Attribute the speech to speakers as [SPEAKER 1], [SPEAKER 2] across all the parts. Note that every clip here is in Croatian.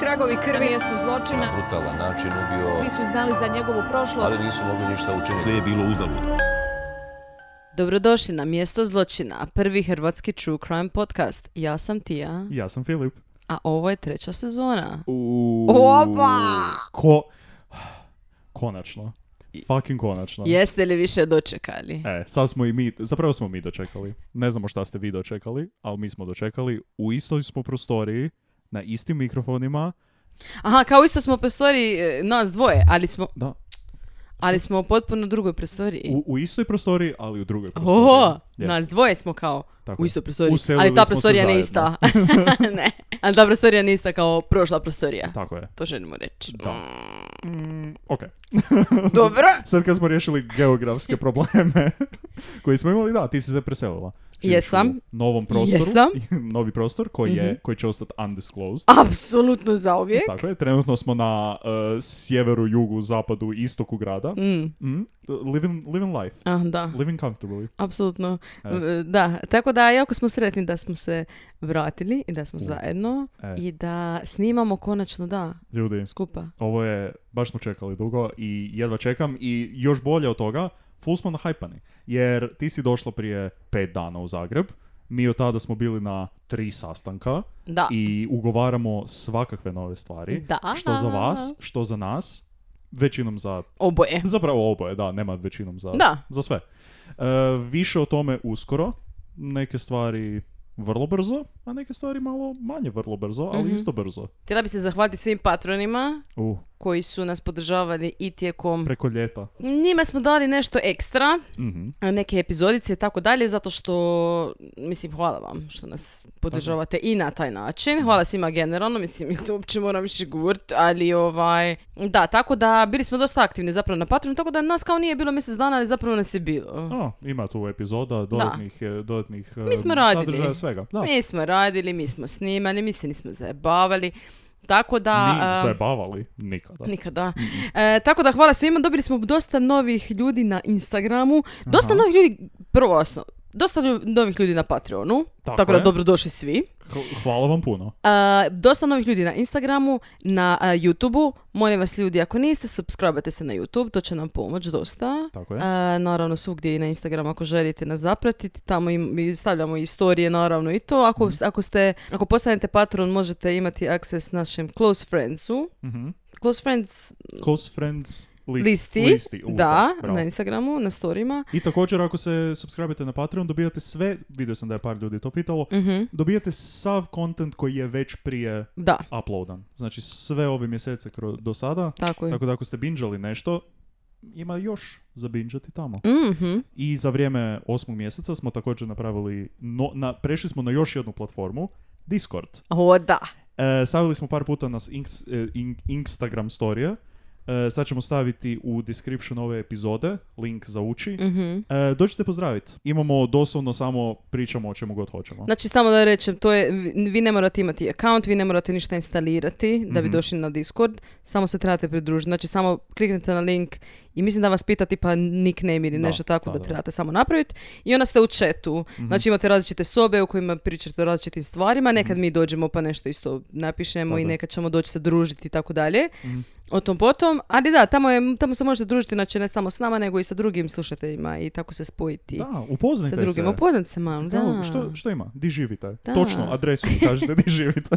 [SPEAKER 1] tragovi
[SPEAKER 2] na
[SPEAKER 1] krvi.
[SPEAKER 2] mjestu zločina.
[SPEAKER 3] brutalan način
[SPEAKER 2] Svi
[SPEAKER 3] ubio,
[SPEAKER 2] su znali za njegovu prošlost.
[SPEAKER 3] ali nisu mogli ništa učiniti.
[SPEAKER 4] Sve je bilo uzalud.
[SPEAKER 5] Dobrodošli na Mjesto zločina, prvi hrvatski true crime podcast. Ja sam Tija,
[SPEAKER 4] Ja sam Filip.
[SPEAKER 5] a ovo je treća sezona.
[SPEAKER 4] Opa! Ko... Konačno. Fucking konačno.
[SPEAKER 5] Jeste li više dočekali?
[SPEAKER 4] E, sad smo i mi, zapravo smo mi dočekali. Ne znamo šta ste vi dočekali, ali mi smo dočekali. U istoj smo prostoriji, na istim mikrofonima.
[SPEAKER 5] Aha, kao isto smo u prostoriji e, nas dvoje, ali smo,
[SPEAKER 4] Da,
[SPEAKER 5] ali smo u potpuno drugoj prostoriji.
[SPEAKER 4] u, u istoj prostoriji, ali u drugoj prostoriji.
[SPEAKER 5] Oho,
[SPEAKER 4] Je,
[SPEAKER 5] nas dvoje smo kao
[SPEAKER 4] tako
[SPEAKER 5] u
[SPEAKER 4] je.
[SPEAKER 5] istoj prostoriji,
[SPEAKER 4] Uselili
[SPEAKER 5] ali
[SPEAKER 4] smo
[SPEAKER 5] ta
[SPEAKER 4] se
[SPEAKER 5] prostorija ne
[SPEAKER 4] zajedno.
[SPEAKER 5] ista. ne, ali ta prostorija ne ista kao prošla prostorija.
[SPEAKER 4] Tako je.
[SPEAKER 5] To želimo reći.
[SPEAKER 4] Da.
[SPEAKER 5] Mm.
[SPEAKER 4] Ok.
[SPEAKER 5] Dobro.
[SPEAKER 4] Sad kad smo riješili geografske probleme koji smo imali, da, ti si se preselila. Živiš
[SPEAKER 5] Jesam.
[SPEAKER 4] u Novom prostoru.
[SPEAKER 5] Jesam. Mhm.
[SPEAKER 4] Novi prostor koji, je, koji će ostati undisclosed.
[SPEAKER 5] Apsolutno zauvijek.
[SPEAKER 4] Tako je, trenutno smo na uh, sjeveru, jugu, zapadu, istoku grada.
[SPEAKER 5] Mm.
[SPEAKER 4] Mm, living, living life.
[SPEAKER 5] Ah, da.
[SPEAKER 4] Living comfortably.
[SPEAKER 5] Apsolutno.
[SPEAKER 4] E.
[SPEAKER 5] V- Da, tako da jako smo sretni da smo se vratili i da smo zajedno
[SPEAKER 4] E.
[SPEAKER 5] i da snimamo konačno, da,
[SPEAKER 4] Ljudi,
[SPEAKER 5] skupa.
[SPEAKER 4] ovo je, baš smo čekali dugo i jedva čekam i još bolje od toga, full smo nahajpani. Jer ti si došla prije pet dana u Zagreb, mi od tada smo bili na tri sastanka
[SPEAKER 5] Da.
[SPEAKER 4] i ugovaramo svakakve nove stvari.
[SPEAKER 5] Da.
[SPEAKER 4] Što za vas, što za nas, većinom za
[SPEAKER 5] Oboje.
[SPEAKER 4] Zapravo oboje, da, nema većinom za,
[SPEAKER 5] Da.
[SPEAKER 4] za sve. E, više o tome uskoro, neke stvari vrlo brzo, a neke stvari malo manje vrlo brzo, ali
[SPEAKER 5] Mhm.
[SPEAKER 4] isto brzo.
[SPEAKER 5] Htjela bi se zahvaliti svim patronima
[SPEAKER 4] Uh,
[SPEAKER 5] koji su nas podržavali i tijekom...
[SPEAKER 4] preko ljeta.
[SPEAKER 5] Njima smo dali nešto ekstra,
[SPEAKER 4] Mhm.
[SPEAKER 5] neke epizodice i tako dalje, zato što, mislim, hvala vam što nas podržavate i na taj način. Hvala svima generalno, mislim, to uopće moram više govoriti, ali ovaj... Da, tako da bili smo dosta aktivni zapravo na Patreonu, tako da nas kao nije bilo mjesec dana, ali zapravo nas je bilo.
[SPEAKER 4] A, ima tu epizoda, dodatnih, e, dodatnih e,
[SPEAKER 5] Mi smo radili.
[SPEAKER 4] sadržaja, svega. Da.
[SPEAKER 5] Mi smo radili, mi smo snimali, mi se nismo zajebavali, tako da...
[SPEAKER 4] Ni
[SPEAKER 5] a,
[SPEAKER 4] zajebavali nikada.
[SPEAKER 5] Nikada. E, tako da hvala svima, dobili smo dosta novih ljudi na Instagramu, dosta novih ljudi, prvo osno- dosta lju- novih ljudi na Patreonu,
[SPEAKER 4] Tako
[SPEAKER 5] tako, da
[SPEAKER 4] je.
[SPEAKER 5] dobrodošli svi.
[SPEAKER 4] H- Hvala vam puno.
[SPEAKER 5] E, dosta novih ljudi na Instagramu, na e, YouTubeu. Molim vas ljudi, ako niste, subscribe se na YouTube, to će nam pomoći dosta.
[SPEAKER 4] Tako je.
[SPEAKER 5] E, naravno svugdje i na Instagram ako želite nas zapratiti, tamo im, i stavljamo i storije naravno i to.
[SPEAKER 4] Mhm.
[SPEAKER 5] Ako, ako, ste, ako postanete patron možete imati akses našem close friendsu.
[SPEAKER 4] Mhm.
[SPEAKER 5] Close friends
[SPEAKER 4] Close friends list-
[SPEAKER 5] listi,
[SPEAKER 4] listi. U,
[SPEAKER 5] da,
[SPEAKER 4] bravo.
[SPEAKER 5] na Instagramu, na storima.
[SPEAKER 4] I također ako se subscribe na Patreon dobijate sve, vidio sam da je par ljudi to pitalo, dobijate sav content koji je već prije
[SPEAKER 5] Da,
[SPEAKER 4] uploadan. Znači sve ove mjesece kro- do sada,
[SPEAKER 5] tako je.
[SPEAKER 4] tako da ako ste binžali nešto, ima još za binžati tamo.
[SPEAKER 5] Mhm.
[SPEAKER 4] I za vrijeme osmog mjeseca smo također napravili, no, na, prešli smo na još jednu platformu, Discord.
[SPEAKER 5] O, da.
[SPEAKER 4] E, stavili smo par puta na inks- e, in- Instagram storije. E, sad ćemo staviti u description ove epizode, link za uči.
[SPEAKER 5] Mhm.
[SPEAKER 4] E, dođite pozdraviti. Imamo doslovno samo pričamo o čemu god hoćemo.
[SPEAKER 5] Znači, samo da rečem, to je, vi- vi ne morate imati account, vi ne morate ništa instalirati da
[SPEAKER 4] Mhm.
[SPEAKER 5] bi došli na Discord, samo se trebate pridružiti. Znači, samo kliknete na link i mislim da vas pita tipa nickname ili
[SPEAKER 4] Da, Mhm.
[SPEAKER 5] nešto tako
[SPEAKER 4] da,
[SPEAKER 5] da,
[SPEAKER 4] da.
[SPEAKER 5] trebate samo napraviti. I onda ste u chatu. Znači, imate različite sobe u kojima pričate o različitim stvarima. Nekad
[SPEAKER 4] Mhm.
[SPEAKER 5] mi dođemo pa nešto isto napišemo
[SPEAKER 4] Da,
[SPEAKER 5] i
[SPEAKER 4] da.
[SPEAKER 5] nekad ćemo doći se družiti i tako dalje.
[SPEAKER 4] Mhm.
[SPEAKER 5] O tom potom. Ali da, tamo, je, tamo se možete družiti, znači ne samo s nama, nego i sa drugim slušateljima i tako se spojiti.
[SPEAKER 4] Da,
[SPEAKER 5] Sa
[SPEAKER 4] upoznajte
[SPEAKER 5] drugim,
[SPEAKER 4] se.
[SPEAKER 5] upoznat se malo, da.
[SPEAKER 4] Kao, što, što ima? Di živite?
[SPEAKER 5] Da.
[SPEAKER 4] Točno, adresu mi kažete di živite.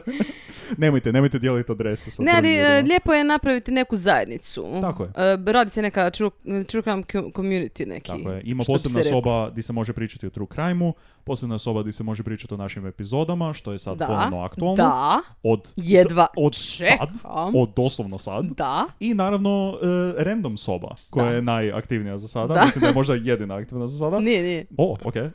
[SPEAKER 4] nemojte, nemojte dijeliti adrese sa
[SPEAKER 5] Ne,
[SPEAKER 4] drugim
[SPEAKER 5] ali e,
[SPEAKER 4] ljudima.
[SPEAKER 5] lijepo je napraviti neku zajednicu.
[SPEAKER 4] Tako je.
[SPEAKER 5] E, Radi se neka true, true crime co- community neki.
[SPEAKER 4] Tako je. Ima
[SPEAKER 5] što bi
[SPEAKER 4] posebna
[SPEAKER 5] se reklo.
[SPEAKER 4] soba di se može pričati o true crime posebna soba di se može pričati o našim epizodama, što je sad ponovno aktualno.
[SPEAKER 5] Da,
[SPEAKER 4] Od,
[SPEAKER 5] jedva
[SPEAKER 4] od sad,
[SPEAKER 5] čekam.
[SPEAKER 4] od doslovno sad.
[SPEAKER 5] Da,
[SPEAKER 4] I naravno e, random soba, koja je najaktivnija za sada.
[SPEAKER 5] Da.
[SPEAKER 4] Mislim da je možda jedina aktivna za sada.
[SPEAKER 5] nije, nije.
[SPEAKER 4] O, okej. E,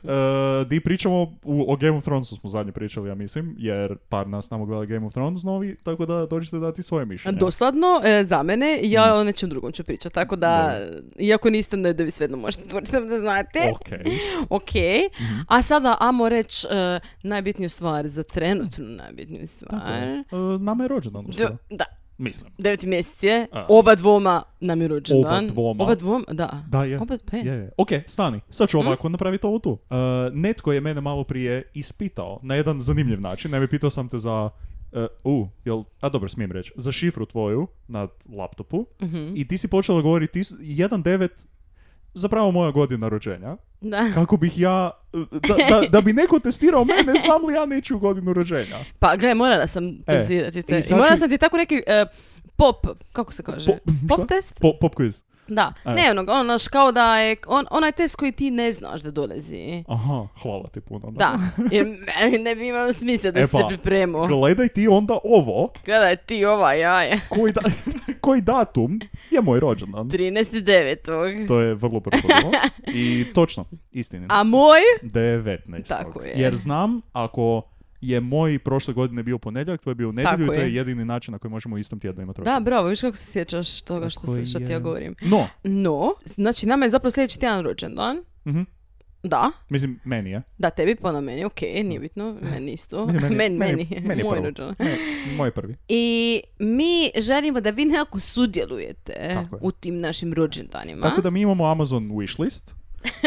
[SPEAKER 4] di pričamo, u, o Game of Thronesu smo zadnje pričali, ja mislim, jer par nas tamo gleda Game of Thrones novi, tako da dođite dati svoje mišljenje.
[SPEAKER 5] Dosadno e, za mene, ja
[SPEAKER 4] Mhm.
[SPEAKER 5] o nečem drugom ću pričati, tako da, iako niste ne da vi svejedno možete otvoriti, samo da znate.
[SPEAKER 4] Okej.
[SPEAKER 5] Ok,
[SPEAKER 4] Mhm.
[SPEAKER 5] a sada amo reći e, najbitniju stvar za trenutnu najbitniju stvar.
[SPEAKER 4] E, nama je rođendan.
[SPEAKER 5] D-
[SPEAKER 4] uskoro.
[SPEAKER 5] da,
[SPEAKER 4] Mislim.
[SPEAKER 5] devet mjeseci je,
[SPEAKER 4] A.
[SPEAKER 5] oba dvoma nam je rođendan.
[SPEAKER 4] Oba dvoma.
[SPEAKER 5] Oba dvoma, da.
[SPEAKER 4] Da, je.
[SPEAKER 5] Oba, pa je.
[SPEAKER 4] Je, je. Ok, stani. Sad
[SPEAKER 5] Mhm.
[SPEAKER 4] ću ovako napraviti ovo tu. Uh, E, netko je mene malo prije ispitao na jedan zanimljiv način. Naime, pitao sam te za e, u, jel, a dobro, smijem reći, za šifru tvoju na laptopu
[SPEAKER 5] Mhm.
[SPEAKER 4] i ti si počela govoriti 1.9, zapravo moja godina rođenja,
[SPEAKER 5] Da.
[SPEAKER 4] kako bih ja, e, da, da, da bi neko testirao mene, znam li ja neću godinu rođenja.
[SPEAKER 5] Pa gle, morala sam testirati te.
[SPEAKER 4] E, i
[SPEAKER 5] I,
[SPEAKER 4] sad
[SPEAKER 5] morala
[SPEAKER 4] ću-
[SPEAKER 5] sam ti tako neki e, pop, kako se kaže?
[SPEAKER 4] Po- šta?
[SPEAKER 5] pop test?
[SPEAKER 4] Po- pop quiz.
[SPEAKER 5] Da.
[SPEAKER 4] Ajde.
[SPEAKER 5] Ne, ono, ono, znaš, kao da je on, onaj test koji ti ne znaš da dolazi.
[SPEAKER 4] Aha, hvala ti puno. na
[SPEAKER 5] Da. Jer meni ne bi imao smisla da
[SPEAKER 4] E
[SPEAKER 5] si
[SPEAKER 4] pa.
[SPEAKER 5] se pripremao.
[SPEAKER 4] Gledaj ti onda ovo,
[SPEAKER 5] Gledaj ti ovaj, ova jaja.
[SPEAKER 4] koji, da, koji datum je moj rođendan.
[SPEAKER 5] 13.9.
[SPEAKER 4] To je vrlo brzo bilo. I točno, istinito.
[SPEAKER 5] A moj?
[SPEAKER 4] 19.
[SPEAKER 5] Tako je.
[SPEAKER 4] Jer znam, ako je moj prošle godine bio ponedjeljak, tvoj je bio u nedjelju i
[SPEAKER 5] Tako
[SPEAKER 4] to je
[SPEAKER 5] je.
[SPEAKER 4] jedini način na koji možemo u istom tjednu imati
[SPEAKER 5] Da,
[SPEAKER 4] rođendan.
[SPEAKER 5] bravo, viš kako se sjećaš toga što,
[SPEAKER 4] Tako
[SPEAKER 5] se, što ti ja
[SPEAKER 4] je.
[SPEAKER 5] govorim.
[SPEAKER 4] No,
[SPEAKER 5] No, znači nama je zapravo sljedeći tjedan rođendan.
[SPEAKER 4] mhm,
[SPEAKER 5] Da,
[SPEAKER 4] mislim, meni je.
[SPEAKER 5] da tebi pa na meni, okej, nije bitno, meni isto.
[SPEAKER 4] Mislim,
[SPEAKER 5] meni, meni,
[SPEAKER 4] meni je
[SPEAKER 5] moj
[SPEAKER 4] prvo.
[SPEAKER 5] rođendan.
[SPEAKER 4] Me- moj je prvi.
[SPEAKER 5] I mi želimo da vi nekako sudjelujete
[SPEAKER 4] Tako je.
[SPEAKER 5] u tim našim rođendanima.
[SPEAKER 4] Tako da mi imamo Amazon wishlist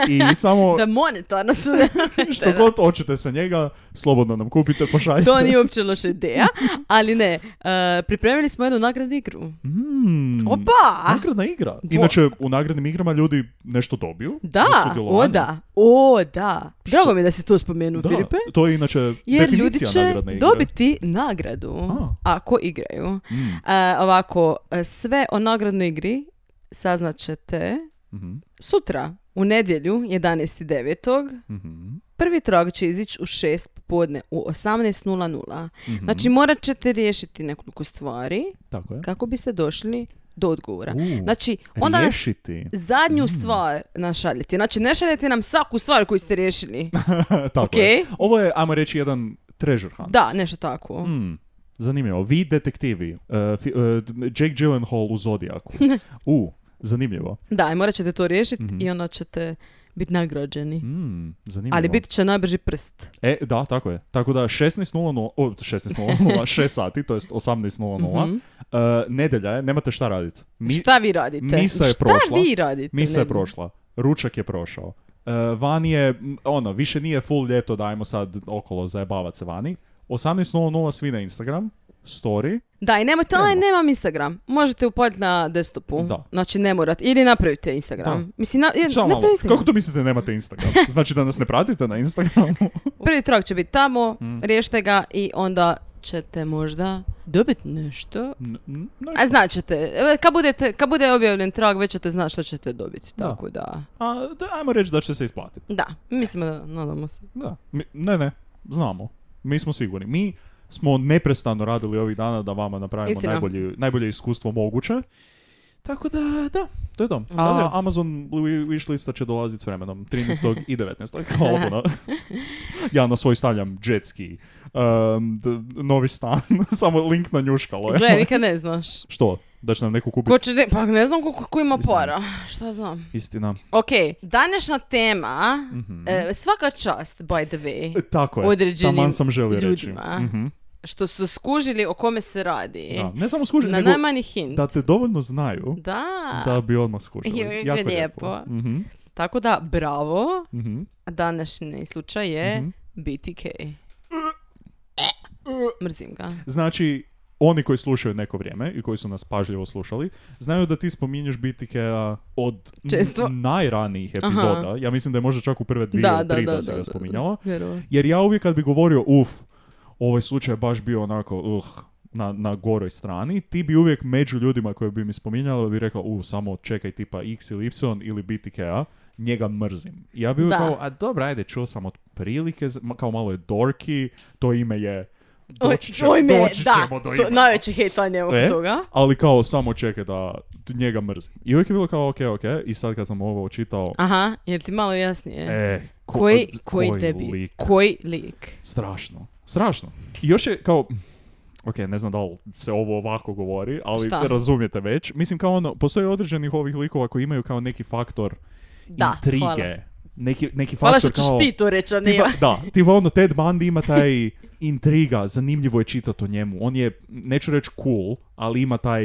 [SPEAKER 4] i samo
[SPEAKER 5] Da monetarno sudjelujete.
[SPEAKER 4] što god hoćete sa njega, slobodno nam kupite, pošaljite.
[SPEAKER 5] To nije uopće loša ideja, ali ne, e, pripremili smo jednu nagradnu igru.
[SPEAKER 4] Mm,
[SPEAKER 5] Opa!
[SPEAKER 4] Nagradna igra. Inače, u nagradnim igrama ljudi nešto dobiju.
[SPEAKER 5] Da,
[SPEAKER 4] za sudjelovanje.
[SPEAKER 5] o da, o da. Drago mi je da si to spomenuo,
[SPEAKER 4] Da,
[SPEAKER 5] Filipe.
[SPEAKER 4] to je inače
[SPEAKER 5] Jer ljudi
[SPEAKER 4] definicija
[SPEAKER 5] će
[SPEAKER 4] nagradne igre.
[SPEAKER 5] dobiti nagradu
[SPEAKER 4] A.
[SPEAKER 5] ako igraju.
[SPEAKER 4] Mm,
[SPEAKER 5] E, ovako, e, sve o nagradnoj igri saznat ćete
[SPEAKER 4] mhm,
[SPEAKER 5] sutra u nedjelju 11.9.
[SPEAKER 4] mhm.
[SPEAKER 5] Prvi trag će izići u 6 popodne u 18.00.
[SPEAKER 4] Mhm.
[SPEAKER 5] Znači morat ćete riješiti nekoliko stvari
[SPEAKER 4] Tako je.
[SPEAKER 5] kako biste došli do odgovora.
[SPEAKER 4] U, Mhm.
[SPEAKER 5] znači, onda nas
[SPEAKER 4] Riješiti.
[SPEAKER 5] zadnju stvar našaljete. Znači, ne šaljete nam svaku stvar koju ste riješili.
[SPEAKER 4] Tako
[SPEAKER 5] Ok.
[SPEAKER 4] je. Ovo je, ajmo reći, jedan treasure hunt.
[SPEAKER 5] Da, nešto tako.
[SPEAKER 4] Mm, zanimljivo. Vi detektivi. Uh, fi- uh, d- Jake Gyllenhaal u Zodiaku. U, zanimljivo.
[SPEAKER 5] Da, i morat ćete to riješiti
[SPEAKER 4] Mhm.
[SPEAKER 5] i onda ćete biti nagrađeni.
[SPEAKER 4] Mm, zanimljivo.
[SPEAKER 5] Ali bit će najbrži prst.
[SPEAKER 4] E, da, tako je. Tako da 16.00, o, 16.00, 6 sati, to jest 18.00, uh, nedelja je, nemate šta raditi.
[SPEAKER 5] Mhm. Šta vi radite?
[SPEAKER 4] misa je
[SPEAKER 5] Šta
[SPEAKER 4] prošla.
[SPEAKER 5] vi radite?
[SPEAKER 4] Misa
[SPEAKER 5] Ne
[SPEAKER 4] je
[SPEAKER 5] znam.
[SPEAKER 4] prošla, ručak je prošao. E, vani je, m, ono, više nije full ljeto da ajmo sad okolo zajebavat se vani. 18.00 svi na Instagram, story,
[SPEAKER 5] Da, i nemojte, aj,
[SPEAKER 4] Nemamo.
[SPEAKER 5] nemam Instagram. Možete upaditi na desktopu.
[SPEAKER 4] Da.
[SPEAKER 5] Znači, ne morate. Ili napravite Instagram.
[SPEAKER 4] Da.
[SPEAKER 5] Mislim, na, ili
[SPEAKER 4] Samo malo,
[SPEAKER 5] napravite Instagram.
[SPEAKER 4] kako to mislite nemate Instagram? Znači da nas ne pratite na Instagramu?
[SPEAKER 5] Prvi trag će biti tamo,
[SPEAKER 4] Mm.
[SPEAKER 5] riješite ga i onda ćete možda dobiti nešto.
[SPEAKER 4] N- n- ne.
[SPEAKER 5] A znaćete, e, kad, budete, kad bude objavljen trag, već ćete znati što ćete dobiti.
[SPEAKER 4] Da.
[SPEAKER 5] Tako da,
[SPEAKER 4] A, da, ajmo reći da će se isplatiti.
[SPEAKER 5] da, mislimo da, nadamo se.
[SPEAKER 4] Da. Mi- ne, ne, znamo. Mi smo sigurni. Mi smo neprestano radili ovih dana da vama napravimo
[SPEAKER 5] Istina.
[SPEAKER 4] najbolje, najbolje iskustvo moguće. Tako da, da, to je to.
[SPEAKER 5] Dobro.
[SPEAKER 4] A Amazon wi- wishlista će dolaziti s vremenom, 13. i 19. Hvala puno. ja na svoj stavljam jetski, um, d- novi stan, samo link na njuškalo. je.
[SPEAKER 5] Gle, nikad ne znaš.
[SPEAKER 4] Što? Da će nam neko kupiti?
[SPEAKER 5] Ko će, ne, pa ne znam koliko ko ima
[SPEAKER 4] Mislim.
[SPEAKER 5] para. Šta znam.
[SPEAKER 4] Istina.
[SPEAKER 5] Ok, današnja tema,
[SPEAKER 4] Mhm.
[SPEAKER 5] e, svaka čast, by the way.
[SPEAKER 4] E, Tako je.
[SPEAKER 5] Određenim
[SPEAKER 4] Taman sam želio
[SPEAKER 5] ljudima.
[SPEAKER 4] reći. Mhm.
[SPEAKER 5] što su skužili o kome se radi.
[SPEAKER 4] Da. Ne samo skuži,
[SPEAKER 5] Na
[SPEAKER 4] nego
[SPEAKER 5] najmanji hint.
[SPEAKER 4] da te dovoljno znaju
[SPEAKER 5] Da.
[SPEAKER 4] da bi odmah skušali.
[SPEAKER 5] Joj,
[SPEAKER 4] jako
[SPEAKER 5] lijepo.
[SPEAKER 4] Mhm,
[SPEAKER 5] Tako da, bravo.
[SPEAKER 4] mhm.
[SPEAKER 5] Današnji slučaj je
[SPEAKER 4] Mhm.
[SPEAKER 5] BTK. Mrzim ga.
[SPEAKER 4] Znači, oni koji slušaju neko vrijeme i koji su nas pažljivo slušali, znaju da ti spominješ BTK od n-
[SPEAKER 5] Često.
[SPEAKER 4] najranijih epizoda. Ja mislim da je možda čak u prve dvije
[SPEAKER 5] Da,
[SPEAKER 4] ili
[SPEAKER 5] da,
[SPEAKER 4] tri
[SPEAKER 5] da,
[SPEAKER 4] da,
[SPEAKER 5] da,
[SPEAKER 4] se
[SPEAKER 5] da,
[SPEAKER 4] ga
[SPEAKER 5] da.
[SPEAKER 4] spominjala.
[SPEAKER 5] Vjerovatno.
[SPEAKER 4] Jer ja uvijek kad bi govorio, uf, ovaj slučaj je baš bio onako, uh, na, na goroj strani, ti bi uvijek među ljudima koje bi mi spominjala bi rekao, u, samo čekaj tipa X ili Y ili BTK-a, njega mrzim. I Ja bi uvijek
[SPEAKER 5] Da.
[SPEAKER 4] kao, a dobro, ajde, čuo sam otprilike, z- ma, kao malo je dorky, to ime je,
[SPEAKER 5] Oj,
[SPEAKER 4] doći, će-
[SPEAKER 5] oj me,
[SPEAKER 4] doći
[SPEAKER 5] da,
[SPEAKER 4] ćemo do
[SPEAKER 5] to,
[SPEAKER 4] imena.
[SPEAKER 5] najveći hejtovanje ovog
[SPEAKER 4] E?
[SPEAKER 5] toga.
[SPEAKER 4] Ali kao, samo čekaj da njega mrzim. I uvijek je bilo kao, ok, ok, i sad kad sam ovo čitao,
[SPEAKER 5] Aha, jel ti malo jasnije?
[SPEAKER 4] e, ko-
[SPEAKER 5] koji, koji, debi?
[SPEAKER 4] lik.
[SPEAKER 5] Koji lik?
[SPEAKER 4] Strašno. Strašno. I još je kao... Ok, ne znam da li se ovo ovako govori, ali
[SPEAKER 5] Šta?
[SPEAKER 4] razumijete već. Mislim kao ono, postoji određenih ovih likova koji imaju kao neki faktor
[SPEAKER 5] Da,
[SPEAKER 4] intrige.
[SPEAKER 5] hvala.
[SPEAKER 4] Neki, neki
[SPEAKER 5] Hvala što
[SPEAKER 4] faktor
[SPEAKER 5] ćeš
[SPEAKER 4] kao...
[SPEAKER 5] ti to reći, a ne
[SPEAKER 4] tipa,
[SPEAKER 5] ja.
[SPEAKER 4] da, tipa ono, Ted Bundy ima taj intriga, zanimljivo je čitati o njemu. On je, neću reći cool, ali ima taj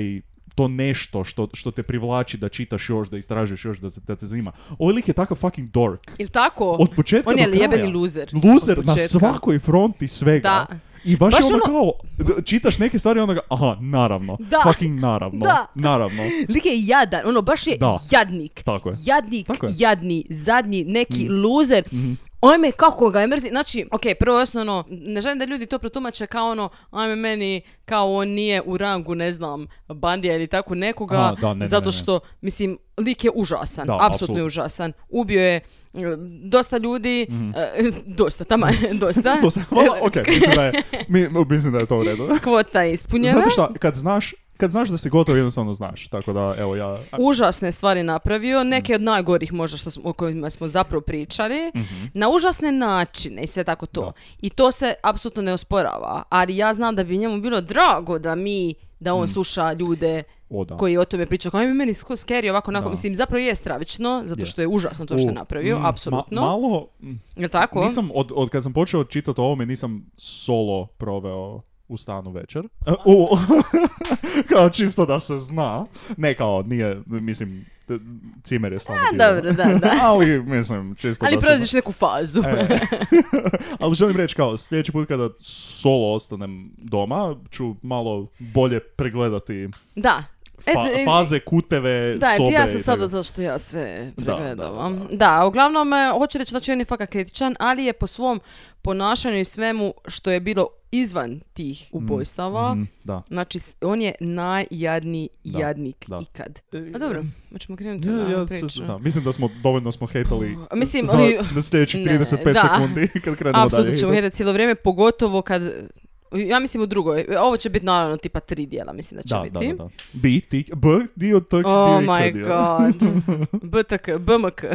[SPEAKER 4] to nešto što, što te privlači da čitaš još, da istražuješ još, da, se- da te zanima. Ovaj lik je takav fucking dork.
[SPEAKER 5] Ili tako?
[SPEAKER 4] Od početka
[SPEAKER 5] On je
[SPEAKER 4] do kraja.
[SPEAKER 5] jebeni loser.
[SPEAKER 4] Loser
[SPEAKER 5] Od
[SPEAKER 4] na
[SPEAKER 5] početka.
[SPEAKER 4] svakoj fronti svega.
[SPEAKER 5] Da.
[SPEAKER 4] I baš,
[SPEAKER 5] Baš
[SPEAKER 4] je ono,
[SPEAKER 5] ono-
[SPEAKER 4] kao, d- čitaš neke stvari i onda ga, aha, naravno,
[SPEAKER 5] Da.
[SPEAKER 4] fucking naravno,
[SPEAKER 5] Da.
[SPEAKER 4] naravno,
[SPEAKER 5] Lik je jadan, ono baš je
[SPEAKER 4] Da.
[SPEAKER 5] jadnik.
[SPEAKER 4] tako je.
[SPEAKER 5] Jadnik,
[SPEAKER 4] Tako je. Mhm.
[SPEAKER 5] jadni, zadnji, neki luzer. Ajme, kako ga je mrzi. Znači, ok, prvo i osnovno, ne želim da ljudi to protumače kao ono, ajme meni, kao on nije u rangu, ne znam, bandija ili tako nekoga,
[SPEAKER 4] A, da, ne, ne,
[SPEAKER 5] zato
[SPEAKER 4] ne, ne.
[SPEAKER 5] što, mislim, lik je užasan,
[SPEAKER 4] Da,
[SPEAKER 5] apsolutno je
[SPEAKER 4] apsolutno.
[SPEAKER 5] užasan. Ubio je e, dosta ljudi,
[SPEAKER 4] Mhm.
[SPEAKER 5] e, dosta, tamo je, dosta.
[SPEAKER 4] To sam, ok, mislim da, je, mi, mislim da je to u redu.
[SPEAKER 5] Kvota je ispunjena.
[SPEAKER 4] Znate šta, kad znaš, kad znaš da si gotov, jednostavno znaš, tako da, evo ja...
[SPEAKER 5] užasne stvari napravio, neke od najgorih možda što smo, o kojima smo zapravo pričali,
[SPEAKER 4] Mhm.
[SPEAKER 5] na užasne načine i sve tako to. I to se apsolutno ne osporava, ali ja znam da bi njemu bilo drago da mi, da on sluša ljude
[SPEAKER 4] O, Mhm. da.
[SPEAKER 5] koji o tome pričaju, kao "Aj, meni sko scary ovako, onako,
[SPEAKER 4] Da.
[SPEAKER 5] mislim, zapravo je stravično, zato
[SPEAKER 4] Je.
[SPEAKER 5] što je užasno to što je
[SPEAKER 4] U,
[SPEAKER 5] napravio,
[SPEAKER 4] mm, ma-
[SPEAKER 5] apsolutno.
[SPEAKER 4] malo, mm,
[SPEAKER 5] Jel tako?
[SPEAKER 4] nisam, od, od kad sam počeo čitati o ovome, nisam solo proveo u stanu večer. E, U, kao čisto da se zna. Ne kao, nije, mislim, t- cimer je stalno bio.
[SPEAKER 5] dobro, da, da.
[SPEAKER 4] Ali, mislim, čisto
[SPEAKER 5] ali
[SPEAKER 4] da se...
[SPEAKER 5] prolaziš neku fazu.
[SPEAKER 4] E, ali želim reći kao, sljedeći put kada solo ostanem doma, ću malo bolje pregledati
[SPEAKER 5] da. E,
[SPEAKER 4] fa-
[SPEAKER 5] d-
[SPEAKER 4] faze, kuteve,
[SPEAKER 5] Da,
[SPEAKER 4] sobe.
[SPEAKER 5] ti ja sam
[SPEAKER 4] i
[SPEAKER 5] sada
[SPEAKER 4] tako.
[SPEAKER 5] zašto ja sve
[SPEAKER 4] Da,
[SPEAKER 5] pregledavam. Da,
[SPEAKER 4] da,
[SPEAKER 5] uglavnom, e, hoću reći, znači on je fakat kritičan, ali je po svom ponašanju i svemu što je bilo izvan tih ubojstava,
[SPEAKER 4] Mhm, da.
[SPEAKER 5] znači s- on je najjadniji
[SPEAKER 4] Da,
[SPEAKER 5] jadnik
[SPEAKER 4] da.
[SPEAKER 5] ikad. A dobro, hoćemo krenuti
[SPEAKER 4] Ja,
[SPEAKER 5] na
[SPEAKER 4] ja se-
[SPEAKER 5] priču.
[SPEAKER 4] da, mislim da smo dovoljno smo hejtali
[SPEAKER 5] A mislim,
[SPEAKER 4] za
[SPEAKER 5] ali-
[SPEAKER 4] na sljedećih
[SPEAKER 5] Ne,
[SPEAKER 4] 35
[SPEAKER 5] da.
[SPEAKER 4] sekundi kad krenemo
[SPEAKER 5] Apsolutno
[SPEAKER 4] dalje.
[SPEAKER 5] ćemo jedati cijelo vrijeme, pogotovo kad... Ja mislim u drugoj. Ovo će biti naravno tipa tri dijela, mislim da će
[SPEAKER 4] da, da,
[SPEAKER 5] biti.
[SPEAKER 4] da, da. B, tik, B, dio, tak,
[SPEAKER 5] Oh
[SPEAKER 4] dio i
[SPEAKER 5] my
[SPEAKER 4] K dio.
[SPEAKER 5] god. BTK, BMK.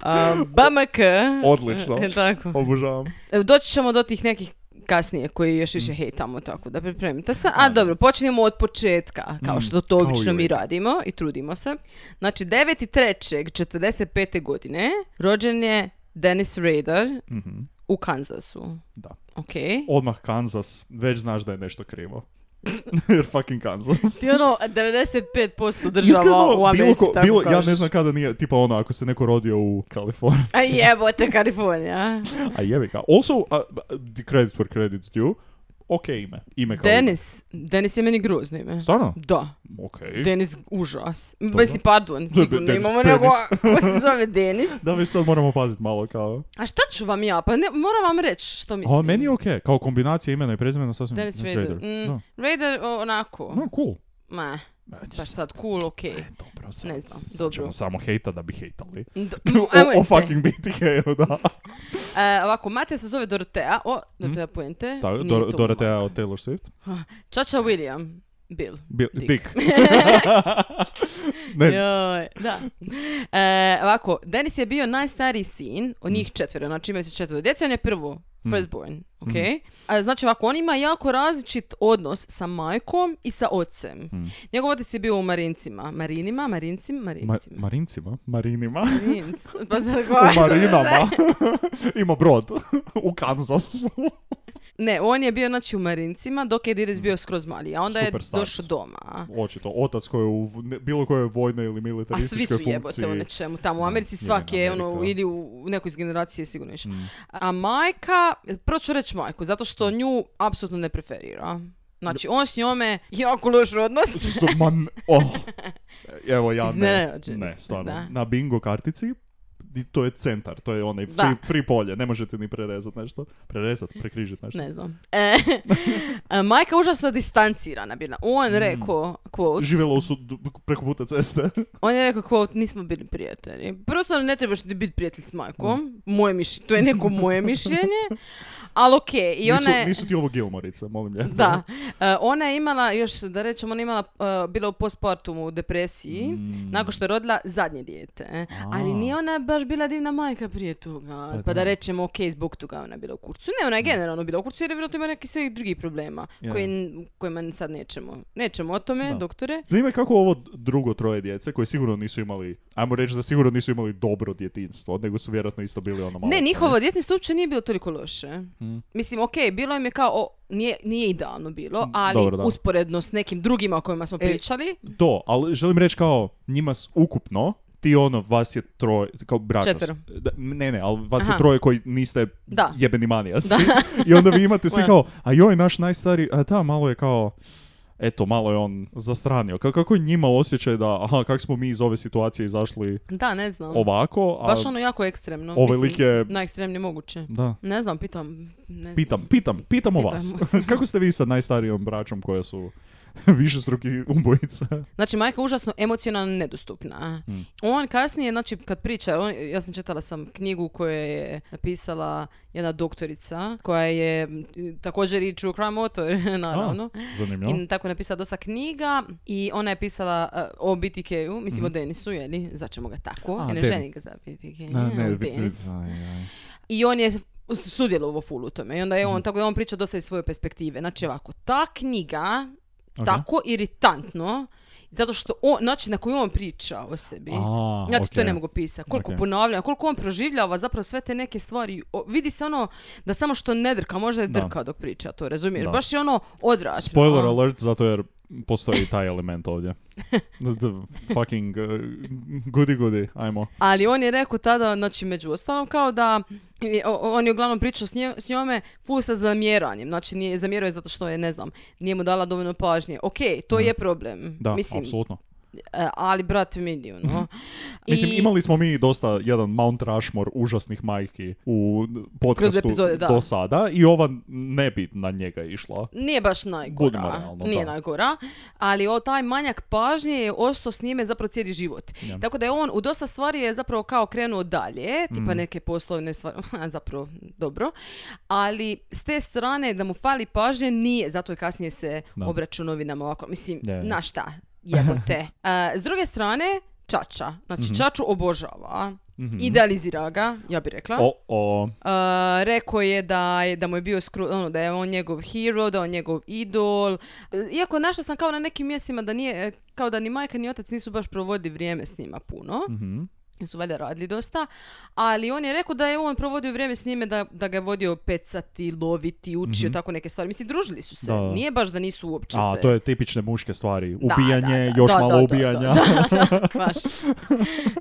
[SPEAKER 5] A, BMK.
[SPEAKER 4] Odlično.
[SPEAKER 5] Jel tako.
[SPEAKER 4] Obožavam.
[SPEAKER 5] E, Doći ćemo do tih nekih kasnije koji još
[SPEAKER 4] Mm.
[SPEAKER 5] više hejtamo, tako da pripremite se. A dobro, počinjemo od početka, kao što to
[SPEAKER 4] Mm, kao i
[SPEAKER 5] obično mi
[SPEAKER 4] uvijek.
[SPEAKER 5] radimo i trudimo se. Znači, 9.3.45. godine rođen je Dennis Rader u Kansasu.
[SPEAKER 4] Mhm. Da.
[SPEAKER 5] Ok.
[SPEAKER 4] Odmah Kansas, već znaš da je nešto krivo. Jer fucking Kansas.
[SPEAKER 5] Ti ono 95%
[SPEAKER 4] Iskreno,
[SPEAKER 5] država u Americi,
[SPEAKER 4] bilo ko-
[SPEAKER 5] tako
[SPEAKER 4] bilo- ja
[SPEAKER 5] kažeš.
[SPEAKER 4] ne znam kada nije, tipa ono, ako se neko rodio u Kaliforniji,
[SPEAKER 5] A jebote, Kalifornija.
[SPEAKER 4] a jebi ga. Also, a, b- credit for credit's due, ok ime. Ime kao ime.
[SPEAKER 5] Denis. Denis je meni grozno ime.
[SPEAKER 4] Stvarno?
[SPEAKER 5] Da.
[SPEAKER 4] Ok.
[SPEAKER 5] Denis užas. Mislim, pardon,
[SPEAKER 4] Dobro,
[SPEAKER 5] sigurno
[SPEAKER 4] Denis,
[SPEAKER 5] imamo
[SPEAKER 4] penis.
[SPEAKER 5] nego... Ko se zove Denis?
[SPEAKER 4] Da, već sad moramo paziti malo kao...
[SPEAKER 5] A šta ću vam ja? Pa ne, moram vam reći što mislim.
[SPEAKER 4] A meni je okej, kao kombinacija imena i prezimena sasvim
[SPEAKER 5] Dennis
[SPEAKER 4] Dennis
[SPEAKER 5] Rader. Mm,
[SPEAKER 4] Da.
[SPEAKER 5] Raider, o, onako.
[SPEAKER 4] No, cool.
[SPEAKER 5] Ma, baš sad cool, okej. Okay.
[SPEAKER 4] Dobro, sad,
[SPEAKER 5] Ne znam,
[SPEAKER 4] sad
[SPEAKER 5] dobro. Mm,
[SPEAKER 4] ćemo samo hejta da bi hejtali.
[SPEAKER 5] Ajmo,
[SPEAKER 4] o, o fucking BTK-u, da.
[SPEAKER 5] e, ovako, Mate se zove Dorotea. O, Dorotea Puente.
[SPEAKER 4] Da,
[SPEAKER 5] Nije
[SPEAKER 4] Mm. Dor-
[SPEAKER 5] to
[SPEAKER 4] Dorotea
[SPEAKER 5] momak.
[SPEAKER 4] od Taylor Swift.
[SPEAKER 5] Čača William. Bill.
[SPEAKER 4] Bil-
[SPEAKER 5] Dick.
[SPEAKER 4] Dick. ne,
[SPEAKER 5] Joj, da. E, ovako, Denis je bio najstariji sin od
[SPEAKER 4] Mm.
[SPEAKER 5] njih četvero, znači imali su četvero djece, on je prvo, firstborn, ok? A, znači ovako, on ima jako različit odnos sa majkom i sa ocem.
[SPEAKER 4] Mm.
[SPEAKER 5] Njegov otac je bio u Marincima. Marinima, Marincim,
[SPEAKER 4] Ma-
[SPEAKER 5] Marincima.
[SPEAKER 4] marincima? Marinima?
[SPEAKER 5] Marins. Pa sad
[SPEAKER 4] U
[SPEAKER 5] govorim.
[SPEAKER 4] marinama. Ima brod. u Kansasu.
[SPEAKER 5] Ne, on je bio znači u Marincima dok je
[SPEAKER 4] Mm.
[SPEAKER 5] Diris bio skroz mali, a onda je
[SPEAKER 4] Super starac.
[SPEAKER 5] došao doma.
[SPEAKER 4] Očito, otac koji je u ne- bilo kojoj vojnoj ili
[SPEAKER 5] A svi
[SPEAKER 4] militarističkoj
[SPEAKER 5] su
[SPEAKER 4] funkciji.
[SPEAKER 5] jebote u nečemu. Tamo u
[SPEAKER 4] Da,
[SPEAKER 5] Americi
[SPEAKER 4] jedina
[SPEAKER 5] svaki je ono,
[SPEAKER 4] Amerika. Mm.
[SPEAKER 5] ili u u nekoj iz generacije sigurno više. A majka, prvo ću reći majku, zato što nju apsolutno ne preferira. Znači, on s njome jako loš odnos.
[SPEAKER 4] Sto- ma n- oh. Evo ja ne.
[SPEAKER 5] Iznenađeni
[SPEAKER 4] Ne,
[SPEAKER 5] ste,
[SPEAKER 4] stvarno.
[SPEAKER 5] da.
[SPEAKER 4] Na bingo kartici i to je centar, to je onaj
[SPEAKER 5] Da.
[SPEAKER 4] free, free polje, ne možete ni prerezat nešto. Prerezat, prekrižit nešto.
[SPEAKER 5] Ne znam. E, a majka je užasno distancirana bila. On
[SPEAKER 4] Mm.
[SPEAKER 5] rekao, quote,
[SPEAKER 4] Živjela u sud, preko puta ceste.
[SPEAKER 5] on je rekao, quote, nismo bili prijatelji. Prosto ne trebaš ni biti prijatelj s majkom.
[SPEAKER 4] Mm.
[SPEAKER 5] Moje mišljenje, to je neko moje mišljenje. Ali okej, i ona
[SPEAKER 4] nisu,
[SPEAKER 5] je...
[SPEAKER 4] nisu ti ovo Gilmorice, molim lijepo.
[SPEAKER 5] Da. E, ona je imala, još da rečem, ona je imala, e, bila u postpartumu, u depresiji, nakon što je rodila zadnje dijete. e. Ali
[SPEAKER 4] Mm. A.
[SPEAKER 5] nije ona baš bila divna majka prije toga. Pa, da
[SPEAKER 4] da. Mm.
[SPEAKER 5] rečemo, ok, zbog toga je ona bila u kurcu. Ne, ona je generalno bila u kurcu jer je vjerojatno ima nekih svih drugih problema
[SPEAKER 4] Ja.
[SPEAKER 5] koji, n- kojima sad nećemo. Nećemo o tome,
[SPEAKER 4] Da.
[SPEAKER 5] doktore.
[SPEAKER 4] Zanima me kako ovo drugo troje djece, koji sigurno nisu imali, ajmo reći da sigurno nisu imali dobro djetinstvo, nego su vjerojatno isto bili ono malo...
[SPEAKER 5] Ne, njihovo djetinjstvo uopće nije bilo toliko loše.
[SPEAKER 4] Mm.
[SPEAKER 5] Mislim, ok, bilo im je kao, o, nije, nije idealno bilo, ali
[SPEAKER 4] Mm, Dobro, da. E,
[SPEAKER 5] usporedno s nekim drugima o kojima smo pričali.
[SPEAKER 4] To, ali želim reći kao, njima s- ukupno, ti ono, vas je troje, kao brata.
[SPEAKER 5] Četvero.
[SPEAKER 4] Da, ne, ne, ali vas je
[SPEAKER 5] Aha.
[SPEAKER 4] troje koji niste
[SPEAKER 5] Da.
[SPEAKER 4] jebeni manijasi.
[SPEAKER 5] Da.
[SPEAKER 4] I onda vi imate svi
[SPEAKER 5] Ono.
[SPEAKER 4] kao, a joj, naš najstariji, a da, malo je kao, eto, malo je on zastranio. Ka- Kako je njima osjećaj da, aha, kako smo mi iz ove situacije izašli
[SPEAKER 5] Da, ne znam.
[SPEAKER 4] ovako, a...
[SPEAKER 5] Baš ono jako ekstremno.
[SPEAKER 4] ovaj
[SPEAKER 5] mislim,
[SPEAKER 4] lik je-
[SPEAKER 5] Najekstremnije moguće.
[SPEAKER 4] Da.
[SPEAKER 5] Ne znam, pitam. Ne znam.
[SPEAKER 4] Pitam, pitam, pitamo vas.
[SPEAKER 5] Pitamo se.
[SPEAKER 4] Kako ste vi sa najstarijom braćom koja su višestruki ubojica?
[SPEAKER 5] Znači, majka je užasno emocionalno nedostupna.
[SPEAKER 4] Hmm.
[SPEAKER 5] On kasnije, znači, kad priča, on, ja sam čitala sam knjigu koju je napisala jedna doktorica, koja je m, također i true crime author, naravno.
[SPEAKER 4] A, zanimljivo.
[SPEAKER 5] I tako je napisala dosta knjiga i ona je pisala e, o BTK-u, mislim o Denisu, jeli, začemo ga tako,
[SPEAKER 4] Mhm. A,
[SPEAKER 5] jer ne
[SPEAKER 4] Denis.
[SPEAKER 5] ženi ga za BTK,
[SPEAKER 4] Na, ne,
[SPEAKER 5] ali
[SPEAKER 4] vi-
[SPEAKER 5] Denis.
[SPEAKER 4] aj, aj.
[SPEAKER 5] I on je sudjelovao full u tome. I onda je on,
[SPEAKER 4] Mhm.
[SPEAKER 5] tako da on priča dosta iz svoje perspektive. Znači ovako, ta knjiga,
[SPEAKER 4] Ok.
[SPEAKER 5] tako iritantno, zato što on, znači na koju on priča o sebi.
[SPEAKER 4] A,
[SPEAKER 5] Znači, to
[SPEAKER 4] ok.
[SPEAKER 5] ne mogu pisati. Koliko
[SPEAKER 4] Ok.
[SPEAKER 5] ponavlja, koliko on proživljava zapravo sve te neke stvari. O, vidi se ono da samo što ne drka, možda je
[SPEAKER 4] Da.
[SPEAKER 5] drka dok priča to, razumiješ?
[SPEAKER 4] Da.
[SPEAKER 5] Baš je ono odračno.
[SPEAKER 4] Spoiler alert, zato jer postoji taj element ovdje. The fucking uh, goody goody, ajmo.
[SPEAKER 5] Ali on je rekao tada, znači među ostalom, kao da i o- o- on je uglavnom pričao s, nje, s njome full sa zamjeranjem. Znači nije zamjerao je zato što je, ne znam, nije mu dala dovoljno pažnje. Ok, to je problem.
[SPEAKER 4] Mhm. Da,
[SPEAKER 5] Mislim,
[SPEAKER 4] apsolutno. Mhm.
[SPEAKER 5] e, ali brate vidi, ono, no.
[SPEAKER 4] Mislim, imali smo mi dosta jedan Mount Rushmore užasnih majki u podcastu
[SPEAKER 5] epizode, da.
[SPEAKER 4] do sada i ova ne bi na njega išla.
[SPEAKER 5] Nije baš najgora.
[SPEAKER 4] Budimo realno,
[SPEAKER 5] nije
[SPEAKER 4] da.
[SPEAKER 5] najgora. Ali o, taj manjak pažnje je ostao s njime zapravo cijeli život.
[SPEAKER 4] Ja.
[SPEAKER 5] Tako da je on u dosta stvari je zapravo kao krenuo dalje,
[SPEAKER 4] Mhm.
[SPEAKER 5] tipa neke poslovne stvari, zapravo dobro. Ali s te strane da mu fali pažnje nije, zato je kasnije se
[SPEAKER 4] Da.
[SPEAKER 5] obraćao novinama ovako. Mislim,
[SPEAKER 4] Je, je.
[SPEAKER 5] na šta, jebote. A, s druge strane, Čača. Znači,
[SPEAKER 4] Mhm.
[SPEAKER 5] Čaču obožava. Idealizira ga, ja bih rekla.
[SPEAKER 4] O, o,
[SPEAKER 5] Uh, rekao je da, je da mu je bio skru, ono, da je on njegov hero, da je on njegov idol. Iako našla sam kao na nekim mjestima da nije, e, kao da ni majka ni otac nisu baš provodi vrijeme s njima puno.
[SPEAKER 4] mhm.
[SPEAKER 5] jer Su valjda radili dosta. Ali on je rekao da je on provodio vrijeme s njime, da, da ga je vodio pecati, loviti, učio tako neke stvari. Mislim, družili su se.
[SPEAKER 4] Mhm. Da.
[SPEAKER 5] Nije baš da nisu uopće
[SPEAKER 4] A,
[SPEAKER 5] se...
[SPEAKER 4] to je tipične muške stvari.
[SPEAKER 5] Da,
[SPEAKER 4] Ubijanje,
[SPEAKER 5] da, da.
[SPEAKER 4] još
[SPEAKER 5] Da, da,
[SPEAKER 4] malo
[SPEAKER 5] da,
[SPEAKER 4] ubijanja.
[SPEAKER 5] Da, da, baš.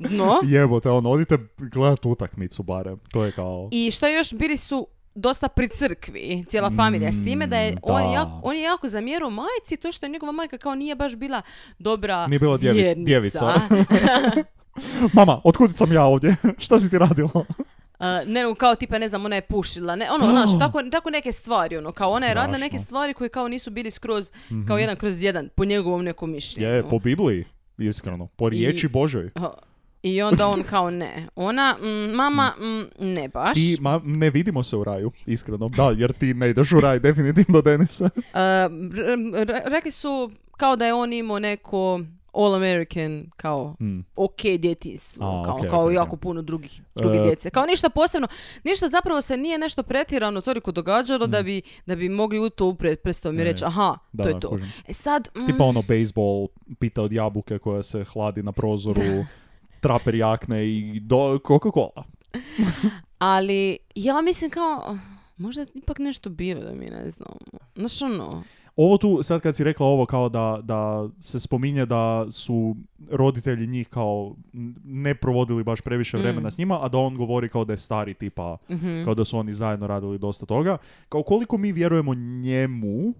[SPEAKER 5] No.
[SPEAKER 4] Jebote, ono, odite gledat utakmicu barem. To je kao...
[SPEAKER 5] I što još, bili su dosta pri crkvi, cijela familija, s time da je, on,
[SPEAKER 4] Mm, da.
[SPEAKER 5] je jako, on je jako zamjerao majci to što je njegova majka kao nije baš bila dobra
[SPEAKER 4] Nije bila djevi-
[SPEAKER 5] vjernica.
[SPEAKER 4] djevica. Mama, otkud sam ja ovdje? Šta si ti radila?
[SPEAKER 5] A, Uh, ne, nego kao tipa, ne znam, ona je pušila, ne, ono, znaš, tako, tako neke stvari, ono, kao ona je radila neke
[SPEAKER 4] Strašno. Mhm.
[SPEAKER 5] stvari koje kao nisu bili skroz, kao jedan kroz jedan, po njegovom nekom mišljenju.
[SPEAKER 4] Je, po Bibliji, iskreno. Po riječi Božoj.
[SPEAKER 5] Aha. I onda on kao ne. Ona, mm, mama, mm, ne baš.
[SPEAKER 4] Ti, ma, ne vidimo se u raju, iskreno. Da, jer ti ne ideš u raj, definitivno, Denisa.
[SPEAKER 5] E, re- re- rekli su kao da je on imao neko all American kao
[SPEAKER 4] Hmm,
[SPEAKER 5] ok djetinstvo,
[SPEAKER 4] A,
[SPEAKER 5] kao,
[SPEAKER 4] okej,
[SPEAKER 5] kao
[SPEAKER 4] okej,
[SPEAKER 5] jako
[SPEAKER 4] okej.
[SPEAKER 5] puno drugih, druge
[SPEAKER 4] E,
[SPEAKER 5] djece. Kao ništa posebno, ništa zapravo se nije nešto pretjerano toliko događalo da, bi, da bi mogli u to upred prstom i
[SPEAKER 4] Ne.
[SPEAKER 5] reći aha,
[SPEAKER 4] Mhm. E, Da,
[SPEAKER 5] to je
[SPEAKER 4] da,
[SPEAKER 5] to.
[SPEAKER 4] kužim.
[SPEAKER 5] E sad, mm,
[SPEAKER 4] Tipa ono, bejsbol, pita od jabuke koja se hladi na prozoru, traper jakne i do Coca-Cola.
[SPEAKER 5] ali ja mislim kao, oh, možda je ipak nešto bilo da mi ne znam. Znaš ono,
[SPEAKER 4] Ovo tu, sad kad si rekla ovo kao da, da se spominje da su roditelji njih kao n- ne provodili baš
[SPEAKER 5] Mm.
[SPEAKER 4] previše vremena s njima, a da on govori kao da je stari tipa,
[SPEAKER 5] mhm.
[SPEAKER 4] kao da su oni zajedno radili dosta toga. Kao koliko mi vjerujemo njemu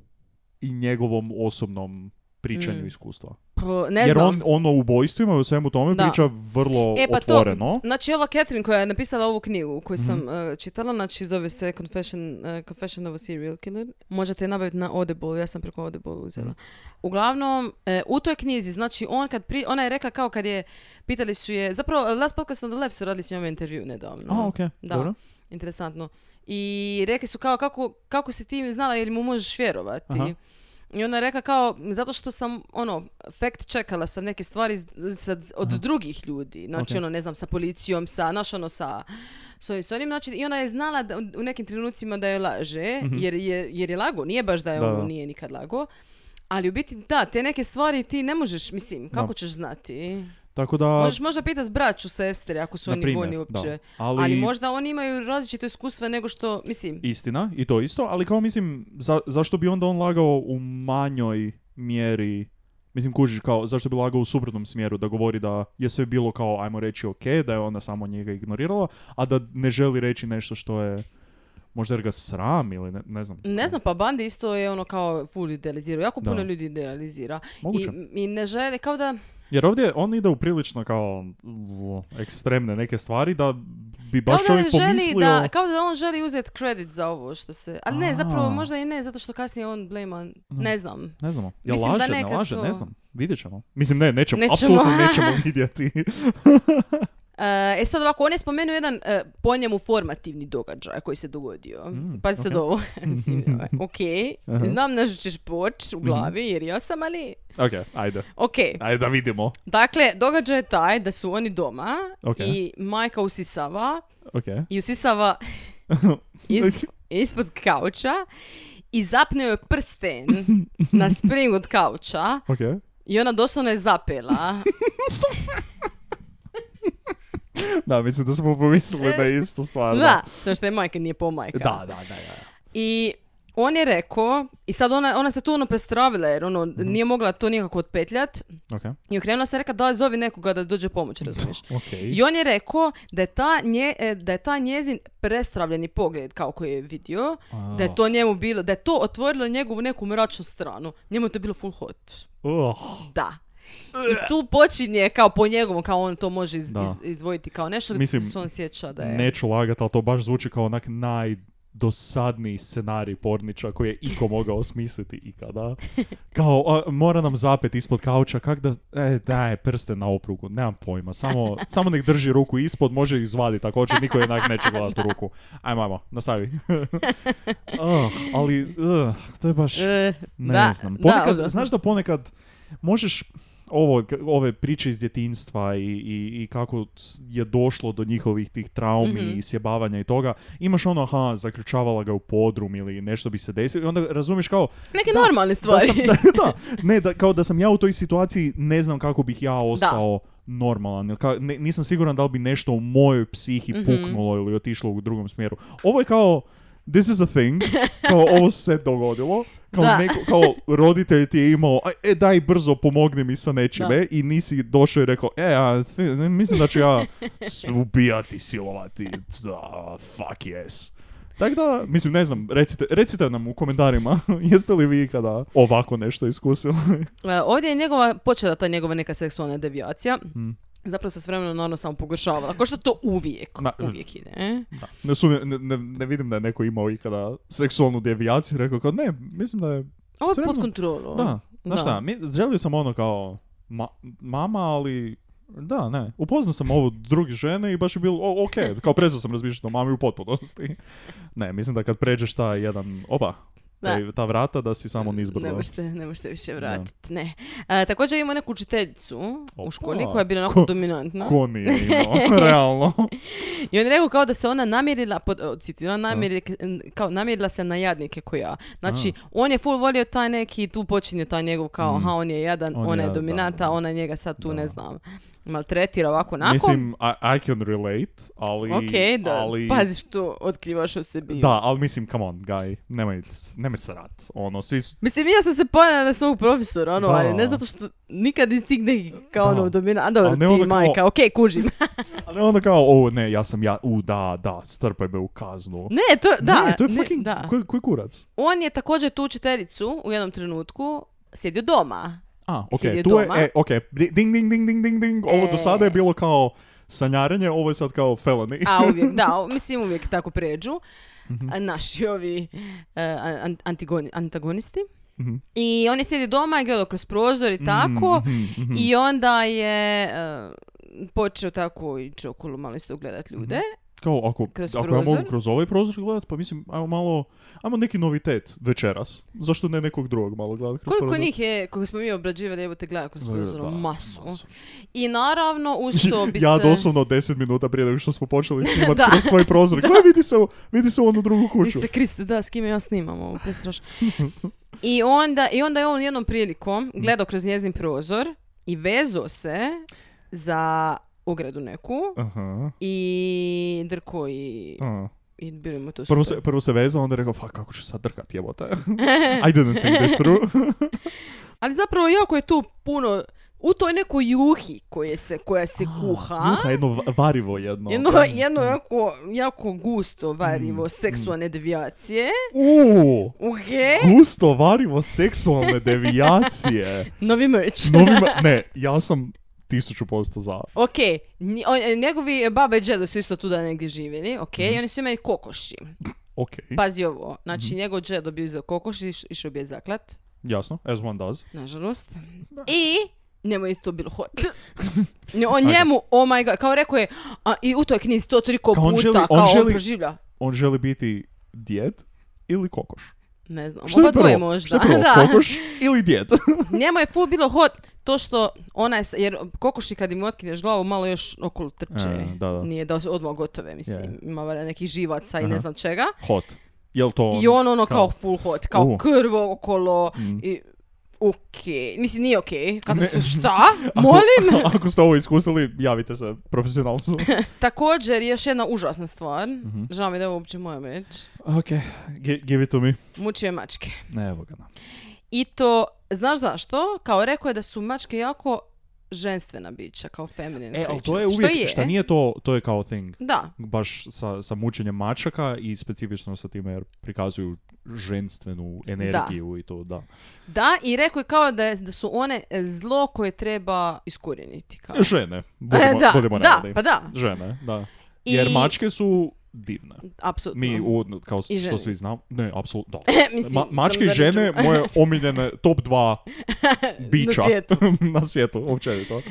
[SPEAKER 4] i njegovom osobnom pričanju iskustva.
[SPEAKER 5] pa, Mhm. ne
[SPEAKER 4] Jer
[SPEAKER 5] znam.
[SPEAKER 4] on ono u ubojstvima i u svemu tome
[SPEAKER 5] Da.
[SPEAKER 4] priča vrlo
[SPEAKER 5] E, pa to-
[SPEAKER 4] otvoreno.
[SPEAKER 5] Znači ova Catherine koja je napisala ovu knjigu koju
[SPEAKER 4] Mhm.
[SPEAKER 5] sam eh, čitala, znači zove se Confession, eh, Confession of a Serial Killer. Možete je nabaviti na Audible, ja sam preko Audible uzela.
[SPEAKER 4] Mhm.
[SPEAKER 5] Uglavnom, eh, u toj knjizi, znači on kad pri, ona je rekla kao kad je, pitali su je, zapravo Last Podcast on the Left su radili s njom intervju nedavno.
[SPEAKER 4] A, ok,
[SPEAKER 5] Mm. Da,
[SPEAKER 4] dobro.
[SPEAKER 5] interesantno. I rekli su kao kako, kako si ti znala ili mu možeš vjerovati.
[SPEAKER 4] Aha.
[SPEAKER 5] I ona je rekla kao, zato što sam, ono, fact čekala sam neke stvari s- sad od drugih ljudi. Znači,
[SPEAKER 4] Ok.
[SPEAKER 5] ono, ne znam, sa policijom, sa, znaš, ono, sa, s ovim, s onim. Znači, i ona je znala da, u nekim trenucima da je laže, jer, je, jer je lago. Nije baš da je
[SPEAKER 4] Mhm. Da,
[SPEAKER 5] ono,
[SPEAKER 4] da.
[SPEAKER 5] nije nikad lago. Ali u biti, da, te neke stvari ti ne možeš, mislim, kako ćeš znati?
[SPEAKER 4] Tako da...
[SPEAKER 5] Možeš možda pitati braću, sestre, ako su
[SPEAKER 4] Pa- Na
[SPEAKER 5] oni
[SPEAKER 4] primjer,
[SPEAKER 5] voljni uopće.
[SPEAKER 4] da.
[SPEAKER 5] Ali...
[SPEAKER 4] Ali-
[SPEAKER 5] možda oni imaju različite iskustva nego što, mislim,
[SPEAKER 4] Istina, i to isto, ali kao mislim, za- zašto bi onda on lagao u manjoj mjeri Mislim, kužiš kao, zašto bi lagao u suprotnom smjeru da govori da je sve bilo kao, ajmo reći, ok, da je ona samo njega ignorirala, a da ne želi reći nešto što je, možda jer ga sram ili ne, ne znam.
[SPEAKER 5] Ne znam, pa Bandi isto je ono kao full idealizirao. Jako
[SPEAKER 4] Da.
[SPEAKER 5] puno ljudi idealizira. I,
[SPEAKER 4] Moguće.
[SPEAKER 5] I ne žele, kao da...
[SPEAKER 4] Jer ovdje on ide u prilično kao zlo, ekstremne neke stvari da bi baš
[SPEAKER 5] kao da
[SPEAKER 4] čovjek
[SPEAKER 5] ne želi
[SPEAKER 4] pomislio...
[SPEAKER 5] da, kao da on želi uzeti kredit za ovo što se... Ali ne, zapravo
[SPEAKER 4] A.
[SPEAKER 5] možda i ne, zato što kasnije on blema, ne znam.
[SPEAKER 4] Ne znamo. Ja
[SPEAKER 5] Mislim da
[SPEAKER 4] laže, ne
[SPEAKER 5] nekad
[SPEAKER 4] laže,
[SPEAKER 5] to-
[SPEAKER 4] ne znam. Vidjet ćemo. Mislim, ne, nećemo.
[SPEAKER 5] Nećemo.
[SPEAKER 4] Apsolutno nećemo vidjeti.
[SPEAKER 5] E, e sad ovako, on je spomenuo jedan e, po njemu formativni događaj koji se dogodio.
[SPEAKER 4] Mm,
[SPEAKER 5] Pazi sad
[SPEAKER 4] ok.
[SPEAKER 5] ovo. Mislim, ovaj, ok,
[SPEAKER 4] Aha. Mhm.
[SPEAKER 5] znam na što ćeš poći u glavi jer ja sam, ali...
[SPEAKER 4] ok, ajde.
[SPEAKER 5] Ok,
[SPEAKER 4] Ajde da vidimo.
[SPEAKER 5] dakle, događaj je taj da su oni doma
[SPEAKER 4] Ok.
[SPEAKER 5] i majka usisava
[SPEAKER 4] Ok.
[SPEAKER 5] i usisava Is- ispod kauča i zapnio je prsten na spring od kauča
[SPEAKER 4] ok.
[SPEAKER 5] i ona doslovno je zapela.
[SPEAKER 4] Da, mislim da smo pomislili da je isto stvar.
[SPEAKER 5] da, samo što je majka nije pomajka.
[SPEAKER 4] Da, da, da. da.
[SPEAKER 5] I on je rekao, i sad ona, ona se tu ono prestravila jer ono,
[SPEAKER 4] Mhm.
[SPEAKER 5] nije mogla to nikako otpetljat
[SPEAKER 4] Ok.
[SPEAKER 5] i okrenula se i rekla da zovi nekoga da dođe pomoć, razumiješ?
[SPEAKER 4] Ok.
[SPEAKER 5] I on je rekao da je, ta nje, e, da je ta njezin prestravljeni pogled kao koji je vidio,
[SPEAKER 4] A.
[SPEAKER 5] da je to njemu bilo, da je to otvorilo njegovu neku mračnu stranu. Njemu je to bilo full hot.
[SPEAKER 4] Uh,
[SPEAKER 5] Da. I tu počinje kao po njegovom, kao on to može iz-
[SPEAKER 4] Da.
[SPEAKER 5] iz- izdvojiti kao nešto
[SPEAKER 4] Mislim,
[SPEAKER 5] što on sjeća da je.
[SPEAKER 4] neću lagat, ali to baš zvuči kao onak najdosadniji scenarij porniča koji je iko mogao osmisliti ikada. Kao, a, mora nam zapet ispod kauča, kak da, e, daje prste na oprugu, nemam pojma, samo, samo nek drži ruku ispod, može ju izvadi također, niko jednak neće gledati u ruku. Ajmo, ajmo, nastavi. Ah, ali, eh, to je baš...
[SPEAKER 5] E,
[SPEAKER 4] Ne
[SPEAKER 5] da,
[SPEAKER 4] znam.
[SPEAKER 5] da,
[SPEAKER 4] Ponekad,
[SPEAKER 5] odnosno-
[SPEAKER 4] znaš da ponekad možeš ovo, k- ove priče iz djetinstva i, i, i kako s- je došlo do njihovih tih traumi
[SPEAKER 5] Mhm.
[SPEAKER 4] i sjebavanja i toga, imaš ono, aha, zaključavala ga u podrum ili nešto bi se desilo i onda razumiješ kao,
[SPEAKER 5] Neke
[SPEAKER 4] Da,
[SPEAKER 5] normalne
[SPEAKER 4] da,
[SPEAKER 5] stvari.
[SPEAKER 4] sam, da, da, ne, da, kao da sam ja u toj situaciji, ne znam kako bih ja ostao normalan. Ili ka- ne- nisam siguran da li bi nešto u mojoj psihi
[SPEAKER 5] Mhm.
[SPEAKER 4] puknulo ili otišlo u drugom smjeru. Ovo je kao, this is a thing, kao ovo se dogodilo. Kao,
[SPEAKER 5] Da.
[SPEAKER 4] neko, kao roditelj ti je imao, "Aj, e daj brzo pomogni mi sa
[SPEAKER 5] Da.
[SPEAKER 4] nečime i nisi došao i rekao, e, a, th- ne, mislim da ću ja s- ubijati, silovati, da, fuck yes. Tako da, mislim, ne znam, recite, recite nam u komentarima, jeste li vi ikada ovako nešto iskusili?
[SPEAKER 5] E, Ovdje je njegova, počela ta njegova neka seksualna devijacija.
[SPEAKER 4] Mm.
[SPEAKER 5] Zapravo se s vremenom ono samo pogoršavala. Kao što to uvijek,
[SPEAKER 4] Ma-
[SPEAKER 5] uvijek ide. e?
[SPEAKER 4] Ne, sumnjam- ne, ne, ne vidim da je neko imao ikada seksualnu devijaciju, rekao kao, ne, mislim da je,
[SPEAKER 5] Ovo je
[SPEAKER 4] S vremenom-
[SPEAKER 5] pod kontrolom.
[SPEAKER 4] da, znaš
[SPEAKER 5] Da.
[SPEAKER 4] šta, mi, želio sam ono kao ma- mama, ali da, ne, upoznao sam ovu drugi žene i baš je bilo, o, ok, kao prezo sam razmišljati o mami u potpunosti. Ne, mislim da kad pređeš ta jedan, opa,
[SPEAKER 5] Da.
[SPEAKER 4] taj- ta vrata da si samo nizbrdo.
[SPEAKER 5] Ne možeš se, ne možeš se više vratiti, ne. E, također ima neku učiteljicu u
[SPEAKER 4] Opa.
[SPEAKER 5] školi koja je bila onako
[SPEAKER 4] Ko-
[SPEAKER 5] dominantna.
[SPEAKER 4] Ko nije imao, realno.
[SPEAKER 5] I on je rekao kao da se ona namjerila, pod, o, citiram, namjeri- kao namjerila se na jadnike ko ja. Znači, on je full volio taj neki, tu počinje taj njegov kao, aha, on je jadan,
[SPEAKER 4] Mm. On je
[SPEAKER 5] ona je
[SPEAKER 4] jadan,
[SPEAKER 5] dominanta,
[SPEAKER 4] da.
[SPEAKER 5] ona njega sad tu,
[SPEAKER 4] Da.
[SPEAKER 5] ne znam, maltretira ovako, onako.
[SPEAKER 4] Mislim, I, I can relate, ali...
[SPEAKER 5] Ok, da,
[SPEAKER 4] ali...
[SPEAKER 5] pazi što otkrivaš u sebi.
[SPEAKER 4] Da, ali mislim, come on, guy, nemoj, nemoj srat. Ono, svi su...
[SPEAKER 5] Mislim, ja sam se pojela na svog profesora, ono,
[SPEAKER 4] Da.
[SPEAKER 5] ali ne zato što nikad iz tih nekih kao
[SPEAKER 4] Da.
[SPEAKER 5] ono dominanta, a dobro,
[SPEAKER 4] Ali ne
[SPEAKER 5] ti
[SPEAKER 4] ono kao-
[SPEAKER 5] majka, ok, kužim.
[SPEAKER 4] Ali onda kao, o ne, ja sam ja, u da, da, strpaj me u kaznu.
[SPEAKER 5] ne, to, da,
[SPEAKER 4] ne, to je
[SPEAKER 5] ne,
[SPEAKER 4] fucking,
[SPEAKER 5] da.
[SPEAKER 4] Koji, koji kurac?
[SPEAKER 5] On je također tu učiteljicu u jednom trenutku sjedio doma.
[SPEAKER 4] A, ok,
[SPEAKER 5] Sjedio
[SPEAKER 4] tu
[SPEAKER 5] doma. E.
[SPEAKER 4] je, e, ok, ding, ding, ding, ding, ding, ding, ovo do sada je bilo kao sanjarenje, ovo je sad kao felony.
[SPEAKER 5] A uvijek, da, u- mislim uvijek tako pređu.
[SPEAKER 4] Mhm.
[SPEAKER 5] A Naši ovi e, an- antigoni- antagonisti.
[SPEAKER 4] Mhm.
[SPEAKER 5] I on je sjedio doma i gledao kroz prozor i tako.
[SPEAKER 4] Mhm, mhm.
[SPEAKER 5] I onda je e, počeo tako ići okolo malo isto gledat
[SPEAKER 4] Mhm.
[SPEAKER 5] ljude.
[SPEAKER 4] Kao, ako,
[SPEAKER 5] Kroz
[SPEAKER 4] ako ja mogu
[SPEAKER 5] prozor?
[SPEAKER 4] kroz ovaj prozor gledat, pa mislim, ajmo malo, ajmo neki novitet večeras. Zašto ne nekog drugog malo gledat kroz
[SPEAKER 5] Koliko
[SPEAKER 4] prozor?
[SPEAKER 5] njih je, kako smo mi obrađivali, evo te gleda kroz prozor,
[SPEAKER 4] Da,
[SPEAKER 5] masu. I naravno, uz to bi
[SPEAKER 4] ja
[SPEAKER 5] se...
[SPEAKER 4] doslovno 10 minuta prije nego što smo počeli snimati
[SPEAKER 5] Da.
[SPEAKER 4] kroz svoj prozor. Gle, vidi se, u- vidi se u onu drugu kuću.
[SPEAKER 5] Isuse Kriste, da, s kime ja snimam ovo, prestraš. I onda, I onda je on jednom prilikom gledao kroz njezin prozor i vezo se za ogradu neku
[SPEAKER 4] Aha.
[SPEAKER 5] i drko i,
[SPEAKER 4] aha.
[SPEAKER 5] i bilo mu to
[SPEAKER 4] Prvo
[SPEAKER 5] super.
[SPEAKER 4] se, prvo se vezao, onda je rekao, fuck, kako ću sad drkat, jebote. I didn't think this through.
[SPEAKER 5] Ali zapravo jako je tu puno u toj nekoj juhi koje se, koja se kuha.
[SPEAKER 4] Juha, jedno va- varivo jedno.
[SPEAKER 5] Jedno, jedno jako, jako gusto
[SPEAKER 4] Mm,
[SPEAKER 5] varivo seksualne devijacije.
[SPEAKER 4] Uuu,
[SPEAKER 5] Okej.
[SPEAKER 4] gusto varivo seksualne devijacije.
[SPEAKER 5] Novi merch.
[SPEAKER 4] Novima, ne, ja sam tisuću posto za.
[SPEAKER 5] Ok, nji- on- e, njegovi baba i džedo su isto tu da negdje živjeli, ok,
[SPEAKER 4] Mhm.
[SPEAKER 5] i oni su imali kokoši.
[SPEAKER 4] Ok,
[SPEAKER 5] Pazi ovo,
[SPEAKER 4] Mhm.
[SPEAKER 5] znači njegov džedo bio za kokoši, iš- išao bi je zaklat,
[SPEAKER 4] jasno, as one does.
[SPEAKER 5] nažalost. I njemu je isto bilo hot. Ne, on njemu, oh my god, kao rekao je, a, i u toj knjizi to toliko
[SPEAKER 4] Kao on
[SPEAKER 5] puta,
[SPEAKER 4] želi-
[SPEAKER 5] kao
[SPEAKER 4] on
[SPEAKER 5] on
[SPEAKER 4] želi-
[SPEAKER 5] proživlja.
[SPEAKER 4] On želi biti djed ili kokoš.
[SPEAKER 5] Ne znam,
[SPEAKER 4] Što
[SPEAKER 5] oba
[SPEAKER 4] je
[SPEAKER 5] dvoje
[SPEAKER 4] prvo? Što
[SPEAKER 5] možda.
[SPEAKER 4] je prvo,
[SPEAKER 5] da.
[SPEAKER 4] kokoš ili djed?
[SPEAKER 5] Njemu je full bilo hot to što ona je, s- jer kokoši kad im otkineš glavu malo još okolo trče.
[SPEAKER 4] E, da, da.
[SPEAKER 5] Nije da su odmah gotove, mislim.
[SPEAKER 4] Je.
[SPEAKER 5] Ima valjda nekih živaca i ne
[SPEAKER 4] Aha.
[SPEAKER 5] znam čega.
[SPEAKER 4] Hot. Jel to on?
[SPEAKER 5] I on ono kao,
[SPEAKER 4] kao-
[SPEAKER 5] full hot, kao
[SPEAKER 4] U.
[SPEAKER 5] krv okolo
[SPEAKER 4] Mm.
[SPEAKER 5] i okej. Mislim, nije okej. Kako
[SPEAKER 4] Ne.
[SPEAKER 5] su- šta? Molim?
[SPEAKER 4] Ako, ako ste ovo iskusili, javite se profesionalcu.
[SPEAKER 5] Također, još jedna užasna stvar.
[SPEAKER 4] Mhm.
[SPEAKER 5] Žao mi da ovo uopće moram reći.
[SPEAKER 4] ok, give it to me.
[SPEAKER 5] Mučio je mačke.
[SPEAKER 4] Ne, evo ga. da.
[SPEAKER 5] I to, znaš zašto? Kao rekao je da su mačke jako ženstvena bića, kao feminine
[SPEAKER 4] E, ali to
[SPEAKER 5] creatures.
[SPEAKER 4] je
[SPEAKER 5] što je.
[SPEAKER 4] uvijek, šta nije to, to je kao thing.
[SPEAKER 5] Da,
[SPEAKER 4] Baš sa, sa mučenjem mačaka i specifično sa time jer prikazuju ženstvenu energiju i to, da.
[SPEAKER 5] Da, i rekao je kao da, je- da su one zlo koje treba iskorijeniti. Kao.
[SPEAKER 4] Žene, budemo,
[SPEAKER 5] E, da,
[SPEAKER 4] budemo
[SPEAKER 5] da,
[SPEAKER 4] realni.
[SPEAKER 5] pa da.
[SPEAKER 4] Žene, da.
[SPEAKER 5] I-
[SPEAKER 4] Jer mačke su divne.
[SPEAKER 5] Apsolutno.
[SPEAKER 4] Mi, u, kao
[SPEAKER 5] I žene.
[SPEAKER 4] što svi znamo, ne, apsolutno, da.
[SPEAKER 5] Mislim,
[SPEAKER 4] Ma- mačke i
[SPEAKER 5] zavrđu.
[SPEAKER 4] žene, moje omiljene top dva bića
[SPEAKER 5] Na svijetu.
[SPEAKER 4] na svijetu, općenito.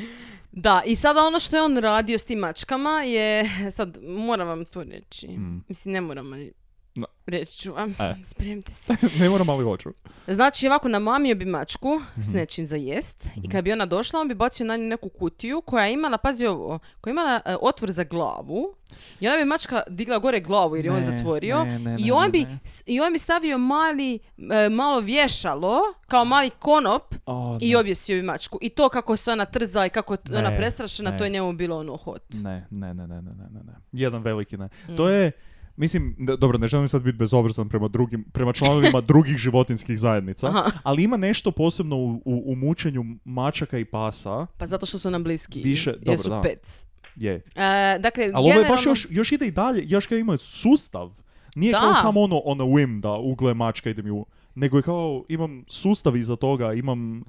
[SPEAKER 5] Da, i sada ono što je on radio s tim mačkama je, sad moram vam to reći, mislim ne moram, ali
[SPEAKER 4] Mm. No.
[SPEAKER 5] reći ću vam,
[SPEAKER 4] E.
[SPEAKER 5] spremite se.
[SPEAKER 4] ne moram, ali hoću.
[SPEAKER 5] Znači ovako namamio bi mačku s
[SPEAKER 4] Mhm.
[SPEAKER 5] nečim za jest i kad bi ona došla on bi bacio na nju neku kutiju koja je imala, pazi ovo, koja je imala e, otvor za glavu i ona bi mačka digla gore glavu jer je on
[SPEAKER 4] Ne,
[SPEAKER 5] zatvorio
[SPEAKER 4] ne, ne,
[SPEAKER 5] i,
[SPEAKER 4] ne,
[SPEAKER 5] on
[SPEAKER 4] ne,
[SPEAKER 5] bi,
[SPEAKER 4] ne.
[SPEAKER 5] s- i on bi stavio mali, e, malo vješalo kao mali konop i objesio bi mačku. I to kako se ona trza i kako t- ona
[SPEAKER 4] Ne,
[SPEAKER 5] prestrašena,
[SPEAKER 4] ne. Mm.
[SPEAKER 5] to je njemu bilo ono hot.
[SPEAKER 4] Ne, ne, ne, ne, ne, ne, ne, ne. Jedan veliki ne.
[SPEAKER 5] Mm.
[SPEAKER 4] To je, mislim, da- dobro, ne želim sad biti bezobrazan prema drugim, prema članovima drugih životinskih zajednica, ali ima nešto posebno u, u, u mučenju mačaka i pasa,
[SPEAKER 5] Pa zato što su nam bliski.
[SPEAKER 4] Više-
[SPEAKER 5] jer
[SPEAKER 4] dobro,
[SPEAKER 5] su
[SPEAKER 4] da.
[SPEAKER 5] pec.
[SPEAKER 4] je.
[SPEAKER 5] E, dakle,
[SPEAKER 4] Ali ovo je baš
[SPEAKER 5] generalno-
[SPEAKER 4] još, još ide i dalje, još kao imaju sustav. Nije
[SPEAKER 5] Da.
[SPEAKER 4] kao samo ono on a whim da ugle mačka idem ju, nego je kao imam sustav iza toga, imam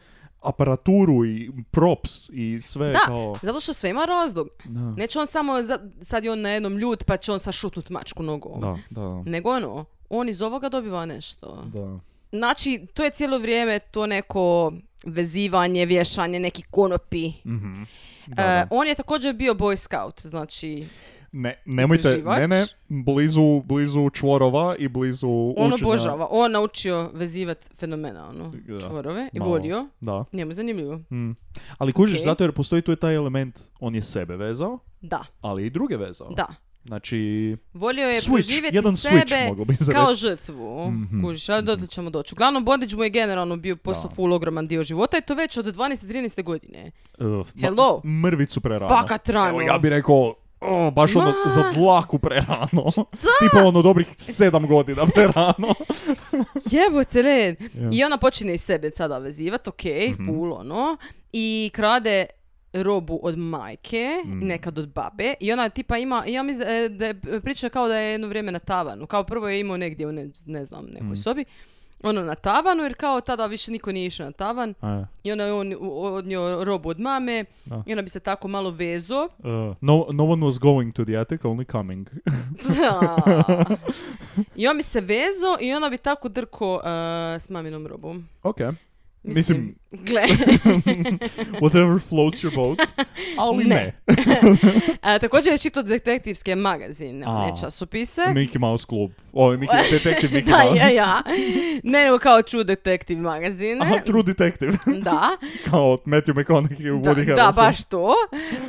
[SPEAKER 4] aparaturu i props i sve
[SPEAKER 5] Da,
[SPEAKER 4] kao...
[SPEAKER 5] zato što sve ima razlog.
[SPEAKER 4] Da,
[SPEAKER 5] Neće on samo, za- sad je on na jednom ljut pa će on sad šutnut mačku nogom.
[SPEAKER 4] da, da.
[SPEAKER 5] Nego ono, on iz ovoga dobiva nešto.
[SPEAKER 4] da.
[SPEAKER 5] Znači, to je cijelo vrijeme to neko vezivanje, vješanje, neki konopi.
[SPEAKER 4] Mhm. Da,
[SPEAKER 5] E,
[SPEAKER 4] da.
[SPEAKER 5] on je također bio boy scout, znači
[SPEAKER 4] Ne, nemojte,
[SPEAKER 5] istraživač.
[SPEAKER 4] ne, ne, blizu, blizu čvorova i blizu
[SPEAKER 5] on
[SPEAKER 4] učenja.
[SPEAKER 5] Ono obožava, on naučio vezivat fenomenalno
[SPEAKER 4] Da.
[SPEAKER 5] čvorove i
[SPEAKER 4] Malo.
[SPEAKER 5] volio.
[SPEAKER 4] Da.
[SPEAKER 5] Njemu je zanimljivo.
[SPEAKER 4] Mm. Ali kužiš,
[SPEAKER 5] Ok.
[SPEAKER 4] zato jer postoji tu i taj element, on je sebe vezao,
[SPEAKER 5] Da,
[SPEAKER 4] ali i druge vezao.
[SPEAKER 5] da.
[SPEAKER 4] Znači,
[SPEAKER 5] Volio je
[SPEAKER 4] Pa. Switch,
[SPEAKER 5] preživjeti
[SPEAKER 4] jedan
[SPEAKER 5] sebe
[SPEAKER 4] switch, moglo bi se
[SPEAKER 5] kao
[SPEAKER 4] reći. Mhm.
[SPEAKER 5] žrtvu. Kužiš, ali dotle ćemo doći. Uglavnom, Bondage mu je generalno bio posto full ogroman dio života i to već od 12-13. godine.
[SPEAKER 4] uh, ma-
[SPEAKER 5] Hello.
[SPEAKER 4] mrvicu prerano.
[SPEAKER 5] Fakat rano.
[SPEAKER 4] Evo, ja bih rekao, o, baš ono,
[SPEAKER 5] Ma.
[SPEAKER 4] za dlaku prerano. Tipo ono, dobrih sedam godina prerano.
[SPEAKER 5] Jebote, le. I ona počine iz sebe sada vezivat, ok, full ono. I krade robu od majke, nekad od babe. I ona tipa ima, ja mislim e, da je priča kao da je jedno vrijeme na tavanu. Kao prvo je imao negdje u ne, ne znam, nekoj sobi. Ono na tavanu, jer kao tada više niko nije išao na tavan.
[SPEAKER 4] E,
[SPEAKER 5] I onda je on u- odnio robu od mame
[SPEAKER 4] Da.
[SPEAKER 5] i ona bi se tako malo vezo.
[SPEAKER 4] uh, no, no one was going to the attic, only coming.
[SPEAKER 5] I on bi se vezo i ona bi tako drko eh, s maminom robom.
[SPEAKER 4] ok. Mislim,
[SPEAKER 5] Gle.
[SPEAKER 4] whatever floats your boat, ali ne.
[SPEAKER 5] A, također je čitao detektivske magazine,
[SPEAKER 4] A.
[SPEAKER 5] one časopise.
[SPEAKER 4] Mickey Mouse klub. Ovo je Mickey, detektiv Mickey
[SPEAKER 5] da,
[SPEAKER 4] Mouse.
[SPEAKER 5] ja, ja. Ne, nego kao True Detective magazine.
[SPEAKER 4] Aha, True Detective.
[SPEAKER 5] Da,
[SPEAKER 4] Kao od Matthew McConaughey u
[SPEAKER 5] da,
[SPEAKER 4] Woody
[SPEAKER 5] da,
[SPEAKER 4] Harrelson.
[SPEAKER 5] baš to.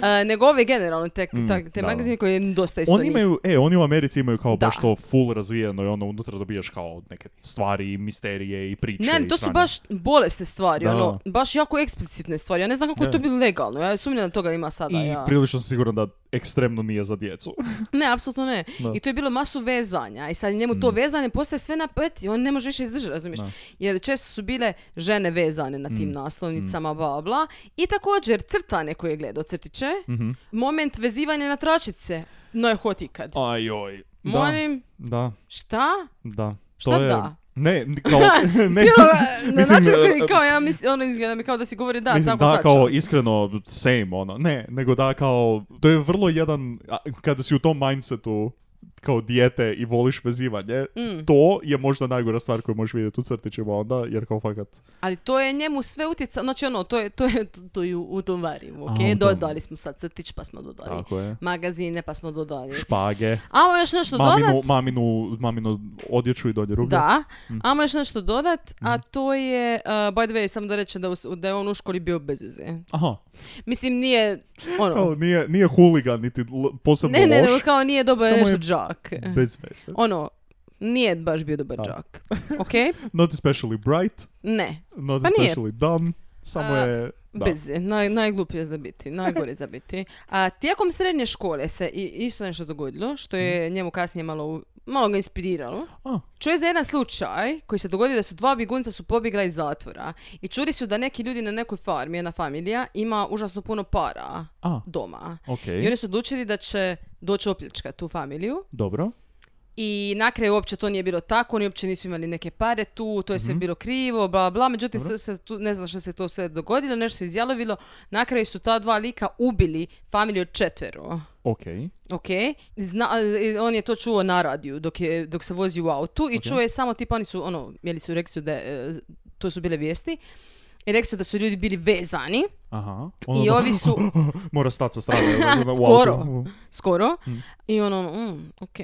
[SPEAKER 5] Eh, nego ove generalno te, ta- te
[SPEAKER 4] Mm, da, da.
[SPEAKER 5] magazine koji je dosta isto
[SPEAKER 4] Oni
[SPEAKER 5] njih.
[SPEAKER 4] imaju, e, oni u Americi imaju kao
[SPEAKER 5] Da.
[SPEAKER 4] baš to full razvijeno i ono unutra dobijaš kao neke stvari, misterije i priče.
[SPEAKER 5] Ne,
[SPEAKER 4] i
[SPEAKER 5] to su
[SPEAKER 4] sranje.
[SPEAKER 5] baš bolesne stvari,
[SPEAKER 4] Da,
[SPEAKER 5] ono,
[SPEAKER 4] da.
[SPEAKER 5] baš jako eksplicitne stvari. Ja ne znam kako
[SPEAKER 4] Je.
[SPEAKER 5] je to bilo legalno. Ja sumnjam da toga ima sada.
[SPEAKER 4] I
[SPEAKER 5] ja.
[SPEAKER 4] prilično sam siguran da ekstremno nije za djecu.
[SPEAKER 5] Ne, apsolutno ne.
[SPEAKER 4] Da. Mm.
[SPEAKER 5] I to je bilo masu vezanja. I sad njemu to vezanje postaje sve napet i on ne može više izdržati, razumiješ?
[SPEAKER 4] Da. Mm.
[SPEAKER 5] Jer često su bile žene vezane na tim naslovnicama, bla, bla. I također crtane koje je gledao crtiće,
[SPEAKER 4] Mhm.
[SPEAKER 5] moment vezivanja na tračice. No je hot ikad.
[SPEAKER 4] Ajoj. Da,
[SPEAKER 5] Molim,
[SPEAKER 4] da,
[SPEAKER 5] šta?
[SPEAKER 4] da.
[SPEAKER 5] Šta
[SPEAKER 4] to je...
[SPEAKER 5] da?
[SPEAKER 4] Ne, kao, ne,
[SPEAKER 5] Bilo, na
[SPEAKER 4] Mislim,
[SPEAKER 5] način koji
[SPEAKER 4] e,
[SPEAKER 5] kao ja mislim, ono izgleda mi kao da si govori da,
[SPEAKER 4] Mislim,
[SPEAKER 5] tako
[SPEAKER 4] da,
[SPEAKER 5] shvaćam.
[SPEAKER 4] kao iskreno, same, ono. Ne, nego da, kao, to je vrlo jedan, a, kada si u tom mindsetu kao dijete i voliš vezivanje,
[SPEAKER 5] Mm.
[SPEAKER 4] to je možda najgora stvar koju možeš vidjeti u crtićima onda, jer kao fakat...
[SPEAKER 5] Ali to je njemu sve utjecalo, znači ono, to je, to je, to je u tom varimu,
[SPEAKER 4] u tom.
[SPEAKER 5] Dodali smo sad crtić, pa smo dodali
[SPEAKER 4] Tako je.
[SPEAKER 5] magazine, pa smo dodali.
[SPEAKER 4] Špage,
[SPEAKER 5] Amo još nešto
[SPEAKER 4] maminu,
[SPEAKER 5] dodat.
[SPEAKER 4] maminu, maminu odjeću i dolje rublje.
[SPEAKER 5] Da,
[SPEAKER 4] Mm.
[SPEAKER 5] amo još nešto dodat, a to je, uh, by the way, samo da rečem da, us- da je on u školi bio bez veze.
[SPEAKER 4] Aha,
[SPEAKER 5] Mislim, nije, ono,
[SPEAKER 4] kao, nije, nije huligan, niti l- posebno
[SPEAKER 5] ne, ne,
[SPEAKER 4] loš,
[SPEAKER 5] nego e. kao nije dobar
[SPEAKER 4] samo
[SPEAKER 5] nešto
[SPEAKER 4] je
[SPEAKER 5] džak.
[SPEAKER 4] bez veze.
[SPEAKER 5] Ono, nije baš bio dobar džak. Ok?
[SPEAKER 4] Not especially bright,
[SPEAKER 5] Ne,
[SPEAKER 4] not
[SPEAKER 5] Pa nije.
[SPEAKER 4] especially dumb, samo
[SPEAKER 5] A,
[SPEAKER 4] je... Da.
[SPEAKER 5] bez veze, naj, najgluplje za biti, najgore za biti. A tijekom srednje škole se i, isto nešto dogodilo, što je
[SPEAKER 4] Mm.
[SPEAKER 5] njemu kasnije malo, u- malo ga inspiriralo.
[SPEAKER 4] A,
[SPEAKER 5] Čuje za jedan slučaj koji se dogodio da su dva bigunca su pobjegla iz zatvora i čuri su da neki ljudi na nekoj farmi, jedna familija, ima užasno puno para
[SPEAKER 4] a,
[SPEAKER 5] doma.
[SPEAKER 4] okej,
[SPEAKER 5] I oni su odlučili da će doći opljačkati tu familiju
[SPEAKER 4] dobro.
[SPEAKER 5] i na kraju uopće to nije bilo tako, oni uopće nisu imali neke pare tu, to je sve bilo krivo, bla bla, međutim sve se tu, ne znam što se to sve dogodilo, nešto je izjalovilo, na kraju su ta dva lika ubili familiju od četvero.
[SPEAKER 4] Ok.
[SPEAKER 5] Ok, Zna, e, on je to čuo na radiju dok, je, dok se vozi u autu i čuo je samo tipa, oni su, ono, jeli su, rekli su da, je, e, to su bile vijesti, i rekli su da su ljudi bili vezani
[SPEAKER 4] Aha. Ono
[SPEAKER 5] i ovi su,
[SPEAKER 4] Mora stat sa strane. ono u autu.
[SPEAKER 5] Skoro. skoro, i ono, mm, ok,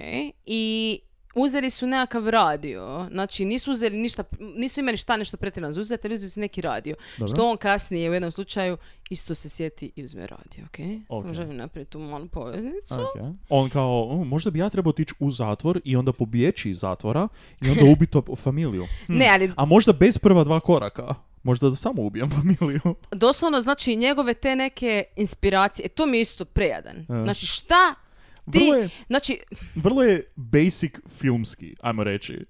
[SPEAKER 5] i uzeli su nekakav radio, znači nisu uzeli ništa, nisu imali šta nešto pretjerano za uzeti, ali uzeli su neki radio,
[SPEAKER 4] Dobro.
[SPEAKER 5] što on kasnije u jednom slučaju isto se sjeti i uzme radio, ok?
[SPEAKER 4] Ok.
[SPEAKER 5] Samo želim napraviti tu malu poveznicu.
[SPEAKER 4] Okej. On kao, "Mm, možda bi ja trebao otići u zatvor i onda pobjeći iz zatvora i onda ubiti op- familiju. Hm.
[SPEAKER 5] Ne, ali
[SPEAKER 4] A možda bez prva dva koraka. Možda da samo ubijem familiju.
[SPEAKER 5] doslovno znači njegove te neke inspiracije, e, to mi je isto prejadan.
[SPEAKER 4] Da.
[SPEAKER 5] Znači šta ti,
[SPEAKER 4] Vrlo je,
[SPEAKER 5] znači
[SPEAKER 4] vrlo je basic filmski, ajmo reći.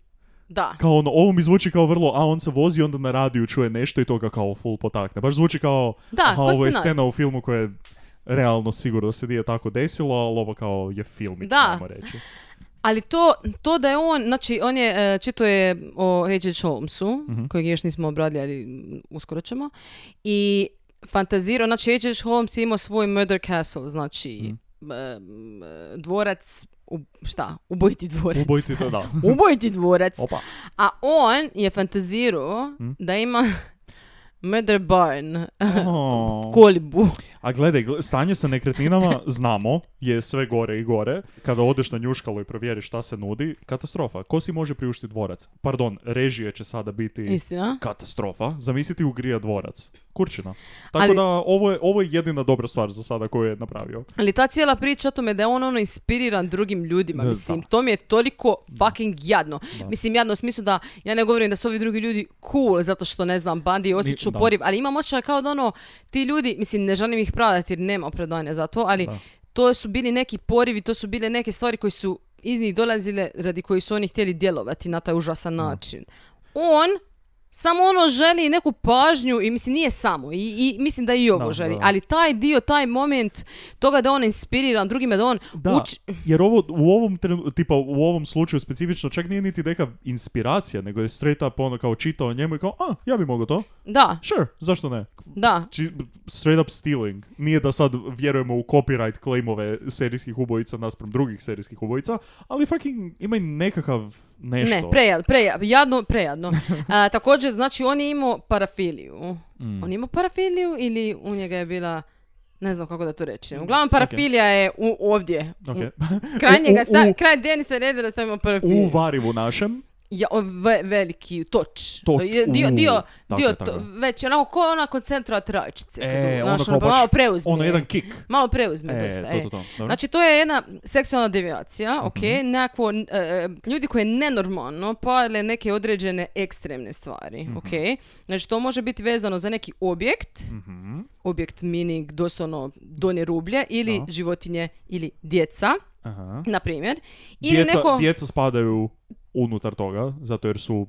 [SPEAKER 5] da,
[SPEAKER 4] Kao ono, ovo mi zvuči kao vrlo, a on se vozi onda na radiju čuje nešto i to ga kao full potakne. Baš zvuči kao,
[SPEAKER 5] Da,
[SPEAKER 4] aha,
[SPEAKER 5] ko
[SPEAKER 4] ovo je
[SPEAKER 5] scenarij.
[SPEAKER 4] scena u filmu koja je realno sigurno se nije tako desilo, ali ovo kao je filmično,
[SPEAKER 5] Da.
[SPEAKER 4] ajmo reći.
[SPEAKER 5] ali to, to da je on, znači on je, e, čito je o H.H. Holmesu,
[SPEAKER 4] Mhm.
[SPEAKER 5] kojeg još nismo obradili, ali mm, uskoro ćemo, i fantazirao, znači H.H. Holmes je imao svoj Murder Castle, znači
[SPEAKER 4] Mhm.
[SPEAKER 5] e, m, e, dvorac, u, šta, ubojiti dvorac.
[SPEAKER 4] Ubojci to da.
[SPEAKER 5] Ubojiti dvorac.
[SPEAKER 4] Opa.
[SPEAKER 5] A on je fantazirao
[SPEAKER 4] Mhm.
[SPEAKER 5] da ima murder barn,
[SPEAKER 4] Oh.
[SPEAKER 5] kolibu.
[SPEAKER 4] A gledaj, gle- stanje sa nekretninama, znamo, je sve gore i gore. Kada odeš na njuškalo i provjeriš šta se nudi, katastrofa. Ko si može priuštiti dvorac? Pardon, režije će sada biti
[SPEAKER 5] Istina.
[SPEAKER 4] katastrofa. Zamisliti ugrija dvorac. Kurčina. Tako
[SPEAKER 5] Ali-
[SPEAKER 4] da, ovo je, ovo je jedina dobra stvar za sada koju je napravio.
[SPEAKER 5] Ali ta cijela priča o tome da je on ono inspiriran drugim ljudima,
[SPEAKER 4] Da,
[SPEAKER 5] mislim,
[SPEAKER 4] da.
[SPEAKER 5] to mi je toliko fucking jadno. Mislim, jadno u smislu da ja ne govorim da su ovi drugi ljudi cool zato što, ne znam, bandi osjeću
[SPEAKER 4] da.
[SPEAKER 5] poriv, ali imam osjećaj kao da ono, ti ljudi, mislim, ne želim ih pravdati jer nema opravdanja za to, ali
[SPEAKER 4] Da.
[SPEAKER 5] to su bili neki porivi, to su bile neke stvari koje su iz njih dolazile radi koji su oni htjeli djelovati na taj užasan način. On samo ono želi neku pažnju i mislim nije samo i, i mislim da i ovo
[SPEAKER 4] Da,
[SPEAKER 5] želi,
[SPEAKER 4] da.
[SPEAKER 5] ali taj dio, taj moment toga da je on inspiriran drugima, da on
[SPEAKER 4] Da,
[SPEAKER 5] uči...
[SPEAKER 4] jer ovo, u ovom trenu, tipa u ovom slučaju specifično čak nije niti neka inspiracija, nego je straight up ono kao čitao o njemu i kao, a, ja bi mogao to.
[SPEAKER 5] Da,
[SPEAKER 4] Sure, zašto ne?
[SPEAKER 5] da.
[SPEAKER 4] Či, straight up stealing. Nije da sad vjerujemo u copyright claimove serijskih ubojica naspram drugih serijskih ubojica, ali fucking ima i nekakav nešto.
[SPEAKER 5] Ne, prejadno, prejadno, jadno, prejadno. A, također, znači, on je imao parafiliju.
[SPEAKER 4] Mm.
[SPEAKER 5] On je imao parafiliju ili u njega je bila, ne znam kako da to rečem. Uglavnom, parafilija je u, ovdje.
[SPEAKER 4] Ok.
[SPEAKER 5] U- kraj njega,
[SPEAKER 4] U-
[SPEAKER 5] sta-
[SPEAKER 4] u-
[SPEAKER 5] kraj Denisa Redera sam imao parafiliju.
[SPEAKER 4] U varivu našem
[SPEAKER 5] Ja, o, ve- veliki toč.
[SPEAKER 4] Tot,
[SPEAKER 5] Je dio,
[SPEAKER 4] u,
[SPEAKER 5] dio,
[SPEAKER 4] tako
[SPEAKER 5] dio
[SPEAKER 4] je, tako
[SPEAKER 5] to-
[SPEAKER 4] je.
[SPEAKER 5] već je onako ko ona koncentrat rajčice. kad
[SPEAKER 4] E,
[SPEAKER 5] ono,
[SPEAKER 4] ono
[SPEAKER 5] znaš,
[SPEAKER 4] kao
[SPEAKER 5] ono,
[SPEAKER 4] baš-
[SPEAKER 5] malo preuzme.
[SPEAKER 4] Ono, jedan kik.
[SPEAKER 5] Malo preuzme
[SPEAKER 4] E,
[SPEAKER 5] dosta.
[SPEAKER 4] to,
[SPEAKER 5] e.
[SPEAKER 4] to, to. Dobro. Mhm.
[SPEAKER 5] Znači, to je jedna seksualna devijacija, ok, nekakvo, n- e, ljudi koji je nenormalno pale neke određene ekstremne stvari, ok. Znači, to može biti vezano za neki objekt,
[SPEAKER 4] Mhm.
[SPEAKER 5] objekt mini, doslovno donje rublje, ili
[SPEAKER 4] Da.
[SPEAKER 5] životinje, ili djeca,
[SPEAKER 4] Aha.
[SPEAKER 5] na primjer. Ili
[SPEAKER 4] Djeca,
[SPEAKER 5] neko...
[SPEAKER 4] djeca spadaju unutar toga, zato jer su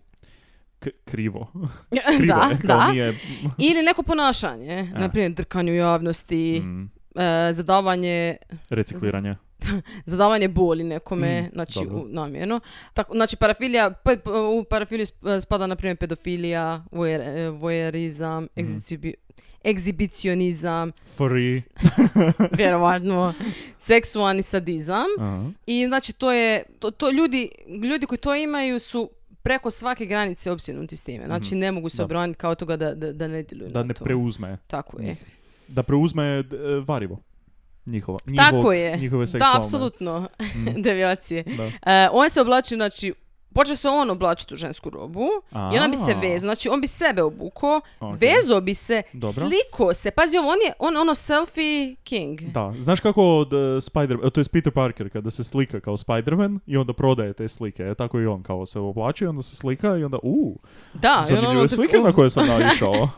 [SPEAKER 4] k- krivo. krivo
[SPEAKER 5] da,
[SPEAKER 4] je, kao
[SPEAKER 5] da.
[SPEAKER 4] nije... E.
[SPEAKER 5] Ili neko ponašanje, na primjer drkanje u javnosti,
[SPEAKER 4] Mm,
[SPEAKER 5] e, zadavanje,
[SPEAKER 4] recikliranje.
[SPEAKER 5] zadavanje boli nekome,
[SPEAKER 4] Mm,
[SPEAKER 5] znači
[SPEAKER 4] dobro.
[SPEAKER 5] u, namjerno. Tako, znači parafilija, pa- pa- u parafiliju sp- spada na primjer pedofilija, vojer, e,
[SPEAKER 4] Mm.
[SPEAKER 5] vojerizam, egzibi- egzibicionizam,
[SPEAKER 4] Free.
[SPEAKER 5] vjerovatno, seksualni sadizam.
[SPEAKER 4] Aha.
[SPEAKER 5] I znači to je, to, to ljudi, ljudi koji to imaju su preko svake granice opsjednuti s time. Znači ne mogu se
[SPEAKER 4] Da.
[SPEAKER 5] obraniti kao toga da, da, da ne djeluju
[SPEAKER 4] Mhm. Da
[SPEAKER 5] na
[SPEAKER 4] ne
[SPEAKER 5] to.
[SPEAKER 4] preuzme.
[SPEAKER 5] Tako je.
[SPEAKER 4] Da preuzme d- e, varivo. Njihova.
[SPEAKER 5] Tako
[SPEAKER 4] njihovog-
[SPEAKER 5] je.
[SPEAKER 4] Njihove
[SPEAKER 5] da,
[SPEAKER 4] seksualne.
[SPEAKER 5] apsolutno. Devijacije.
[SPEAKER 4] Mm. Da.
[SPEAKER 5] E, on se oblači, znači, počeo se on oblačiti u žensku robu i ona bi se
[SPEAKER 4] A.
[SPEAKER 5] vezao. Znači, on bi sebe obukao,
[SPEAKER 4] Ok.
[SPEAKER 5] vezao bi se,
[SPEAKER 4] Dobro.
[SPEAKER 5] slikao se. Pazi, ovo, on je on, ono selfie king.
[SPEAKER 4] Da, znaš kako od e, Spider, e, to je Peter Parker kada se slika kao Spider-Man i onda prodaje te slike, e, tako i on kao se oblači, onda se slika i onda u,
[SPEAKER 5] Da, i on ono
[SPEAKER 4] zanimljive
[SPEAKER 5] tako-
[SPEAKER 4] slike na koje sam naišao.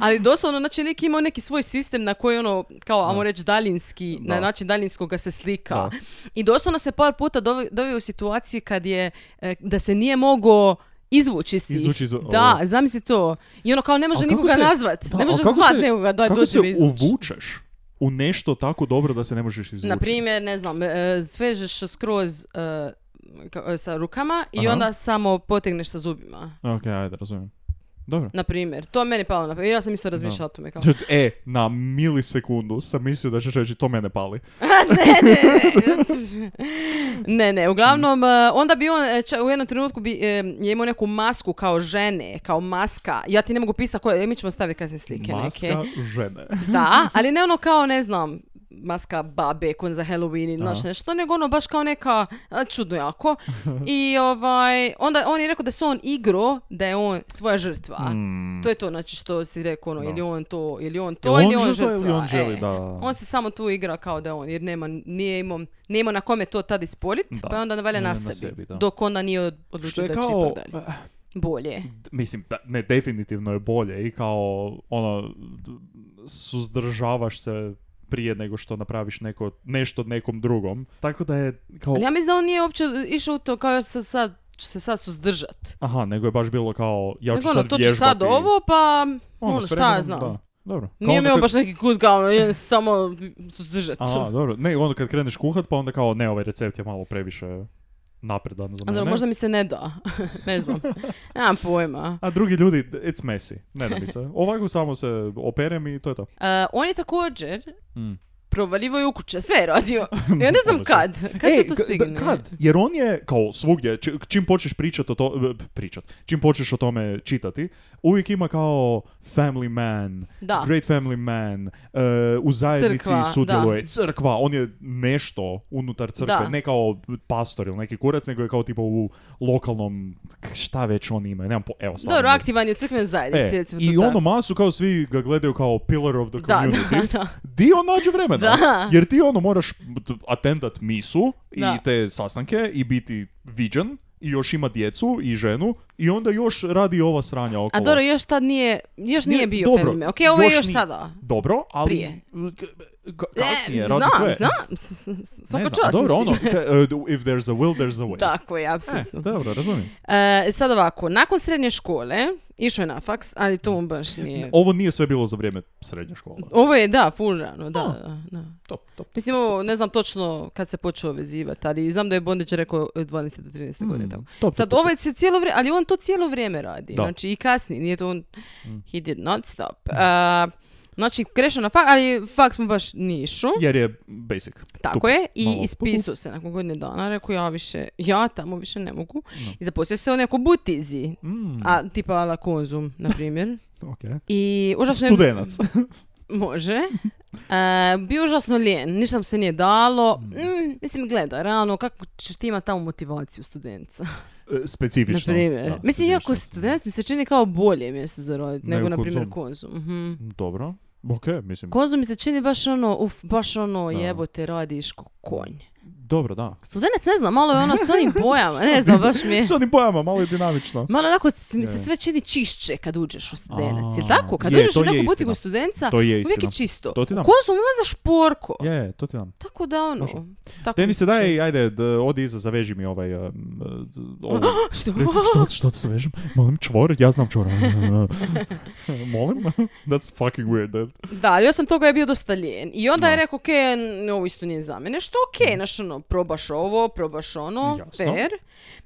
[SPEAKER 5] Ali doslovno, znači, lik ima neki svoj sistem na koji ono, kao, ajmo reći, daljinski,
[SPEAKER 4] Da.
[SPEAKER 5] na način daljinskog ga se slika.
[SPEAKER 4] Da.
[SPEAKER 5] I doslovno se par puta dove- doveo u situaciji kad je, e, da se nije mogao izvući iz tih.
[SPEAKER 4] Izvući iz- o.
[SPEAKER 5] Da, zamisli to. I ono kao ne može
[SPEAKER 4] Ali kako
[SPEAKER 5] nikoga
[SPEAKER 4] se-
[SPEAKER 5] nazvat.
[SPEAKER 4] Da,
[SPEAKER 5] ne
[SPEAKER 4] ali
[SPEAKER 5] može
[SPEAKER 4] kako
[SPEAKER 5] zvat
[SPEAKER 4] se-
[SPEAKER 5] nekoga da
[SPEAKER 4] Kako
[SPEAKER 5] dođe
[SPEAKER 4] se
[SPEAKER 5] me izvući.
[SPEAKER 4] uvučeš u nešto tako dobro da se ne možeš izvući?
[SPEAKER 5] Na primjer, ne znam, e, svežeš skroz e, ka- e, sa rukama i
[SPEAKER 4] Aha.
[SPEAKER 5] onda samo potegneš sa zubima.
[SPEAKER 4] Ok, ajde, razumijem. Dobro.
[SPEAKER 5] Na primjer, to je meni palo na pamet. Ja sam isto razmišljala o tome kao.
[SPEAKER 4] E, na milisekundu sam mislio da ćeš reći to mene pali.
[SPEAKER 5] ne, ne,
[SPEAKER 4] Mm.
[SPEAKER 5] uglavnom, e, onda bi on e, ča- u jednom trenutku bi, e, je imao neku masku kao žene, kao maska. Ja ti ne mogu pisati koje, e, mi ćemo staviti kasnije slike
[SPEAKER 4] Maska
[SPEAKER 5] neke.
[SPEAKER 4] žene.
[SPEAKER 5] Da, ali ne ono kao, ne znam, maska babe kon za Halloween ili znaš nešto, nego ono baš kao neka, a, čudno jako. I ovaj, onda on je rekao da se on igro, da je on svoja žrtva. To je to, znači što si rekao, ono,
[SPEAKER 4] Mm. Da.
[SPEAKER 5] ili on to, ili on to,
[SPEAKER 4] Je
[SPEAKER 5] ili
[SPEAKER 4] on
[SPEAKER 5] on
[SPEAKER 4] žrtva
[SPEAKER 5] žrtva.
[SPEAKER 4] ili on želi,
[SPEAKER 5] e.
[SPEAKER 4] da.
[SPEAKER 5] On se samo tu igra kao da je on, jer nema, nije imao, nije imao na kome to tad isporit,
[SPEAKER 4] Da.
[SPEAKER 5] pa je onda valja
[SPEAKER 4] Nije
[SPEAKER 5] na
[SPEAKER 4] na
[SPEAKER 5] sebi.
[SPEAKER 4] sebi, da.
[SPEAKER 5] Dok onda nije od-
[SPEAKER 4] Što
[SPEAKER 5] odlučio
[SPEAKER 4] je
[SPEAKER 5] da će
[SPEAKER 4] kao,
[SPEAKER 5] ipak dalje. Bolje.
[SPEAKER 4] d- mislim, da, ne, definitivno je bolje i kao, ono, d- suzdržavaš se prije nego što napraviš neko, nešto nekom drugom. Tako da je kao,
[SPEAKER 5] Ali ja mislim da on nije uopće išao u to kao ja sam sad, ću se sad suzdržat.
[SPEAKER 4] aha, nego je baš bilo kao, ja ću
[SPEAKER 5] Nego ono,
[SPEAKER 4] sad
[SPEAKER 5] to ću
[SPEAKER 4] vježbati.
[SPEAKER 5] sad ovo, pa ono,
[SPEAKER 4] s
[SPEAKER 5] šta
[SPEAKER 4] vremenom,
[SPEAKER 5] ja znam.
[SPEAKER 4] da. Dobro. Kao
[SPEAKER 5] Nije
[SPEAKER 4] onda
[SPEAKER 5] mi ovo
[SPEAKER 4] kad-
[SPEAKER 5] baš neki kut kao ono, je, samo suzdržat.
[SPEAKER 4] Aha, dobro. Ne, onda kad kreneš kuhat, pa onda kao, ne, ovaj recept je malo previše napredan za
[SPEAKER 5] A
[SPEAKER 4] mene.
[SPEAKER 5] dobro, možda mi se ne da. ne znam. Nemam pojma.
[SPEAKER 4] A drugi ljudi, it's messy. Ne da mi se. Ovako samo se operem i to je to.
[SPEAKER 5] E, on je također
[SPEAKER 4] Mm.
[SPEAKER 5] provaljivo i u kuće, sve je radio. Ja ne znam kad, kad
[SPEAKER 4] Ej,
[SPEAKER 5] se to
[SPEAKER 4] k- da,
[SPEAKER 5] stigne.
[SPEAKER 4] E, kad? Jer on je, kao svugdje, či- čim počneš pričat o to, b- pričat, čim počneš o tome čitati, uvijek ima kao family man,
[SPEAKER 5] Da.
[SPEAKER 4] great family man, e, u zajednici
[SPEAKER 5] Crkva,
[SPEAKER 4] sudjeluje, crkva, on je nešto unutar crkve,
[SPEAKER 5] Da.
[SPEAKER 4] ne kao pastor ili neki kurac, nego je kao tipo u lokalnom, k- šta već on ima, nemam po, evo stvarno.
[SPEAKER 5] Dobro,
[SPEAKER 4] ne znam.
[SPEAKER 5] aktivan je u crkvenoj zajednici,
[SPEAKER 4] E,
[SPEAKER 5] recimo to
[SPEAKER 4] I
[SPEAKER 5] tako.
[SPEAKER 4] ono masu kao svi ga gledaju kao pillar of the
[SPEAKER 5] Da,
[SPEAKER 4] community.
[SPEAKER 5] da, da.
[SPEAKER 4] Di on nađe vremena?
[SPEAKER 5] Da.
[SPEAKER 4] Jer ti ono moraš t- atendat misu i
[SPEAKER 5] Da.
[SPEAKER 4] te sastanke i biti viđen i još ima djecu i ženu i onda još radi ova sranja okolo.
[SPEAKER 5] A dobro, još tad nije, još nije,
[SPEAKER 4] Nije-
[SPEAKER 5] bio
[SPEAKER 4] dobro,
[SPEAKER 5] Family Man. Okej, ovo je
[SPEAKER 4] još
[SPEAKER 5] još
[SPEAKER 4] ni-
[SPEAKER 5] sada.
[SPEAKER 4] Dobro, ali...
[SPEAKER 5] Prije.
[SPEAKER 4] K- kasnije,
[SPEAKER 5] E,
[SPEAKER 4] radi
[SPEAKER 5] znam,
[SPEAKER 4] sve.
[SPEAKER 5] znam. S- s- Svaka
[SPEAKER 4] ne
[SPEAKER 5] čast.
[SPEAKER 4] znam, dobro,
[SPEAKER 5] mislim.
[SPEAKER 4] ono, k- uh, d- if there's a will, there's a way.
[SPEAKER 5] Tako je,
[SPEAKER 4] E,
[SPEAKER 5] apsolutno.
[SPEAKER 4] dobro, razumijem.
[SPEAKER 5] E, sad ovako, nakon srednje škole, išao je na faks, ali to mu baš nije...
[SPEAKER 4] Ovo nije sve bilo za vrijeme srednje škole.
[SPEAKER 5] Ovo je, da, full rano, da,
[SPEAKER 4] A.
[SPEAKER 5] da, da.
[SPEAKER 4] Top, top.
[SPEAKER 5] Mislim, ovo, ne znam točno kad se počeo vezivati, ali znam da je Bondić rekao od 12 do 13 godine. Tako.
[SPEAKER 4] top,
[SPEAKER 5] Sad,
[SPEAKER 4] top,
[SPEAKER 5] ovaj se cijelo vrijeme, ali on to cijelo vrijeme radi.
[SPEAKER 4] Mm, Da. Mm.
[SPEAKER 5] Znači, i kasnije, nije to on, he did not stop. A, znači, krešao na fak, ali faks mu baš nije išao.
[SPEAKER 4] Jer je basic.
[SPEAKER 5] Tako
[SPEAKER 4] Tup.
[SPEAKER 5] je, i
[SPEAKER 4] Malo
[SPEAKER 5] ispisao se nakon godine dana, rekao ja više, ja tamo više ne mogu. I zaposlio se u nekoj butizi,
[SPEAKER 4] Mm,
[SPEAKER 5] a tipa ala Konzum, na primjer.
[SPEAKER 4] okej.
[SPEAKER 5] I užasno je-
[SPEAKER 4] Studenac. e,
[SPEAKER 5] Može. E, bio užasno lijen, ništa mu Mm, se nije dalo. Mm, mislim, gledaj, realno, kako ćeš ti imati tamo motivaciju studenca?
[SPEAKER 4] E, Specifično.
[SPEAKER 5] Na primjer.
[SPEAKER 4] Da,
[SPEAKER 5] Mislim, ja, iako
[SPEAKER 4] specifično.
[SPEAKER 5] student mi se čini kao bolje mjesto za roditi nego,
[SPEAKER 4] Nego
[SPEAKER 5] na primjer,
[SPEAKER 4] Konzum.
[SPEAKER 5] konzum. Mhm.
[SPEAKER 4] Dobro. Ok, mislim.
[SPEAKER 5] Konzum mi se čini baš ono, uf, baš ono,
[SPEAKER 4] Da.
[SPEAKER 5] jebote, radiš ko konj.
[SPEAKER 4] Dobro, da.
[SPEAKER 5] Studenac, ne znam, malo je ono s onim bojama, ne znam, baš mi je...
[SPEAKER 4] S onim bojama, malo je dinamično.
[SPEAKER 5] Malo onako s- mi se
[SPEAKER 4] Je.
[SPEAKER 5] sve čini čišće kad uđeš u studenac,
[SPEAKER 4] A,
[SPEAKER 5] jel tako? Kad
[SPEAKER 4] je,
[SPEAKER 5] uđeš
[SPEAKER 4] to
[SPEAKER 5] u
[SPEAKER 4] je
[SPEAKER 5] neku
[SPEAKER 4] istina.
[SPEAKER 5] butiku studenca,
[SPEAKER 4] To je
[SPEAKER 5] uvijek
[SPEAKER 4] istina.
[SPEAKER 5] je čisto.
[SPEAKER 4] To ti dam.
[SPEAKER 5] U konzumu ima za šporko.
[SPEAKER 4] Je, je, to ti dam.
[SPEAKER 5] Tako da ono...
[SPEAKER 4] Može.
[SPEAKER 5] Tako mi
[SPEAKER 4] Denis se
[SPEAKER 5] čini.
[SPEAKER 4] daj, ajde, d- odi iza, zaveži mi ovaj... um, d- ovu-
[SPEAKER 5] Što?
[SPEAKER 4] što, što da zavežem? Molim čvor, ja znam čvor. Molim? That's fucking weird, dude.
[SPEAKER 5] Da, ali osim toga je bio dosta lijen. I onda je
[SPEAKER 4] Da.
[SPEAKER 5] rekao, ok, n- ovo isto nije za mene. Što ok, znaš ono, probaš ovo, probaš ono,
[SPEAKER 4] Jasno.
[SPEAKER 5] fair.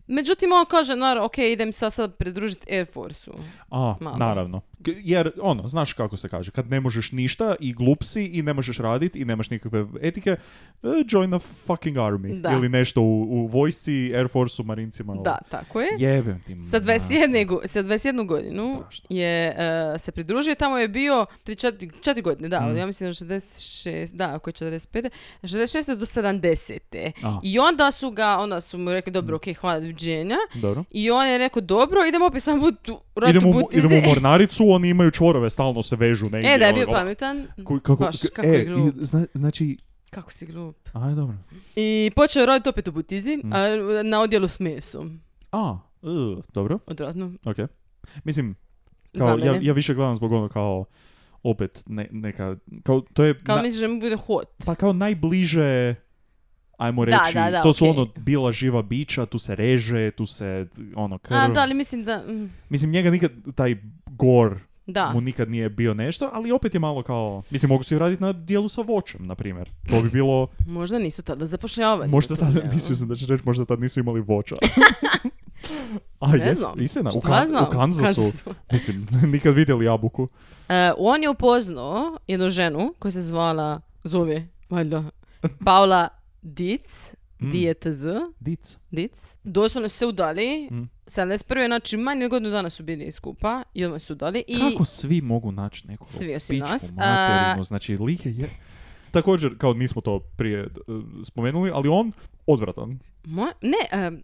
[SPEAKER 5] Međutim, on kaže, naravno, ok, idem sad sad pridružiti Air Force-u.
[SPEAKER 4] A,
[SPEAKER 5] Malo.
[SPEAKER 4] naravno. K- Jer, ono, znaš kako se kaže, kad ne možeš ništa i glup si i ne možeš radit i nemaš nikakve etike, e, join the fucking army.
[SPEAKER 5] Da.
[SPEAKER 4] Ili nešto u, u vojsci, Air Force-u, marincima. ovo.
[SPEAKER 5] Da, tako je.
[SPEAKER 4] Jebem ti.
[SPEAKER 5] Sa
[SPEAKER 4] ma-
[SPEAKER 5] 21, go- sa 21 godinu
[SPEAKER 4] Strašno.
[SPEAKER 5] je e, se pridružio, tamo je bio 4 godine, da,
[SPEAKER 4] Mm.
[SPEAKER 5] ja mislim da 66, da, ako je 45, 66 do 70.
[SPEAKER 4] Aha.
[SPEAKER 5] I onda su ga, onda su mu rekli, dobro, ok, hvala, doviđenja.
[SPEAKER 4] Dobro.
[SPEAKER 5] I on je rekao, dobro, idemo opet samo u tu, radit
[SPEAKER 4] Idemo,
[SPEAKER 5] u
[SPEAKER 4] u-
[SPEAKER 5] butizi.
[SPEAKER 4] idemo u mornaricu, oni imaju čvorove, stalno se vežu negdje.
[SPEAKER 5] E, da je bio
[SPEAKER 4] ono,
[SPEAKER 5] pametan.
[SPEAKER 4] ko- kako,
[SPEAKER 5] Baš,
[SPEAKER 4] k-
[SPEAKER 5] kako
[SPEAKER 4] e,
[SPEAKER 5] je glup.
[SPEAKER 4] i zna- znači,
[SPEAKER 5] Kako si glup.
[SPEAKER 4] aj dobro.
[SPEAKER 5] I počeo je roditi opet u butizi,
[SPEAKER 4] Mm.
[SPEAKER 5] a, na odjelu s mesom.
[SPEAKER 4] A, e, dobro,
[SPEAKER 5] Odvratno.
[SPEAKER 4] ok. Mislim,
[SPEAKER 5] Za
[SPEAKER 4] kao,
[SPEAKER 5] mene.
[SPEAKER 4] ja, ja više gledam zbog ono kao, opet, ne, neka, kao, to je...
[SPEAKER 5] Kao
[SPEAKER 4] na-
[SPEAKER 5] misliš da mu bude hot.
[SPEAKER 4] Pa kao najbliže, ajmo
[SPEAKER 5] Da,
[SPEAKER 4] reći,
[SPEAKER 5] da, da,
[SPEAKER 4] to su
[SPEAKER 5] okej.
[SPEAKER 4] ono bila živa bića, tu se reže, tu se ono krv.
[SPEAKER 5] A, da, ali mislim da... mm,
[SPEAKER 4] Mislim, njega nikad, taj gor
[SPEAKER 5] Da.
[SPEAKER 4] mu nikad nije bio nešto, ali opet je malo kao, mislim, mogu si raditi na dijelu sa voćem, na primjer. To bi bilo,
[SPEAKER 5] Možda nisu tada zapošljavali.
[SPEAKER 4] možda
[SPEAKER 5] u
[SPEAKER 4] tad,
[SPEAKER 5] tom
[SPEAKER 4] mislio sam da će reći, možda tad nisu imali voća. A
[SPEAKER 5] Ne
[SPEAKER 4] jes,
[SPEAKER 5] znam.
[SPEAKER 4] istina, u,
[SPEAKER 5] Šta
[SPEAKER 4] Kan-
[SPEAKER 5] znam?
[SPEAKER 4] u Kansasu,
[SPEAKER 5] Kansasu.
[SPEAKER 4] mislim, nikad vidjeli jabuku.
[SPEAKER 5] E, on je upoznao jednu ženu koja se zvala, zove, valjda, Paula Dietz,
[SPEAKER 4] Mm.
[SPEAKER 5] Dietz,
[SPEAKER 4] Dic.
[SPEAKER 5] Dietz. Doslovno su se udali,
[SPEAKER 4] Mm.
[SPEAKER 5] 71. znači manje od godinu dana su bili skupa i odmah su se udali. I...
[SPEAKER 4] Kako svi mogu naći nekog
[SPEAKER 5] Svi osim
[SPEAKER 4] pičku
[SPEAKER 5] nas.
[SPEAKER 4] materinu, znači lik je... je- Također, kao nismo to prije eh, spomenuli, ali on odvratan.
[SPEAKER 5] Mo- ne, em,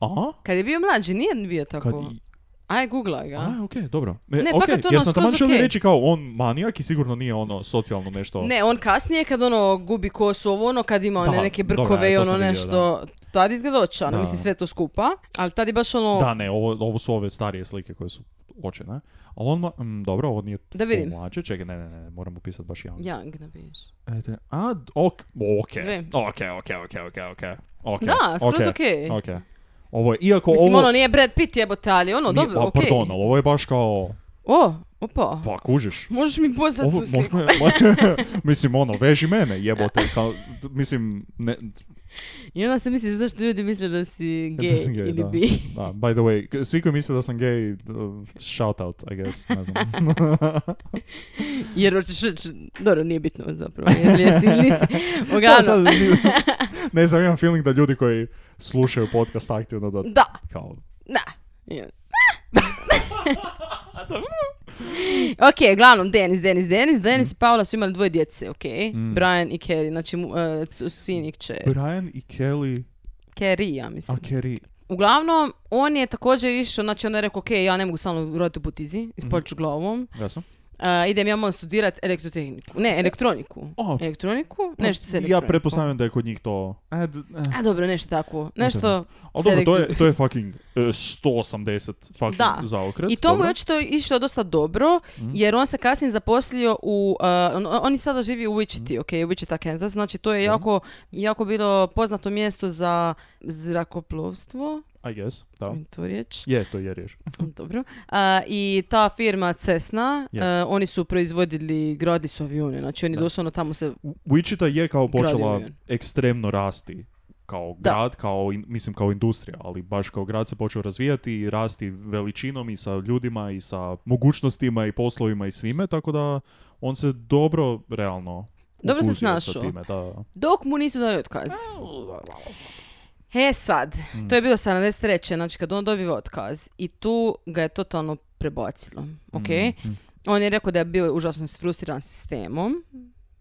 [SPEAKER 4] A?
[SPEAKER 5] kad je bio mlađi nije bio
[SPEAKER 4] Kad...
[SPEAKER 5] tako. Aj, googla ga.
[SPEAKER 4] A, okej, dobro. E,
[SPEAKER 5] Ne,
[SPEAKER 4] okej,
[SPEAKER 5] fakat ono,
[SPEAKER 4] ja sam taman
[SPEAKER 5] skroz
[SPEAKER 4] želio
[SPEAKER 5] okej.
[SPEAKER 4] reći kao on manijak i sigurno nije ono socijalno nešto...
[SPEAKER 5] Ne, on kasnije kad ono gubi kosu, ovo ono kad ima one
[SPEAKER 4] Da,
[SPEAKER 5] neke
[SPEAKER 4] dobra,
[SPEAKER 5] brkove
[SPEAKER 4] e,
[SPEAKER 5] i
[SPEAKER 4] to
[SPEAKER 5] ono
[SPEAKER 4] sam vidio,
[SPEAKER 5] nešto, tad izgleda očano,
[SPEAKER 4] Da.
[SPEAKER 5] mislim sve to skupa, ali tad je baš ono,
[SPEAKER 4] Da, ne, ovo, ovo su ove starije slike koje su očene. Ali on, ma- mm, dobro, ovo nije
[SPEAKER 5] Da vidim. Ja.
[SPEAKER 4] full mlađe. Čekaj, ne, ne, ne, moram upisati baš javno.
[SPEAKER 5] young napiš.
[SPEAKER 4] E, te- a, d- ok, ok,
[SPEAKER 5] Dve.
[SPEAKER 4] ok, ok, ok, ok, ok. Ok,
[SPEAKER 5] Da, skroz
[SPEAKER 4] ok,
[SPEAKER 5] okej.
[SPEAKER 4] ok. Ovo je, iako
[SPEAKER 5] Mislim,
[SPEAKER 4] ovo...
[SPEAKER 5] ono nije Brad Pitt jebote, ali ono,
[SPEAKER 4] Nije-
[SPEAKER 5] dobro,
[SPEAKER 4] a,
[SPEAKER 5] okej.
[SPEAKER 4] Pardon, ali ovo je baš kao,
[SPEAKER 5] O, opa,
[SPEAKER 4] pa kužiš.
[SPEAKER 5] možeš mi poslati
[SPEAKER 4] Ovo,
[SPEAKER 5] tu sliku.
[SPEAKER 4] možda, mislim, ono, veži mene, jebote. Kao, d- mislim, ne,
[SPEAKER 5] I onda se misliš zašto ljudi misle da si
[SPEAKER 4] Da
[SPEAKER 5] gej
[SPEAKER 4] sam gej,
[SPEAKER 5] ili
[SPEAKER 4] da.
[SPEAKER 5] bi.
[SPEAKER 4] da, by the way, k- svi koji misle da sam gay, d- shout out, I guess, ne znam.
[SPEAKER 5] Jer hoćeš reći, dobro, nije bitno zapravo, jer jesi ili nisi.
[SPEAKER 4] Da,
[SPEAKER 5] Uglavnom,
[SPEAKER 4] sad, ne znam, imam feeling da ljudi koji slušaju podcast aktivno da,
[SPEAKER 5] da,
[SPEAKER 4] kao,
[SPEAKER 5] da. Je. ok, uglavnom, Denis, Denis, Denis,
[SPEAKER 4] Mm.
[SPEAKER 5] Denis i Paula su imali dvoje djece, ok? Brian i Kerry, znači mu, e, c- sin i kćer.
[SPEAKER 4] Brian i Kelly,
[SPEAKER 5] Kerry, ja
[SPEAKER 4] a
[SPEAKER 5] mislim.
[SPEAKER 4] Kerry,
[SPEAKER 5] Uglavnom, on je također išao, znači on je rekao, ok, ja ne mogu stalno roditi u butizi, ispolit ću
[SPEAKER 4] Mhm.
[SPEAKER 5] glavom.
[SPEAKER 4] jasno.
[SPEAKER 5] A, idem ja moram studirat elektrotehniku. Ne, elektroniku.
[SPEAKER 4] O.
[SPEAKER 5] Elektroniku? E, Nešto se
[SPEAKER 4] Oh. Ja pretpostavljam da je kod njih to... E, d- e.
[SPEAKER 5] A dobro, nešto tako. Nešto...
[SPEAKER 4] Ali
[SPEAKER 5] se
[SPEAKER 4] dobro, to je,
[SPEAKER 5] elektri-
[SPEAKER 4] to je fucking e, 180 fucking
[SPEAKER 5] Da.
[SPEAKER 4] zaokret.
[SPEAKER 5] I to mu
[SPEAKER 4] dobro. Mm.
[SPEAKER 5] je očito išlo dosta dobro, jer on se kasnije zaposlio u... uh, on, on i sada živi u
[SPEAKER 4] Mm.
[SPEAKER 5] Wichita, ok, Wichita, Kansas. Znači, to je jako, jako bilo poznato mjesto za zrakoplovstvo.
[SPEAKER 4] I guess, da.
[SPEAKER 5] Molim Tu riječ.
[SPEAKER 4] Je, to je riječ.
[SPEAKER 5] Dobro. A, I ta firma Cessna,
[SPEAKER 4] Je.
[SPEAKER 5] e, oni su proizvodili, gradi su avione. Znači, oni doslovno tamo se...
[SPEAKER 4] Wichita je kao počela
[SPEAKER 5] avion.
[SPEAKER 4] ekstremno rasti kao
[SPEAKER 5] Da.
[SPEAKER 4] grad, kao in- mislim kao industrija, ali baš kao grad se počeo razvijati i rasti veličinom i sa ljudima i sa mogućnostima i poslovima i svime, tako da on se dobro realno
[SPEAKER 5] Dobro se
[SPEAKER 4] uguzio sa
[SPEAKER 5] snašao.
[SPEAKER 4] time, da.
[SPEAKER 5] Dok mu nisu dali otkaz. E sad,
[SPEAKER 4] Mm.
[SPEAKER 5] to je bilo 73. Znači kad on dobiva otkaz i tu ga je totalno
[SPEAKER 4] Mm. Mhm.
[SPEAKER 5] prebacilo. Ok? On je rekao da je bio užasno sfrustriran sistemom.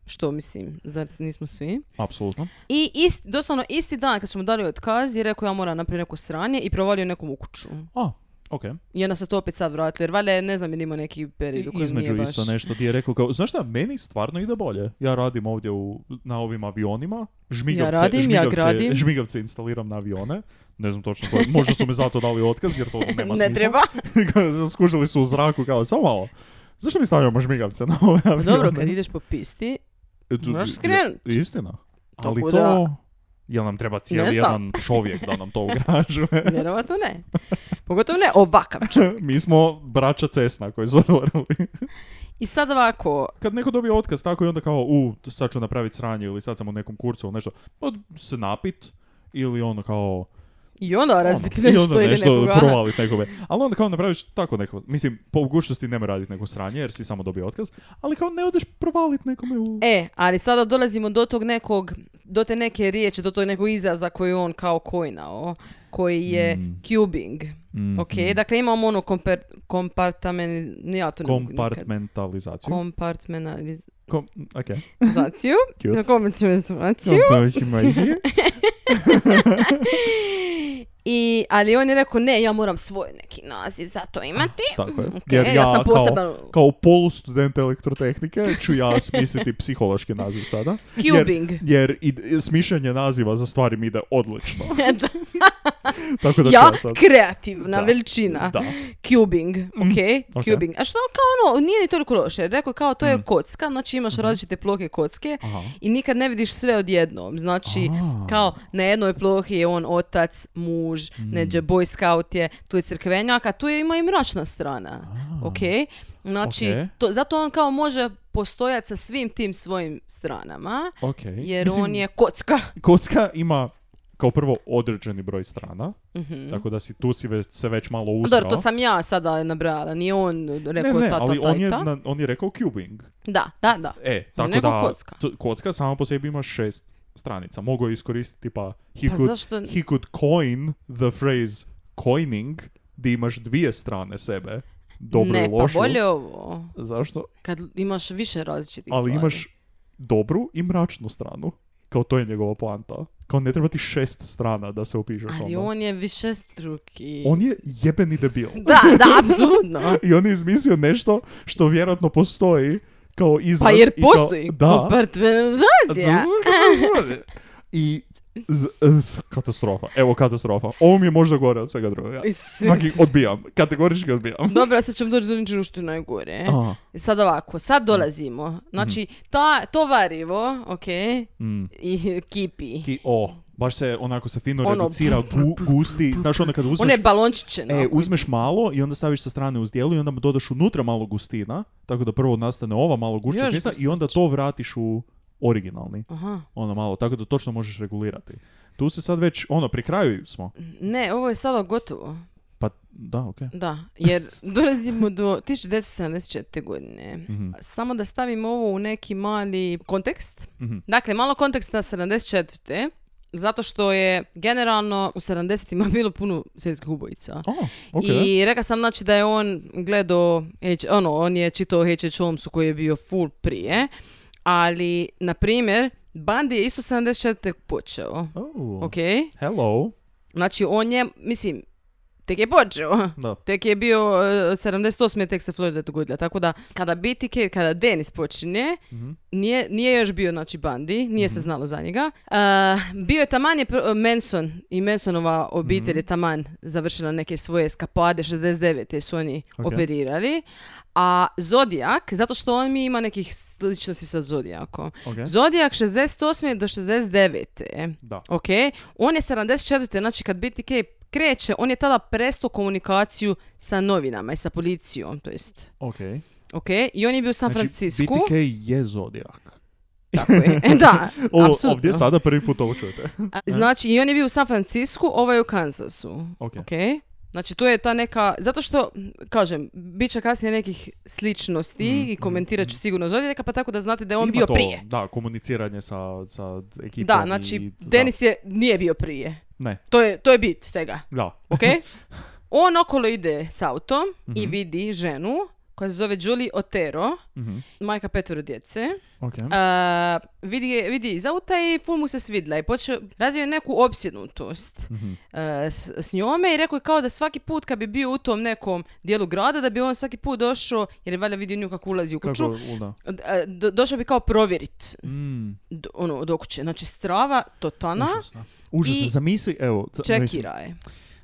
[SPEAKER 5] Što mislim, zar nismo svi?
[SPEAKER 4] Apsolutno.
[SPEAKER 5] I ist, doslovno isti dan kad smo dali otkaz je rekao ja moram napraviti neko sranje i provalio nekom u kuću.
[SPEAKER 4] A, ok.
[SPEAKER 5] I onda se to opet sad vratilo jer valjda je, ne znam, ili imao neki period u kojem
[SPEAKER 4] Između
[SPEAKER 5] nije baš...
[SPEAKER 4] isto nešto gdje je rekao kao, znaš šta, meni stvarno ide bolje. Ja radim ovdje u, na ovim avionima, žmigavce,
[SPEAKER 5] Ja radim, ja
[SPEAKER 4] žmigavce,
[SPEAKER 5] gradim.
[SPEAKER 4] žmigavce instaliram na avione. Ne znam točno koje, možda su mi zato dali otkaz jer to nema
[SPEAKER 5] ne
[SPEAKER 4] smisla.
[SPEAKER 5] treba.
[SPEAKER 4] Skužili su u zraku kao, samo malo. Zašto mi stavljamo žmigavce na ove avione?
[SPEAKER 5] Dobro, kad ideš po pisti,
[SPEAKER 4] E, tu-
[SPEAKER 5] moraš skrenut.
[SPEAKER 4] je- Istina. Ali
[SPEAKER 5] Tako
[SPEAKER 4] to...
[SPEAKER 5] da-
[SPEAKER 4] Jel nam treba cijeli
[SPEAKER 5] znam.
[SPEAKER 4] jedan čovjek da nam to ugražuje?
[SPEAKER 5] vjerovatno ne. Pogotovo ne ovakav.
[SPEAKER 4] Mi smo braća Cesna koji su otvorili.
[SPEAKER 5] I sad ovako,
[SPEAKER 4] Kad neko dobije otkaz tako i onda kao, u, sad ću napraviti sranje ili sad sam u nekom kurcu ili nešto, pa se napit ili ono kao...
[SPEAKER 5] i onda razbiti
[SPEAKER 4] ono, i onda
[SPEAKER 5] nešto ili
[SPEAKER 4] nešto
[SPEAKER 5] nekoga.
[SPEAKER 4] provalit nekome. Ali onda kao napraviš tako neko, mislim, po mogućnosti nema raditi neko sranje jer si samo dobio otkaz, ali kao ne odeš provalit nekome u...
[SPEAKER 5] E, ali sada dolazimo do tog nekog, do te neke riječi, do tog nekog izraza koji je on kao kojnao, koji je
[SPEAKER 4] Mm.
[SPEAKER 5] cubing. Ok,
[SPEAKER 4] Mhm.
[SPEAKER 5] dakle imamo ono komper, kompartamen, ni ja to ne mogu nikad.
[SPEAKER 4] Kompartmentalizaciju.
[SPEAKER 5] Kompartmentalizaciju,
[SPEAKER 4] Kom... Ok. pa Cute.
[SPEAKER 5] kompartmentalizaciju. I, ali on je rekao, ne, ja moram svoj neki naziv za to imati.
[SPEAKER 4] Tako je.
[SPEAKER 5] Ok,
[SPEAKER 4] Pa, Jer ja,
[SPEAKER 5] ja sam poseban-
[SPEAKER 4] kao, kao polustudent elektrotehnike ću ja smisliti psihološki naziv sada.
[SPEAKER 5] Cubing.
[SPEAKER 4] Jer, jer i, smišljanje naziva za stvari mi ide odlično.
[SPEAKER 5] Da.
[SPEAKER 4] Tako da ću
[SPEAKER 5] ja,
[SPEAKER 4] ja sad...
[SPEAKER 5] kreativna
[SPEAKER 4] Da.
[SPEAKER 5] veličina.
[SPEAKER 4] Da.
[SPEAKER 5] Cubing, ok?
[SPEAKER 4] Mhm. ok. Mm.
[SPEAKER 5] Cubing. A što kao ono, nije ni toliko loše. Rekao je kao to je kocka, znači
[SPEAKER 4] Mhm.
[SPEAKER 5] imaš različite plohe kocke
[SPEAKER 4] Aha.
[SPEAKER 5] i nikad ne vidiš sve odjednom. Znači,
[SPEAKER 4] A.
[SPEAKER 5] kao na jednoj plohi je on otac, muž,
[SPEAKER 4] Mm.
[SPEAKER 5] neđe boy scout je, tu je crkvenjak, a tu je ima i mračna strana, ok? Znači,
[SPEAKER 4] Ok.
[SPEAKER 5] to, zato on kao može postojati sa svim tim svojim stranama,
[SPEAKER 4] Ok.
[SPEAKER 5] jer
[SPEAKER 4] Mislim,
[SPEAKER 5] on je kocka.
[SPEAKER 4] Kocka ima kao prvo određeni broj strana, tako da si tu si već, se već malo usrao.
[SPEAKER 5] Mhm. Dobro, to sam ja sada nabrala, nije on
[SPEAKER 4] ne,
[SPEAKER 5] rekao
[SPEAKER 4] ne,
[SPEAKER 5] ta, ta,
[SPEAKER 4] ali
[SPEAKER 5] ta
[SPEAKER 4] on
[SPEAKER 5] i
[SPEAKER 4] je,
[SPEAKER 5] ta.
[SPEAKER 4] na- on je rekao cubing.
[SPEAKER 5] Da, da, da.
[SPEAKER 4] E, tako
[SPEAKER 5] Nego
[SPEAKER 4] da,
[SPEAKER 5] kocka.
[SPEAKER 4] t- kocka sama po sebi ima šest stranica. Mogu je iskoristiti pa he,
[SPEAKER 5] Pa
[SPEAKER 4] could,
[SPEAKER 5] zašto-
[SPEAKER 4] he could coin the phrase coining di imaš dvije strane sebe. Dobro
[SPEAKER 5] ne,
[SPEAKER 4] i lošu.
[SPEAKER 5] pa bolje ovo.
[SPEAKER 4] Zašto?
[SPEAKER 5] Kad imaš više različitih
[SPEAKER 4] Ali
[SPEAKER 5] stvari.
[SPEAKER 4] imaš dobru i mračnu stranu. Kao to je njegova poanta. Kao ne treba ti šest strana da se upišeš
[SPEAKER 5] Ali
[SPEAKER 4] onda.
[SPEAKER 5] on je više struki.
[SPEAKER 4] On je jebeni debil.
[SPEAKER 5] Da, da, apsolutno.
[SPEAKER 4] I on je izmislio nešto što vjerojatno postoji kao izraz.
[SPEAKER 5] Pa jer
[SPEAKER 4] i kao-
[SPEAKER 5] postoji
[SPEAKER 4] Da.
[SPEAKER 5] kompartmentalizacija.
[SPEAKER 4] I z- z- katastrofa. Evo katastrofa. Ovo mi je možda gore od svega drugoga.
[SPEAKER 5] Isuse.
[SPEAKER 4] Svaki odbijam. Kategorički odbijam.
[SPEAKER 5] Dobro, sad ćemo doći do nečega što je najgore.
[SPEAKER 4] A,
[SPEAKER 5] Sad ovako, sad dolazimo.
[SPEAKER 4] Mhm.
[SPEAKER 5] Znači, ta, to varivo, ok, i kipi.
[SPEAKER 4] Mm. ki, o, baš se onako se fino
[SPEAKER 5] Ono,
[SPEAKER 4] reducira, gu- gusti. Znaš onda kad uzmeš...
[SPEAKER 5] One balončiće, no.
[SPEAKER 4] E, uzmeš malo i onda staviš sa strane uz dijelu i onda mu dodaš unutra malo gustina, tako da prvo nastane ova malo gušća
[SPEAKER 5] Još
[SPEAKER 4] smisla i onda to vratiš u originalni.
[SPEAKER 5] Aha.
[SPEAKER 4] Ono malo, tako da točno možeš regulirati. Tu se sad već, ono, pri kraju smo.
[SPEAKER 5] Ne, ovo je sada gotovo.
[SPEAKER 4] Pa, da, okej.
[SPEAKER 5] Da, jer dolazimo do 1974. godine. Samo da stavimo ovo u neki mali kontekst. Dakle, malo konteksta 74. Zato što je generalno u 70-ima bilo puno serijskih ubojica.
[SPEAKER 4] O, okej.
[SPEAKER 5] I rekla sam znači da je on gledao, H- ono, on je čitao H.H. Holmesu koji je bio full prije, ali, na primjer, Bandi je isto 74. počeo,
[SPEAKER 4] Oh.
[SPEAKER 5] ok?
[SPEAKER 4] Hello.
[SPEAKER 5] Znači, on je, mislim, tek je počeo.
[SPEAKER 4] Da.
[SPEAKER 5] Tek je bio, e, 78. je tek se Florida dogodila, tako da kada BTK, kada Denis počinje,
[SPEAKER 4] Mhm.
[SPEAKER 5] nije, nije još bio znači Bandi, nije se znalo za njega. E, bio je taman je pr- Manson i Mansonova obitelj
[SPEAKER 4] Mhm.
[SPEAKER 5] je taman završila neke svoje eskapade, 69. su oni
[SPEAKER 4] Ok.
[SPEAKER 5] operirali. A Zodijak, zato što on mi ima nekih sličnosti sa Zodijakom.
[SPEAKER 4] Ok.
[SPEAKER 5] Zodijak 68. do 69.
[SPEAKER 4] Da.
[SPEAKER 5] Ok, on je 74. znači kad BTK kreće, on je tada prestao komunikaciju sa novinama i sa policijom, to jest.
[SPEAKER 4] Ok.
[SPEAKER 5] Ok, i on je bio u San
[SPEAKER 4] Znači,
[SPEAKER 5] Francisku.
[SPEAKER 4] BTK je zodijak.
[SPEAKER 5] Tako je. da,
[SPEAKER 4] Ovo,
[SPEAKER 5] apsolutno.
[SPEAKER 4] ovdje sada prvi put ovo čujete.
[SPEAKER 5] A, Znači, i on je bio u San Francisku, ovaj u Kansasu.
[SPEAKER 4] Ok.
[SPEAKER 5] Ok. Znači, to je ta neka... Zato što, kažem, bit će kasnije nekih sličnosti i komentirat ću sigurno Zodijaka, pa tako da znate da je
[SPEAKER 4] Mm,
[SPEAKER 5] on
[SPEAKER 4] Ima
[SPEAKER 5] bio
[SPEAKER 4] to,
[SPEAKER 5] prije.
[SPEAKER 4] Da, komuniciranje sa, sa ekipom.
[SPEAKER 5] Da,
[SPEAKER 4] i-
[SPEAKER 5] znači,
[SPEAKER 4] da.
[SPEAKER 5] Denis je, nije bio prije.
[SPEAKER 4] Ne,
[SPEAKER 5] To je, to je bit svega.
[SPEAKER 4] da.
[SPEAKER 5] ok? On okolo ide s autom i vidi ženu koja se zove Julie Otero,
[SPEAKER 4] Mhm.
[SPEAKER 5] majka petoro djece.
[SPEAKER 4] Ok.
[SPEAKER 5] A, vidi, je- vidi je iz auta i ful mu se svidla i počeo, razvio je neku opsjednutost
[SPEAKER 4] Mhm.
[SPEAKER 5] e, s, s njome i rekao je kao da svaki put kad bi bio u tom nekom dijelu grada, da bi on svaki put došao, jer je valjda vidio nju kako ulazi u kuću,
[SPEAKER 4] Kako, luda.
[SPEAKER 5] d- e, do- došao bi kao provjerit
[SPEAKER 4] Mm,
[SPEAKER 5] d- ono, do kuće. Znači strava totalna,
[SPEAKER 4] užasno. Užasno,
[SPEAKER 5] I-
[SPEAKER 4] zamisli, evo, z- mislim,
[SPEAKER 5] čekira je.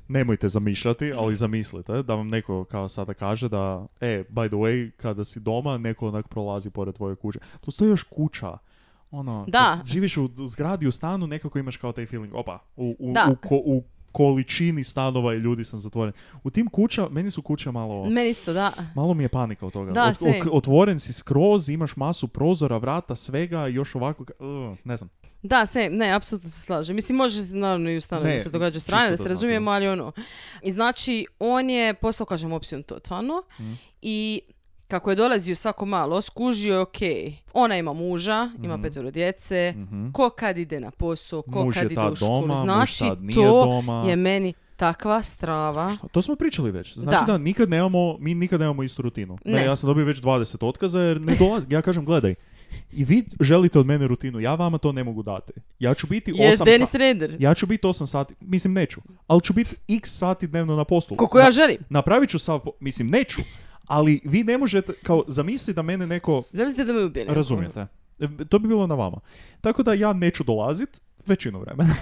[SPEAKER 4] nemojte zamišljati,
[SPEAKER 5] Mhm.
[SPEAKER 4] ali zamislite da vam neko kao sada kaže da, e, by the way, kada si doma, neko onak prolazi pored tvoje kuće. Plus to je još kuća. Ono,
[SPEAKER 5] Da.
[SPEAKER 4] kad živiš u d- zgradi, u stanu, nekako imaš kao taj feeling, opa, u, u,
[SPEAKER 5] Da.
[SPEAKER 4] u, ko- u količini stanova i ljudi sam zatvoren. U tim kuća, meni su kuće malo...
[SPEAKER 5] Meni isto, da.
[SPEAKER 4] Malo mi je panika od toga.
[SPEAKER 5] Da,
[SPEAKER 4] Ot-
[SPEAKER 5] same.
[SPEAKER 4] ok- otvoren si skroz, imaš masu prozora, vrata, svega, još ovako, ka- ugh, ne znam.
[SPEAKER 5] Da, se, ne, apsolutno se slažem. Mislim, može se naravno i u stanovima
[SPEAKER 4] Ne,
[SPEAKER 5] se događa
[SPEAKER 4] čisto
[SPEAKER 5] strane, da
[SPEAKER 4] da
[SPEAKER 5] se
[SPEAKER 4] znate.
[SPEAKER 5] razumijemo, ali ono. I znači, on je postao, kažem, opcijom totalno
[SPEAKER 4] Mhm.
[SPEAKER 5] i kako je dolazio svako malo, skužio je, ok, ona ima muža, ima petero djece,
[SPEAKER 4] Mhm.
[SPEAKER 5] ko kad ide na posao, ko
[SPEAKER 4] Muž
[SPEAKER 5] kad
[SPEAKER 4] je
[SPEAKER 5] ide
[SPEAKER 4] ta
[SPEAKER 5] u školu.
[SPEAKER 4] doma, muž
[SPEAKER 5] znači,
[SPEAKER 4] tad nije
[SPEAKER 5] to
[SPEAKER 4] doma.
[SPEAKER 5] je meni takva strava.
[SPEAKER 4] Što? To smo pričali već. Znači
[SPEAKER 5] Da.
[SPEAKER 4] da, nikad nemamo, mi nikad nemamo istu rutinu. Ne,
[SPEAKER 5] Ne.
[SPEAKER 4] ja sam dobio već 20 otkaza jer ne dolazi, ja kažem gledaj. I vi želite od mene rutinu, ja vama to ne mogu dati. Ja ću biti
[SPEAKER 5] Jes,
[SPEAKER 4] 8
[SPEAKER 5] Dennis
[SPEAKER 4] sati.
[SPEAKER 5] Reder.
[SPEAKER 4] Ja ću biti 8 sati, mislim neću, ali ću biti x sati dnevno na poslu.
[SPEAKER 5] Koliko ja
[SPEAKER 4] Na-
[SPEAKER 5] želim.
[SPEAKER 4] Napravit ću sav, po- mislim neću, ali vi ne možete, kao zamisli da mene neko
[SPEAKER 5] Zamislite da me ubije. neko.
[SPEAKER 4] Razumijete. E, To bi bilo na vama. Tako da ja neću dolazit većinu vremena.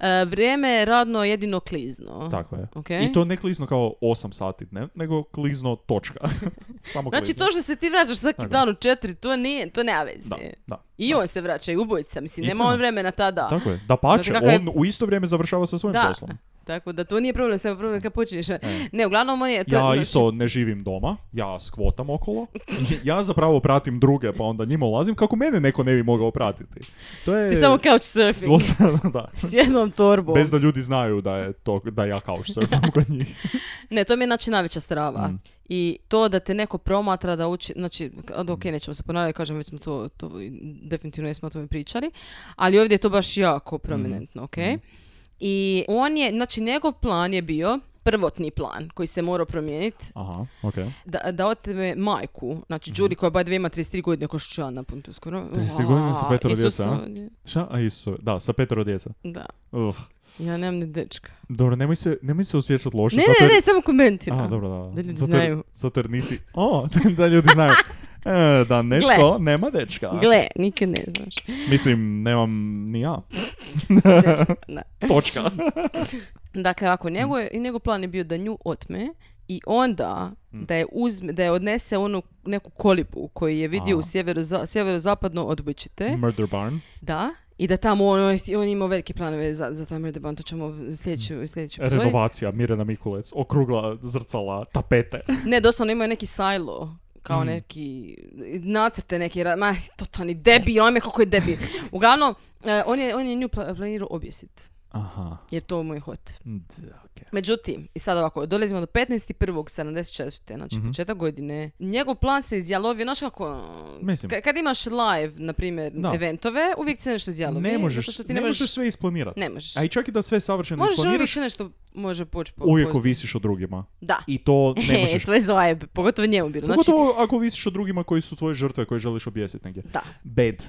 [SPEAKER 5] E, vrijeme je radno jedino klizno.
[SPEAKER 4] Tako je.
[SPEAKER 5] Ok.
[SPEAKER 4] I to ne klizno kao 8 sati dne, nego klizno točka. Samo
[SPEAKER 5] Znači
[SPEAKER 4] klizno.
[SPEAKER 5] to što se ti vraćaš svaki
[SPEAKER 4] Tako.
[SPEAKER 5] dan u četiri, to nije, to nema veze.
[SPEAKER 4] Da, da.
[SPEAKER 5] I on se vraća i ubojica, mislim, nema
[SPEAKER 4] Istina.
[SPEAKER 5] on vremena tada.
[SPEAKER 4] Tako je. Da pače,
[SPEAKER 5] Znate Znači, kako je-
[SPEAKER 4] on u isto vrijeme završava sa svojim
[SPEAKER 5] Da.
[SPEAKER 4] poslom. E.
[SPEAKER 5] Tako da to nije problem, samo problem kad počinješ. Ne, uglavnom on je... To, je,
[SPEAKER 4] Ja
[SPEAKER 5] znači,
[SPEAKER 4] isto ne živim doma, ja skvotam okolo, ja zapravo pratim druge, pa onda njima ulazim kako mene neko ne bi mogao pratiti. To je...
[SPEAKER 5] Ti samo couch surfing.
[SPEAKER 4] doslovno, da.
[SPEAKER 5] S jednom torbom.
[SPEAKER 4] Bez da ljudi znaju da je to, da ja kao što kod njih.
[SPEAKER 5] Ne, to mi je znači najveća strava.
[SPEAKER 4] Mm.
[SPEAKER 5] I to da te neko promatra, da uči, znači, od, ok, nećemo se ponavljati, kažem, već smo to, to definitivno jesmo o tome pričali, ali ovdje je to baš jako
[SPEAKER 4] Mm.
[SPEAKER 5] prominentno, ok? I on je, znači, njegov plan je bio, prvotni plan koji se morao promijeniti,
[SPEAKER 4] Aha, okej.
[SPEAKER 5] da, da otme majku,
[SPEAKER 4] Mm.
[SPEAKER 5] znači Đuri koja by the way ima 33 godine, ko što ću ja napuniti skoro.
[SPEAKER 4] 33 godine sa
[SPEAKER 5] A,
[SPEAKER 4] petero
[SPEAKER 5] Isus,
[SPEAKER 4] djece, a?
[SPEAKER 5] on je-
[SPEAKER 4] Šta? A Isuse, da, sa petero djeca.
[SPEAKER 5] Da,
[SPEAKER 4] Ugh.
[SPEAKER 5] ja nemam ni dečka.
[SPEAKER 4] Dobro, nemoj se, nemoj se osjećati loše.
[SPEAKER 5] Ne, ne,
[SPEAKER 4] zato jer-
[SPEAKER 5] ne, samo komentiram.
[SPEAKER 4] A, dobro, da.
[SPEAKER 5] Da ljudi
[SPEAKER 4] zato jer-
[SPEAKER 5] znaju.
[SPEAKER 4] Zato jer nisi... O, da ljudi znaju. E, da netko
[SPEAKER 5] Gle.
[SPEAKER 4] nema dečka.
[SPEAKER 5] Gle, nikad ne znaš.
[SPEAKER 4] Mislim, nemam ni ja.
[SPEAKER 5] Da.
[SPEAKER 4] Točka.
[SPEAKER 5] Dakle, ovako, njegov, je- i njegov plan je bio da nju otme i onda da je, uzme, da je odnese onu neku kolibu koju je vidio
[SPEAKER 4] A. Mm.
[SPEAKER 5] u sjeveroza, sjeverozapadno od Bčite.
[SPEAKER 4] Murder Barn.
[SPEAKER 5] Da. I da tamo on, on, je- on je imao velike planove za, za taj Murderban, to ćemo sljedeću, sljedeću epizodu.
[SPEAKER 4] Renovacija, Mirjana Mikulec. Okrugla zrcala, tapete.
[SPEAKER 5] Ne, doslovno imaju neki sajlo kao neki nacrte neki ra- ma totalni debil on je kako je debil uglavnom e, on je on je nju pla- planirao objesit
[SPEAKER 4] Aha.
[SPEAKER 5] jer to mu je hot
[SPEAKER 4] Da, okej.
[SPEAKER 5] međutim i sad ovako dolazimo do 15.1.74. znači
[SPEAKER 4] Mhm.
[SPEAKER 5] početak godine njegov plan se izjalovio znaš kako
[SPEAKER 4] Mislim.
[SPEAKER 5] ka- kad imaš live na primjer
[SPEAKER 4] Da.
[SPEAKER 5] eventove uvijek se nešto izjalovi
[SPEAKER 4] Ne možeš,
[SPEAKER 5] zato što ti
[SPEAKER 4] ne možeš sve isplanirati.
[SPEAKER 5] ne možeš
[SPEAKER 4] A i čak i da sve savršeno
[SPEAKER 5] možeš ali uvijek
[SPEAKER 4] isplaniraš,
[SPEAKER 5] se nešto može poći po
[SPEAKER 4] uvijek
[SPEAKER 5] po-
[SPEAKER 4] ovisiš o drugima.
[SPEAKER 5] da
[SPEAKER 4] I to ne
[SPEAKER 5] He,
[SPEAKER 4] možeš.
[SPEAKER 5] E, to je zajeb, pogotovo njemu bilo. Znači,
[SPEAKER 4] Pogotovo ako ovisiš o drugima koji su tvoje žrtve koje želiš objesiti negdje.
[SPEAKER 5] da,
[SPEAKER 4] bed.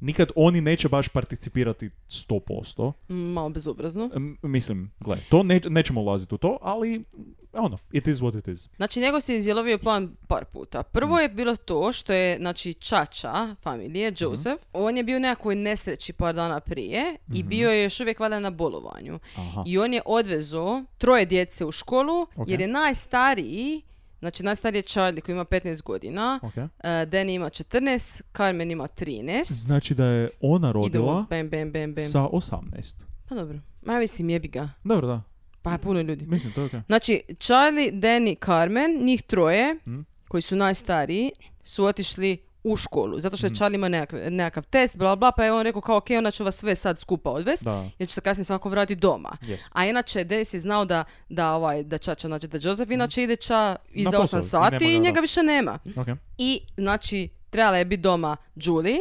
[SPEAKER 4] Nikad oni neće baš participirati 100%.
[SPEAKER 5] malo bezobrazno.
[SPEAKER 4] M- mislim, gle, to ne, nećemo ulaziti u to, ali ono, it is what it is.
[SPEAKER 5] Znači, njegov se izjelovio plan par puta.
[SPEAKER 4] Mm.
[SPEAKER 5] Prvo je bilo to što je, znači, čača familije,
[SPEAKER 4] Mhm.
[SPEAKER 5] Joseph, on je bio u nekakvoj nesreći par dana prije i
[SPEAKER 4] Mhm.
[SPEAKER 5] bio je još uvijek valjda na bolovanju.
[SPEAKER 4] Aha.
[SPEAKER 5] I on je odvezo troje djece u školu
[SPEAKER 4] Ok.
[SPEAKER 5] jer je najstariji, znači najstariji je Charlie koji ima 15 godina,
[SPEAKER 4] Ok.
[SPEAKER 5] e, Danny ima 14, Carmen ima 13.
[SPEAKER 4] Znači da je ona rodila
[SPEAKER 5] Idemo, bam, bam, bam, bam.
[SPEAKER 4] sa 18.
[SPEAKER 5] Pa dobro, ma ja mislim jebi ga,
[SPEAKER 4] Dobro, da.
[SPEAKER 5] pa je puno ljudi.
[SPEAKER 4] Mislim, to je okej.
[SPEAKER 5] Znači, Charlie, Danny, Carmen, njih troje,
[SPEAKER 4] Mm.
[SPEAKER 5] koji su najstariji, su otišli u školu. Zato što
[SPEAKER 4] Mm.
[SPEAKER 5] je Charlie imao nekakav, nekakav test, bla, bla, pa je on rekao kao, ok, onda ću vas sve sad skupa odvesti.
[SPEAKER 4] Da.
[SPEAKER 5] Ja ću se kasnije svako vratiti doma.
[SPEAKER 4] Yes.
[SPEAKER 5] A inače, Denis je znao da, da, ovaj, da Čača, znači da Joseph, inače ide Ča iza
[SPEAKER 4] Mm. posao
[SPEAKER 5] 8
[SPEAKER 4] i
[SPEAKER 5] sati
[SPEAKER 4] nema
[SPEAKER 5] i
[SPEAKER 4] ga,
[SPEAKER 5] njega
[SPEAKER 4] da.
[SPEAKER 5] više nema.
[SPEAKER 4] Ok.
[SPEAKER 5] I, znači, trebala je biti doma Julie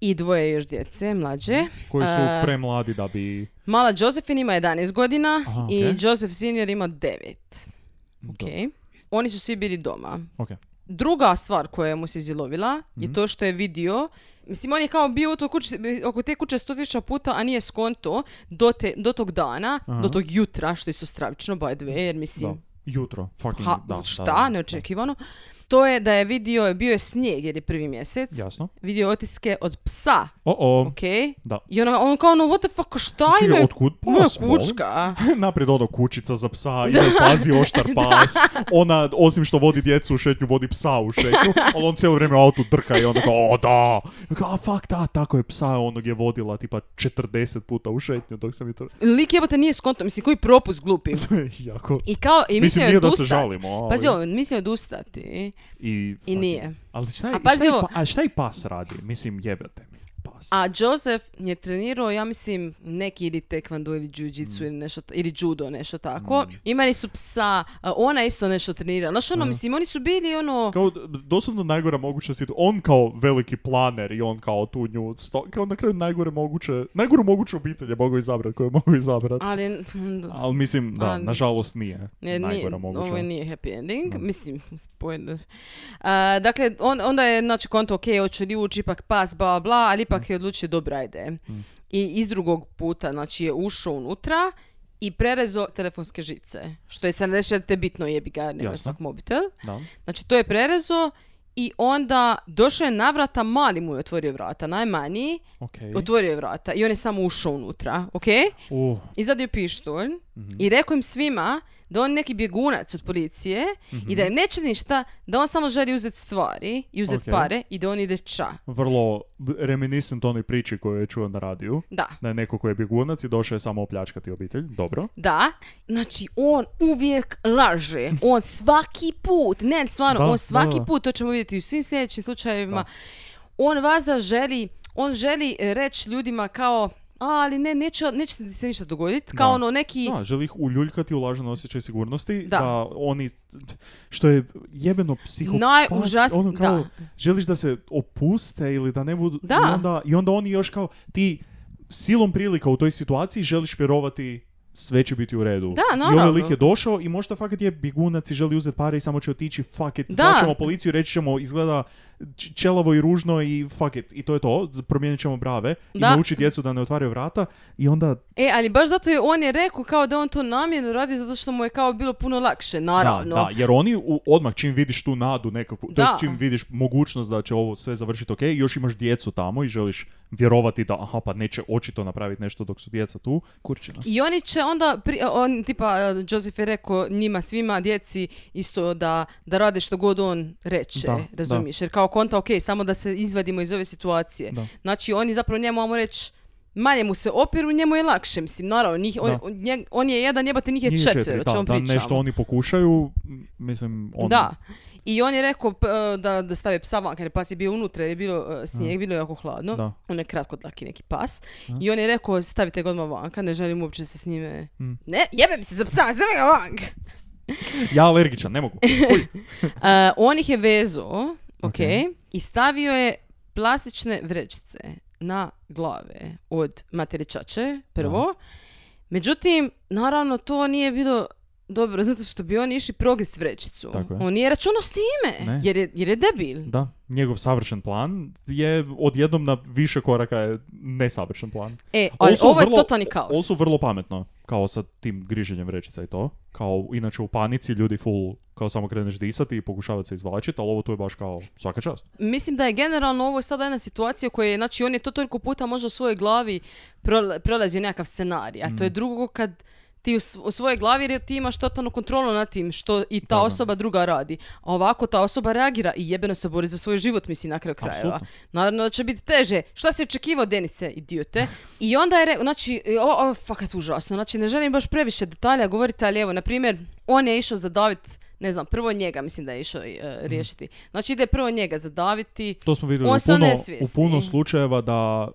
[SPEAKER 5] i dvoje još djece, mlađe.
[SPEAKER 4] Mhm. Koji su
[SPEAKER 5] E,
[SPEAKER 4] premladi da bi...
[SPEAKER 5] Mala Josephine ima 11 godina
[SPEAKER 4] Aha,
[SPEAKER 5] i
[SPEAKER 4] ok.
[SPEAKER 5] Joseph senior ima 9. Ok. Oni su svi bili doma.
[SPEAKER 4] Ok.
[SPEAKER 5] Druga stvar koja mu se izjelovila
[SPEAKER 4] Mhm.
[SPEAKER 5] je to što je vidio Mislim, on je kao bio u toj kući, oko te kuće sto tisuća puta, a nije skonto do, te, do tog dana,
[SPEAKER 4] Aha.
[SPEAKER 5] do tog jutra, što je isto stravično, by the way, jer mislim,
[SPEAKER 4] Da. Jutro, fucking,
[SPEAKER 5] ha,
[SPEAKER 4] da. da,
[SPEAKER 5] šta,
[SPEAKER 4] da, da.
[SPEAKER 5] neočekivano. To je da je vidio, bio je snijeg jer je prvi mjesec,
[SPEAKER 4] Jasno.
[SPEAKER 5] vidio je otiske od psa,
[SPEAKER 4] O, o.
[SPEAKER 5] ok?
[SPEAKER 4] Da.
[SPEAKER 5] I ono, on kao ono, what the fuck, šta
[SPEAKER 4] Čekaj,
[SPEAKER 5] ima?
[SPEAKER 4] otkud
[SPEAKER 5] Moja
[SPEAKER 4] pas, molim?
[SPEAKER 5] kućka.
[SPEAKER 4] Naprijed ono kućica za psa, ide pazi oštar pas. Ona, osim što vodi djecu u šetnju, vodi psa u šetnju, ali on cijelo vrijeme u autu drka i onda kao, o da, Ja kao, a fuck da, tako je psa, onog je vodila tipa 40 puta u šetnju dok sam je to...
[SPEAKER 5] Lik jebote nije skonto, mislim, koji propust glupi.
[SPEAKER 4] jako...
[SPEAKER 5] I kao, i
[SPEAKER 4] Mislim,
[SPEAKER 5] mislio je
[SPEAKER 4] nije da se
[SPEAKER 5] odustati.
[SPEAKER 4] žalimo, ali...
[SPEAKER 5] Pazi ovo, mislio je odustati.
[SPEAKER 4] I,
[SPEAKER 5] I nije.
[SPEAKER 4] Ali šta, je-
[SPEAKER 5] A pazi
[SPEAKER 4] šta, je
[SPEAKER 5] ovo.
[SPEAKER 4] pa- a šta i pas radi? Mislim, jebate mi pas.
[SPEAKER 5] A Joseph je trenirao, ja mislim, neki ili tekvando ili
[SPEAKER 4] Mm.
[SPEAKER 5] jiu-jitsu ili, nešto, ta- ili judo, nešto tako. Imali su psa, a ona je isto nešto trenirala. Znaš
[SPEAKER 4] Mm.
[SPEAKER 5] ono, mislim, oni su bili ono...
[SPEAKER 4] Kao, d- doslovno najgora moguća situ... On kao veliki planer i on kao tu nju... Sto... Kao na kraju najgore moguće... Najgoru moguću obitelj je mogu izabrati koju mogu izabrati.
[SPEAKER 5] Ali, mm,
[SPEAKER 4] Ali mislim, da,
[SPEAKER 5] Ali-
[SPEAKER 4] nažalost nije.
[SPEAKER 5] Ne, nije,
[SPEAKER 4] najgora moguća.
[SPEAKER 5] ovo nije happy ending, mislim, spoiler. A, dakle, on, onda je, znači, konto, ok, hoće li ući, ipak pas, bla, bla, ali
[SPEAKER 4] Mm.
[SPEAKER 5] ipak je odlučio, dobra ide. I iz drugog puta, znači, je ušao unutra i prerezo telefonske žice, što je sad nešto te bitno jebi ga, nema
[SPEAKER 4] Jasno.
[SPEAKER 5] svak mobitel.
[SPEAKER 4] Da.
[SPEAKER 5] Znači, to je prerezo i onda došao je na vrata, mali mu je otvorio vrata, najmanji,
[SPEAKER 4] Okej.
[SPEAKER 5] otvorio je vrata i on je samo ušao unutra, ok?
[SPEAKER 4] Uh,
[SPEAKER 5] izvadio pištolj
[SPEAKER 4] Mhm.
[SPEAKER 5] i rekao im svima da on neki bjegunac od policije
[SPEAKER 4] Mhm.
[SPEAKER 5] i da im neće ništa, da on samo želi uzeti stvari i
[SPEAKER 4] Ok.
[SPEAKER 5] uzeti pare i da on ide ča.
[SPEAKER 4] vrlo b- reminiscent onoj priči koju je čuo na radiju.
[SPEAKER 5] Da.
[SPEAKER 4] Da je neko koji je bjegunac i došao je samo opljačkati obitelj. Dobro.
[SPEAKER 5] Da, znači on uvijek laže, on svaki put, ne stvarno,
[SPEAKER 4] Da, da,
[SPEAKER 5] on svaki
[SPEAKER 4] da.
[SPEAKER 5] put, to ćemo vidjeti u svim sljedećim slučajevima,
[SPEAKER 4] Da.
[SPEAKER 5] on vas da želi, on želi e, reći ljudima kao, "A, ali ne, neće, neće ti se ništa dogoditi, kao
[SPEAKER 4] Da.
[SPEAKER 5] ono neki,
[SPEAKER 4] Da, želi ih uljuljkati u lažan osjećaj sigurnosti.
[SPEAKER 5] Da.
[SPEAKER 4] Da. oni, što je jebeno psihopatski.
[SPEAKER 5] Najužas-
[SPEAKER 4] Ono kao,
[SPEAKER 5] da.
[SPEAKER 4] želiš da se opuste ili da ne budu.
[SPEAKER 5] Da.
[SPEAKER 4] I onda, I onda oni još kao, ti silom prilika u toj situaciji želiš vjerovati sve će biti u redu.
[SPEAKER 5] Da,
[SPEAKER 4] I
[SPEAKER 5] naravno.
[SPEAKER 4] ovaj lik je došao i možda fakat je bigunac i želi uzeti pare i samo će otići, fuck it,
[SPEAKER 5] Da.
[SPEAKER 4] ćemo policiju, reći ćemo, izgleda č- čelavo i ružno i fuck it. I to je to, z- promijenit ćemo brave i
[SPEAKER 5] Da.
[SPEAKER 4] nauči djecu da ne otvaraju vrata i onda
[SPEAKER 5] E, ali baš zato je on je rekao kao da on to namjerno radi zato što mu je kao bilo puno lakše, naravno.
[SPEAKER 4] Da, da, jer oni u, odmah čim vidiš tu nadu nekakvu, to
[SPEAKER 5] Da.
[SPEAKER 4] jest čim vidiš mogućnost da će ovo sve završiti ok, još imaš djecu tamo i želiš vjerovati da aha pa neće očito napraviti nešto dok su djeca tu, kurčina.
[SPEAKER 5] I oni će onda, pri, on, tipa, eh, Joseph je rekao njima svima, djeci, isto da, da rade što god on reče,
[SPEAKER 4] Da,
[SPEAKER 5] razumiješ? Jer kao konta, ok, samo da se izvadimo iz ove situacije.
[SPEAKER 4] Da.
[SPEAKER 5] Znači, oni zapravo njemu, ajmo reći, manje mu se opiru, njemu je lakše, mislim, naravno, njih, on,
[SPEAKER 4] Da.
[SPEAKER 5] on, njeg- on je jedan, jebate, njih je
[SPEAKER 4] Njih
[SPEAKER 5] četvero, o
[SPEAKER 4] da,
[SPEAKER 5] čemu
[SPEAKER 4] da
[SPEAKER 5] pričamo.
[SPEAKER 4] nešto oni pokušaju, m, mislim, on,
[SPEAKER 5] Da. I on je rekao p- e, da, da stave psa van, jer pas je bio unutra, jer je bilo e, snijeg, bilo je jako hladno.
[SPEAKER 4] Da.
[SPEAKER 5] On je kratko dlaki neki pas. I on je rekao, stavite ga odmah vanka, ne želim uopće da se s njime...
[SPEAKER 4] Mm.
[SPEAKER 5] Ne, jebem se za psa, stavite ga vank!
[SPEAKER 4] ja alergičan, ne mogu. Uj.
[SPEAKER 5] E, on ih je vezao, ok,
[SPEAKER 4] Ok.
[SPEAKER 5] i stavio je plastične vrećice na glave od materičače, prvo. Međutim, naravno, to nije bilo dobro, zato što bi on išli progres vrećicu.
[SPEAKER 4] Tako je.
[SPEAKER 5] On nije računao s time,
[SPEAKER 4] Ne.
[SPEAKER 5] jer je, jer je debil.
[SPEAKER 4] Da, njegov savršen plan je odjednom na više koraka je nesavršen plan.
[SPEAKER 5] E, ali
[SPEAKER 4] su
[SPEAKER 5] ovo je
[SPEAKER 4] vrlo-
[SPEAKER 5] totalni kaos.
[SPEAKER 4] Ovo su vrlo pametno, kao sa tim griženjem vrećica i to. Kao, inače u panici ljudi full, kao samo kreneš disati i pokušavati se izvlačiti, ali ovo tu je baš kao svaka čast.
[SPEAKER 5] Mislim da je generalno ovo sada jedna situacija koja je, znači on je to toliko puta možda u svojoj glavi prole- prolazio nekakav scenarij, a to
[SPEAKER 4] Mm.
[SPEAKER 5] je drugo kad ti u, s- u svojoj glavi jer ti imaš totalnu kontrolu nad tim što i ta
[SPEAKER 4] Da, da.
[SPEAKER 5] osoba druga radi. A ovako ta osoba reagira i jebeno se bori za svoj život, mislim, na kraju krajeva.
[SPEAKER 4] Apsolutno.
[SPEAKER 5] Naravno da će biti teže. Šta si očekivao, Denise, idiote? I onda je, re- znači, ovo je fakat užasno. Znači, ne želim baš previše detalja govoriti, ali evo, na primjer, on je išao zadavit, ne znam, prvo njega mislim da je išao e,
[SPEAKER 4] Mhm.
[SPEAKER 5] riješiti. Znači, ide prvo njega zadaviti.
[SPEAKER 4] To smo vidjeli
[SPEAKER 5] On
[SPEAKER 4] u
[SPEAKER 5] se
[SPEAKER 4] puno,
[SPEAKER 5] onesvijesti.
[SPEAKER 4] u puno slučajeva da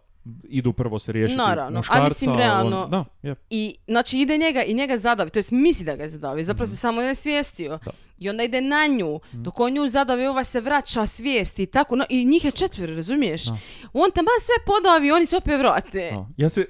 [SPEAKER 4] idu prvo se riješiti
[SPEAKER 5] Naravno, a
[SPEAKER 4] muškarca.
[SPEAKER 5] mislim, realno-
[SPEAKER 4] on- da, je.
[SPEAKER 5] I, znači, ide njega i njega zadavi, to jest misli da ga je zadavi, zapravo se samo ne svijestio.
[SPEAKER 4] Mhm. Da. Mhm.
[SPEAKER 5] I onda ide na nju, dok on nju zadavi, ova se vraća svijesti i tako, no, i njih je četvr, razumiješ?
[SPEAKER 4] Da.
[SPEAKER 5] On tamo sve podavi, oni se opet vrate.
[SPEAKER 4] Da. Ja se,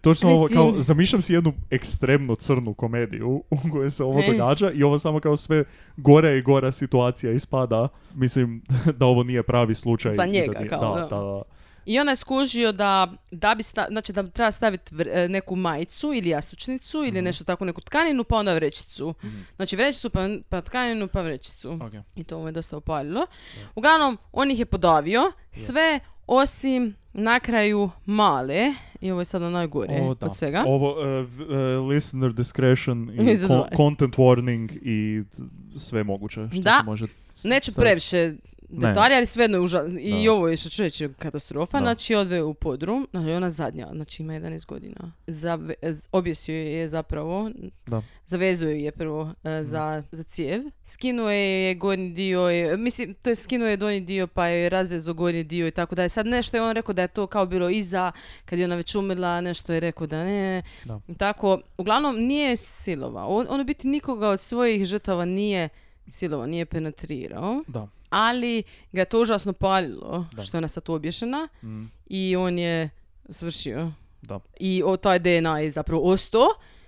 [SPEAKER 4] točno ovo,
[SPEAKER 5] e. Mislim-
[SPEAKER 4] kao, zamišljam si jednu ekstremno crnu komediju u kojoj se ovo
[SPEAKER 5] E.
[SPEAKER 4] događa i ovo samo kao sve gore i gora situacija ispada. Mislim da ovo nije pravi slučaj.
[SPEAKER 5] Za
[SPEAKER 4] i da
[SPEAKER 5] njega,
[SPEAKER 4] nije-
[SPEAKER 5] kao,
[SPEAKER 4] da,
[SPEAKER 5] da.
[SPEAKER 4] da, da.
[SPEAKER 5] I ona je skužio da, da, bi sta- znači da treba staviti vr- e, neku majicu ili jastučnicu
[SPEAKER 4] Mhm.
[SPEAKER 5] ili nešto tako, neku tkaninu pa onda vrećicu. Znači vrećicu pa, pa tkaninu pa vrećicu. I to mu je dosta upalilo. Uglavnom, on ih je podavio, sve osim na kraju male. I ovo je sada najgore
[SPEAKER 4] O, da.
[SPEAKER 5] od svega.
[SPEAKER 4] Ovo, e, v- e, listener discretion i kon-
[SPEAKER 5] Za dvanaest.
[SPEAKER 4] content warning i t- sve moguće što
[SPEAKER 5] Da.
[SPEAKER 4] se može... s-
[SPEAKER 5] Neću
[SPEAKER 4] sad-
[SPEAKER 5] previše detalja, ali svejedno je užasno. I
[SPEAKER 4] Da.
[SPEAKER 5] ovo je što ću reći katastrofa.
[SPEAKER 4] Da.
[SPEAKER 5] Znači, odve u podrum. Znači, ona zadnja, znači ima 11 godina. Zave, z- objesio je je zapravo,
[SPEAKER 4] Da.
[SPEAKER 5] zavezuje je prvo
[SPEAKER 4] Mm.
[SPEAKER 5] e, za, za cijev. Skinuo je gornji dio, je- mislim, to je skinuo je donji dio pa je razrezao gornji dio i tako dalje. Sad nešto je on rekao da je to kao bilo iza, kad je ona već umrla, nešto je rekao da ne.
[SPEAKER 4] Da.
[SPEAKER 5] I Tako, uglavnom nije silovao. On, on u biti nikoga od svojih žrtava nije silovao, nije penetrirao
[SPEAKER 4] Da.
[SPEAKER 5] ali ga je to užasno palilo
[SPEAKER 4] Da.
[SPEAKER 5] što je ona sad tu obješena
[SPEAKER 4] Mm,
[SPEAKER 5] i on je svršio.
[SPEAKER 4] da.
[SPEAKER 5] I o, taj DNA je zapravo ostao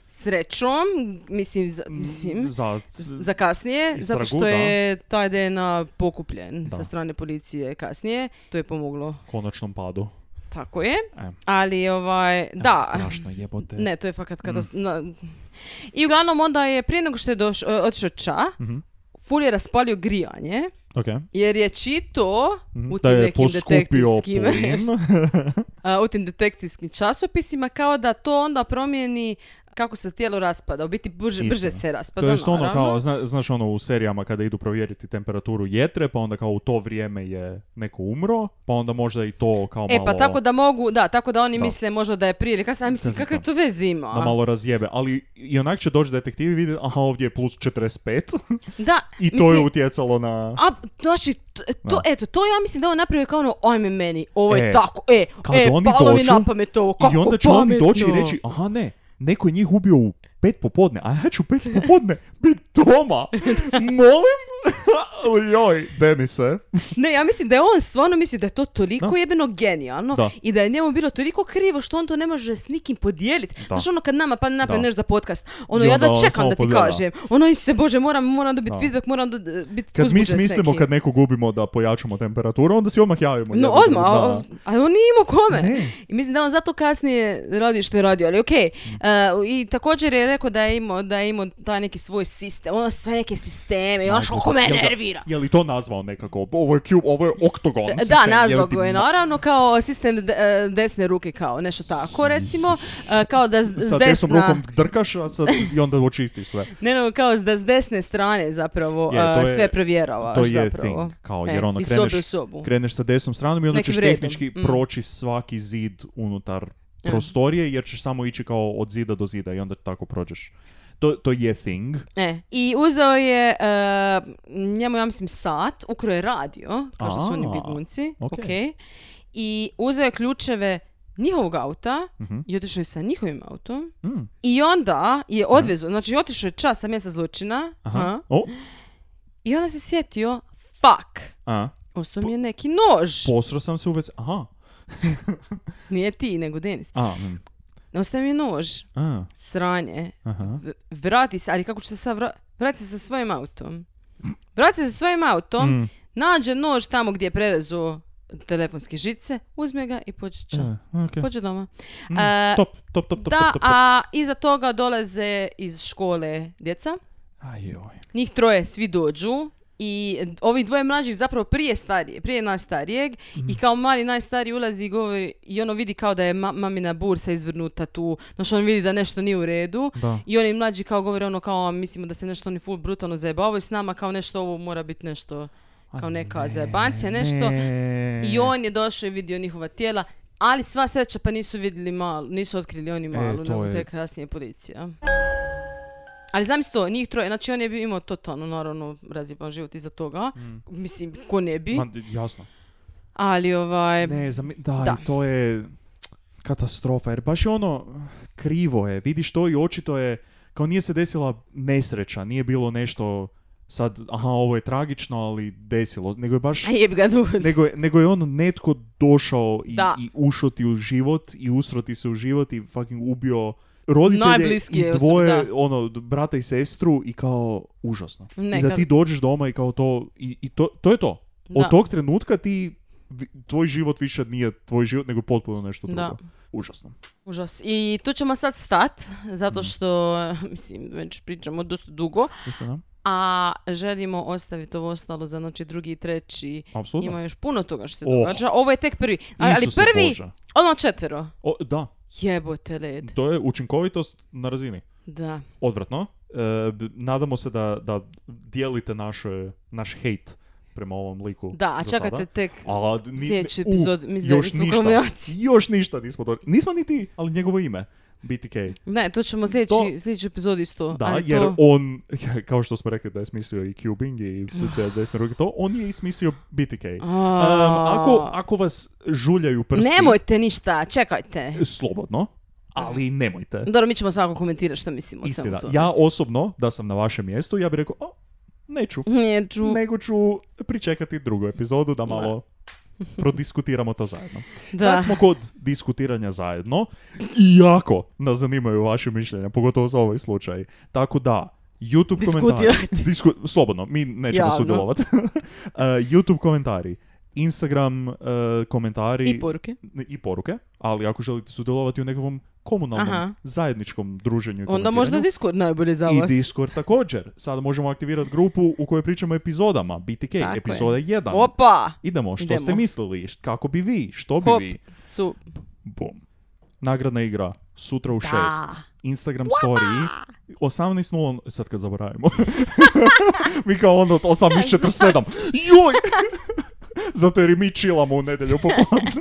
[SPEAKER 5] srećom, mislim, za, mislim,
[SPEAKER 4] Za,
[SPEAKER 5] za kasnije,
[SPEAKER 4] Mm, Istragu,
[SPEAKER 5] zato što
[SPEAKER 4] da.
[SPEAKER 5] je taj DNA pokupljen
[SPEAKER 4] Da.
[SPEAKER 5] sa strane policije kasnije. To je pomoglo.
[SPEAKER 4] konačnom padu.
[SPEAKER 5] Tako je.
[SPEAKER 4] E.
[SPEAKER 5] Ali ovaj, da.
[SPEAKER 4] Strašno Mm. jebote.
[SPEAKER 5] Ne, to je fakat kada... I uglavnom onda je prije nego što je doš, e, otišao ča,
[SPEAKER 4] Mhm.
[SPEAKER 5] ful je raspalio grijanje.
[SPEAKER 4] Okej.
[SPEAKER 5] Jer je čito
[SPEAKER 4] Mhm.
[SPEAKER 5] u
[SPEAKER 4] Da
[SPEAKER 5] tim
[SPEAKER 4] je
[SPEAKER 5] nekim
[SPEAKER 4] poskupio
[SPEAKER 5] detektivskim,
[SPEAKER 4] plin.
[SPEAKER 5] a, u tim detektivskim časopisima kao da to onda promijeni kako se tijelo raspada. U biti brže,
[SPEAKER 4] Isto.
[SPEAKER 5] brže se raspada,
[SPEAKER 4] To jest ono
[SPEAKER 5] Pa naravno.
[SPEAKER 4] kao, zna- znaš ono u serijama kada idu provjeriti temperaturu jetre, pa onda kao u to vrijeme je neko umro, pa onda možda i to kao
[SPEAKER 5] E
[SPEAKER 4] malo...
[SPEAKER 5] pa tako da mogu, da, tako da oni
[SPEAKER 4] Da.
[SPEAKER 5] misle možda da je prije ili kasnije, a mislim
[SPEAKER 4] Ne znam.
[SPEAKER 5] kakve to veze ima. ono?
[SPEAKER 4] da malo razjebe, ali i onak će doći detektivi i vidjeti, aha, ovdje je plus 45
[SPEAKER 5] Da,
[SPEAKER 4] i to je
[SPEAKER 5] mislim,
[SPEAKER 4] utjecalo na...
[SPEAKER 5] A, znači, t- to, eto, to ja mislim da on napravio kao ono, ajme meni, ovo je
[SPEAKER 4] E,
[SPEAKER 5] tako, e,
[SPEAKER 4] kad
[SPEAKER 5] e,
[SPEAKER 4] oni
[SPEAKER 5] palo mi
[SPEAKER 4] dođu
[SPEAKER 5] na pamet ovo, kako
[SPEAKER 4] I onda će oni
[SPEAKER 5] pametno.
[SPEAKER 4] doći i reći, aha ne, neko je njih ubio u pet popodne, a ja ću u pet popodne bit doma, molim? Joj, Denise.
[SPEAKER 5] Ne, ja mislim da je on stvarno misli da je to toliko
[SPEAKER 4] Da.
[SPEAKER 5] jebeno genijalno
[SPEAKER 4] Da.
[SPEAKER 5] i da je njemu bilo toliko krivo što on to ne može s nikim podijeliti. Znaš ono kad nama padne napravi
[SPEAKER 4] Da.
[SPEAKER 5] nešto za podcast, ono
[SPEAKER 4] I
[SPEAKER 5] ja
[SPEAKER 4] onda
[SPEAKER 5] da
[SPEAKER 4] on
[SPEAKER 5] čekam
[SPEAKER 4] samo
[SPEAKER 5] da ti
[SPEAKER 4] pogleda.
[SPEAKER 5] kažem. Ono i se bože moram, moram dobiti
[SPEAKER 4] Da.
[SPEAKER 5] feedback, moram do, biti
[SPEAKER 4] Kad mi
[SPEAKER 5] uzbuđen s
[SPEAKER 4] smislimo
[SPEAKER 5] nekim.
[SPEAKER 4] kad neko gubimo da pojačamo temperaturu, onda si odmah javimo.
[SPEAKER 5] No
[SPEAKER 4] jedno
[SPEAKER 5] odmah,
[SPEAKER 4] drugo,
[SPEAKER 5] a-
[SPEAKER 4] da.
[SPEAKER 5] a on nije imao kome.
[SPEAKER 4] Ne.
[SPEAKER 5] I mislim da on zato kasnije radi što je radio, ali okej.
[SPEAKER 4] Mm.
[SPEAKER 5] Uh, I također je rekao da je imao, da je imao taj neki svoj sistem, ono sve neke sisteme i ono što oko mene
[SPEAKER 4] Jel ga-
[SPEAKER 5] nervira.
[SPEAKER 4] Je li to nazvao nekako? Ovo je cube, ovo je oktogon sistem.
[SPEAKER 5] Da, nazvao
[SPEAKER 4] jel ti
[SPEAKER 5] ga je
[SPEAKER 4] ma-
[SPEAKER 5] naravno kao sistem de- e, desne ruke, kao nešto tako recimo, E, kao da s, s
[SPEAKER 4] Mm. Sa desnom
[SPEAKER 5] desna,
[SPEAKER 4] rukom drkaš, a sad i onda očistiš sve.
[SPEAKER 5] ne, ne, kao da s desne strane zapravo
[SPEAKER 4] Je, to
[SPEAKER 5] e,
[SPEAKER 4] je-
[SPEAKER 5] sve provjeravaš
[SPEAKER 4] to je
[SPEAKER 5] zapravo.
[SPEAKER 4] thing, kao,
[SPEAKER 5] E,
[SPEAKER 4] jer ono
[SPEAKER 5] iz
[SPEAKER 4] kreneš-
[SPEAKER 5] sobe u sobu.
[SPEAKER 4] Kreneš sa desnom stranom i onda
[SPEAKER 5] Nekim
[SPEAKER 4] ćeš
[SPEAKER 5] redom,
[SPEAKER 4] tehnički
[SPEAKER 5] mm.
[SPEAKER 4] proći svaki zid unutar prostorije, jer ćeš samo ići kao od zida do zida i onda tako prođeš. To, to je thing.
[SPEAKER 5] E, I uzeo je, e, njemu ja mislim sat, ukro je radio, kao što su oni
[SPEAKER 4] A,
[SPEAKER 5] bjegunci,
[SPEAKER 4] ok.
[SPEAKER 5] ok. I uzeo je ključeve njihovog auta
[SPEAKER 4] Mhm.
[SPEAKER 5] i otišao je sa njihovim autom.
[SPEAKER 4] Mm. Mhm.
[SPEAKER 5] I onda je odvezao, znači otišao je čas sa mjesta zločina
[SPEAKER 4] Aha.
[SPEAKER 5] a,
[SPEAKER 4] O,
[SPEAKER 5] i onda se sjetio, fuck,
[SPEAKER 4] a,
[SPEAKER 5] ostao mi je neki nož.
[SPEAKER 4] posro sam se uvec. Aha.
[SPEAKER 5] Nije ti, nego Denis.
[SPEAKER 4] A, mm.
[SPEAKER 5] Ostao mi je nož,
[SPEAKER 4] a,
[SPEAKER 5] sranje.
[SPEAKER 4] aha.
[SPEAKER 5] V- vrati se, ali kako ću se sad vra- vrati se sa svojim autom. Vrati se sa svojim autom,
[SPEAKER 4] Mm.
[SPEAKER 5] nađe nož tamo gdje je prerezao telefonske žice, uzme ga i pođe ča.
[SPEAKER 4] E, okej.
[SPEAKER 5] Pođe doma.
[SPEAKER 4] Mm,
[SPEAKER 5] E,
[SPEAKER 4] Top, top, top, top,
[SPEAKER 5] Da,
[SPEAKER 4] top, top. top.
[SPEAKER 5] a iza toga dolaze iz škole djeca.
[SPEAKER 4] Aj, joj.
[SPEAKER 5] Njih troje svi dođu i ovi dvoje mlađih zapravo prije starije, prije najstarijeg i kao mali najstariji ulazi i govori i ono vidi kao da je ma- mamina bursa izvrnuta tu, znači on vidi da nešto nije u redu
[SPEAKER 4] Da.
[SPEAKER 5] i oni mlađi kao govore ono kao "A, mislimo da se nešto oni full brutalno zajebavaju s nama kao nešto ovo mora biti nešto kao neka zajebancija, nešto.
[SPEAKER 4] Ne.
[SPEAKER 5] I on je došao i vidio njihova tijela, ali sva sreća pa nisu vidjeli malu, nisu otkrili oni malu,
[SPEAKER 4] E, to
[SPEAKER 5] nego
[SPEAKER 4] je-
[SPEAKER 5] to je kasnije policija. Ali zamisli to, njih troje, znači on je bi imao totalno, naravno, razjeban život iza toga. Mislim, ko ne bi,
[SPEAKER 4] Mm. Ma, jasno.
[SPEAKER 5] ali ovaj...
[SPEAKER 4] Ne, zami- da,
[SPEAKER 5] Da.
[SPEAKER 4] i to je... katastrofa, jer baš je ono, krivo je, vidiš to i očito je, kao nije se desila nesreća, nije bilo nešto sad, aha, ovo je tragično, ali desilo, nego je baš...
[SPEAKER 5] A jebi ga duh.
[SPEAKER 4] Nego je, nego je ono netko došao i,
[SPEAKER 5] Da.
[SPEAKER 4] i ušao ti u život i usro ti se u život i fucking ubio roditelje i
[SPEAKER 5] Najbliskije osobe,
[SPEAKER 4] dvoje
[SPEAKER 5] da.
[SPEAKER 4] ono, d- brata i sestru i kao užasno. I da
[SPEAKER 5] Nekad.
[SPEAKER 4] ti dođeš doma i kao to i, i to, to je to. Od
[SPEAKER 5] Da.
[SPEAKER 4] tog trenutka ti vi- tvoj život više nije tvoj život nego potpuno nešto drugo.
[SPEAKER 5] Da.
[SPEAKER 4] Užasno.
[SPEAKER 5] Užas. I tu ćemo sad stat,
[SPEAKER 4] Mm.
[SPEAKER 5] zato što, mislim, već pričamo dosta dugo,
[SPEAKER 4] Istina?
[SPEAKER 5] a želimo ostaviti ovo ostalo za znači drugi i treći.
[SPEAKER 4] Apsolutno.
[SPEAKER 5] Ima još puno toga što se
[SPEAKER 4] Oh.
[SPEAKER 5] događa. Ovo je tek prvi. A- ali
[SPEAKER 4] Isuse
[SPEAKER 5] prvi,
[SPEAKER 4] Bože.
[SPEAKER 5] odmah Ono, četvero.
[SPEAKER 4] O, da,
[SPEAKER 5] Jebote led.
[SPEAKER 4] to je učinkovitost na razini.
[SPEAKER 5] Da.
[SPEAKER 4] odvratno. E, b- nadamo se da, da dijelite naše, naš hejt prema ovom liku.
[SPEAKER 5] Da, a
[SPEAKER 4] za
[SPEAKER 5] čekate
[SPEAKER 4] sada.
[SPEAKER 5] tek
[SPEAKER 4] A, ni-
[SPEAKER 5] sljedeći
[SPEAKER 4] u,
[SPEAKER 5] epizod, mislim da
[SPEAKER 4] još
[SPEAKER 5] je tu
[SPEAKER 4] ništa,
[SPEAKER 5] kombinaciji.
[SPEAKER 4] još ništa nismo do... Nismo niti, ali njegovo ime, BTK.
[SPEAKER 5] Ne, to ćemo sljedeći,
[SPEAKER 4] To-
[SPEAKER 5] sljedeći epizod isto.
[SPEAKER 4] Da,
[SPEAKER 5] ali
[SPEAKER 4] jer
[SPEAKER 5] to...
[SPEAKER 4] on, kao što smo rekli da je smislio i cubing i da je desne ruke to, on je i smislio BTK. Um, ako, ako vas žuljaju prsti,
[SPEAKER 5] Nemojte ništa, čekajte.
[SPEAKER 4] slobodno, ali nemojte.
[SPEAKER 5] Dobro, mi ćemo svako komentirati što mislimo o svemu
[SPEAKER 4] Istina,
[SPEAKER 5] tome.
[SPEAKER 4] ja osobno, da sam na vašem mjestu, ja bih rekao, o, neću.
[SPEAKER 5] Neću.
[SPEAKER 4] nego ću pričekati drugu epizodu da malo prodiskutiramo to zajedno.
[SPEAKER 5] Da.
[SPEAKER 4] Kad smo kod diskutiranja zajedno, jako nas zanimaju vaše mišljenja, pogotovo za ovaj slučaj. Tako da, YouTube komentari...
[SPEAKER 5] Diskutirajte.
[SPEAKER 4] Disku, slobodno, mi nećemo
[SPEAKER 5] Javno.
[SPEAKER 4] sudjelovati. Uh, YouTube komentari, Instagram uh, komentari...
[SPEAKER 5] I poruke.
[SPEAKER 4] ne, i poruke, ali ako želite sudjelovati u nekakvom komunalnom,
[SPEAKER 5] Aha.
[SPEAKER 4] zajedničkom druženju i
[SPEAKER 5] Onda možda
[SPEAKER 4] komentiranju,
[SPEAKER 5] Discord najbolje za
[SPEAKER 4] i
[SPEAKER 5] vas.
[SPEAKER 4] Discord također. Sada možemo aktivirati grupu u kojoj pričamo o epizodama. BTK,
[SPEAKER 5] Tako je.
[SPEAKER 4] epizoda 1.
[SPEAKER 5] Opa!
[SPEAKER 4] Idemo, što
[SPEAKER 5] Idemo.
[SPEAKER 4] ste mislili? Št- Kako bi vi? Što bi
[SPEAKER 5] Hop.
[SPEAKER 4] vi?
[SPEAKER 5] Su.
[SPEAKER 4] Bum. Nagradna igra, sutra u 6. Instagram story, 18.00, sad kad zaboravimo. mi kao ono, 18.47. Joj! Zato jer i mi čilamo u nedelju popodne.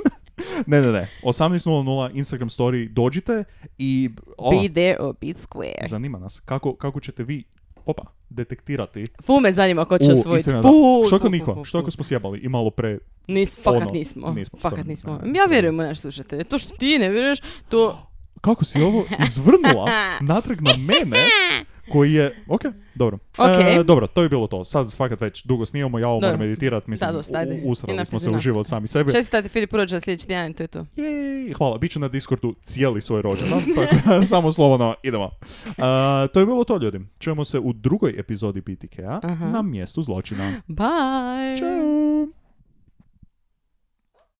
[SPEAKER 4] ne, ne, ne. 18.00 Instagram story, dođite i... o,
[SPEAKER 5] Be there or be square.
[SPEAKER 4] Zanima nas kako, kako ćete vi opa, detektirati.
[SPEAKER 5] Fu me zanima ko će
[SPEAKER 4] U,
[SPEAKER 5] osvojiti.
[SPEAKER 4] istina, da.
[SPEAKER 5] Fu,
[SPEAKER 4] Što
[SPEAKER 5] fu,
[SPEAKER 4] ako
[SPEAKER 5] fu,
[SPEAKER 4] niko?
[SPEAKER 5] fu,
[SPEAKER 4] Što ako smo sjebali i malo pre...
[SPEAKER 5] Nis, fakat
[SPEAKER 4] Ono,
[SPEAKER 5] nismo.
[SPEAKER 4] nismo,
[SPEAKER 5] fakat
[SPEAKER 4] stvarno,
[SPEAKER 5] nismo.
[SPEAKER 4] da,
[SPEAKER 5] Ja vjerujem u naš slušatelj. To što ti ne vjeruješ, to...
[SPEAKER 4] Kako si ovo izvrnula natrag na mene? Koji je... Ok, dobro.
[SPEAKER 5] Ok.
[SPEAKER 4] E, dobro, to je bilo to. Sad fakat već dugo snimamo, ja ovo
[SPEAKER 5] Dobro.
[SPEAKER 4] moram meditirat, mislim,
[SPEAKER 5] Da, dosta, ajde.
[SPEAKER 4] u- usrali
[SPEAKER 5] Enough
[SPEAKER 4] smo
[SPEAKER 5] is
[SPEAKER 4] se u
[SPEAKER 5] enough.
[SPEAKER 4] život sami sebe.
[SPEAKER 5] Čestitajte Filip Rođa sljedeći tjedan i to je to.
[SPEAKER 4] Jej, hvala, bit ću na Discordu cijeli svoj rođendan, tako da samo slobodno idemo. E, to je bilo to, ljudi. Čujemo se u drugoj epizodi BTK-a na mjestu zločina.
[SPEAKER 5] Bye!
[SPEAKER 4] Ćao!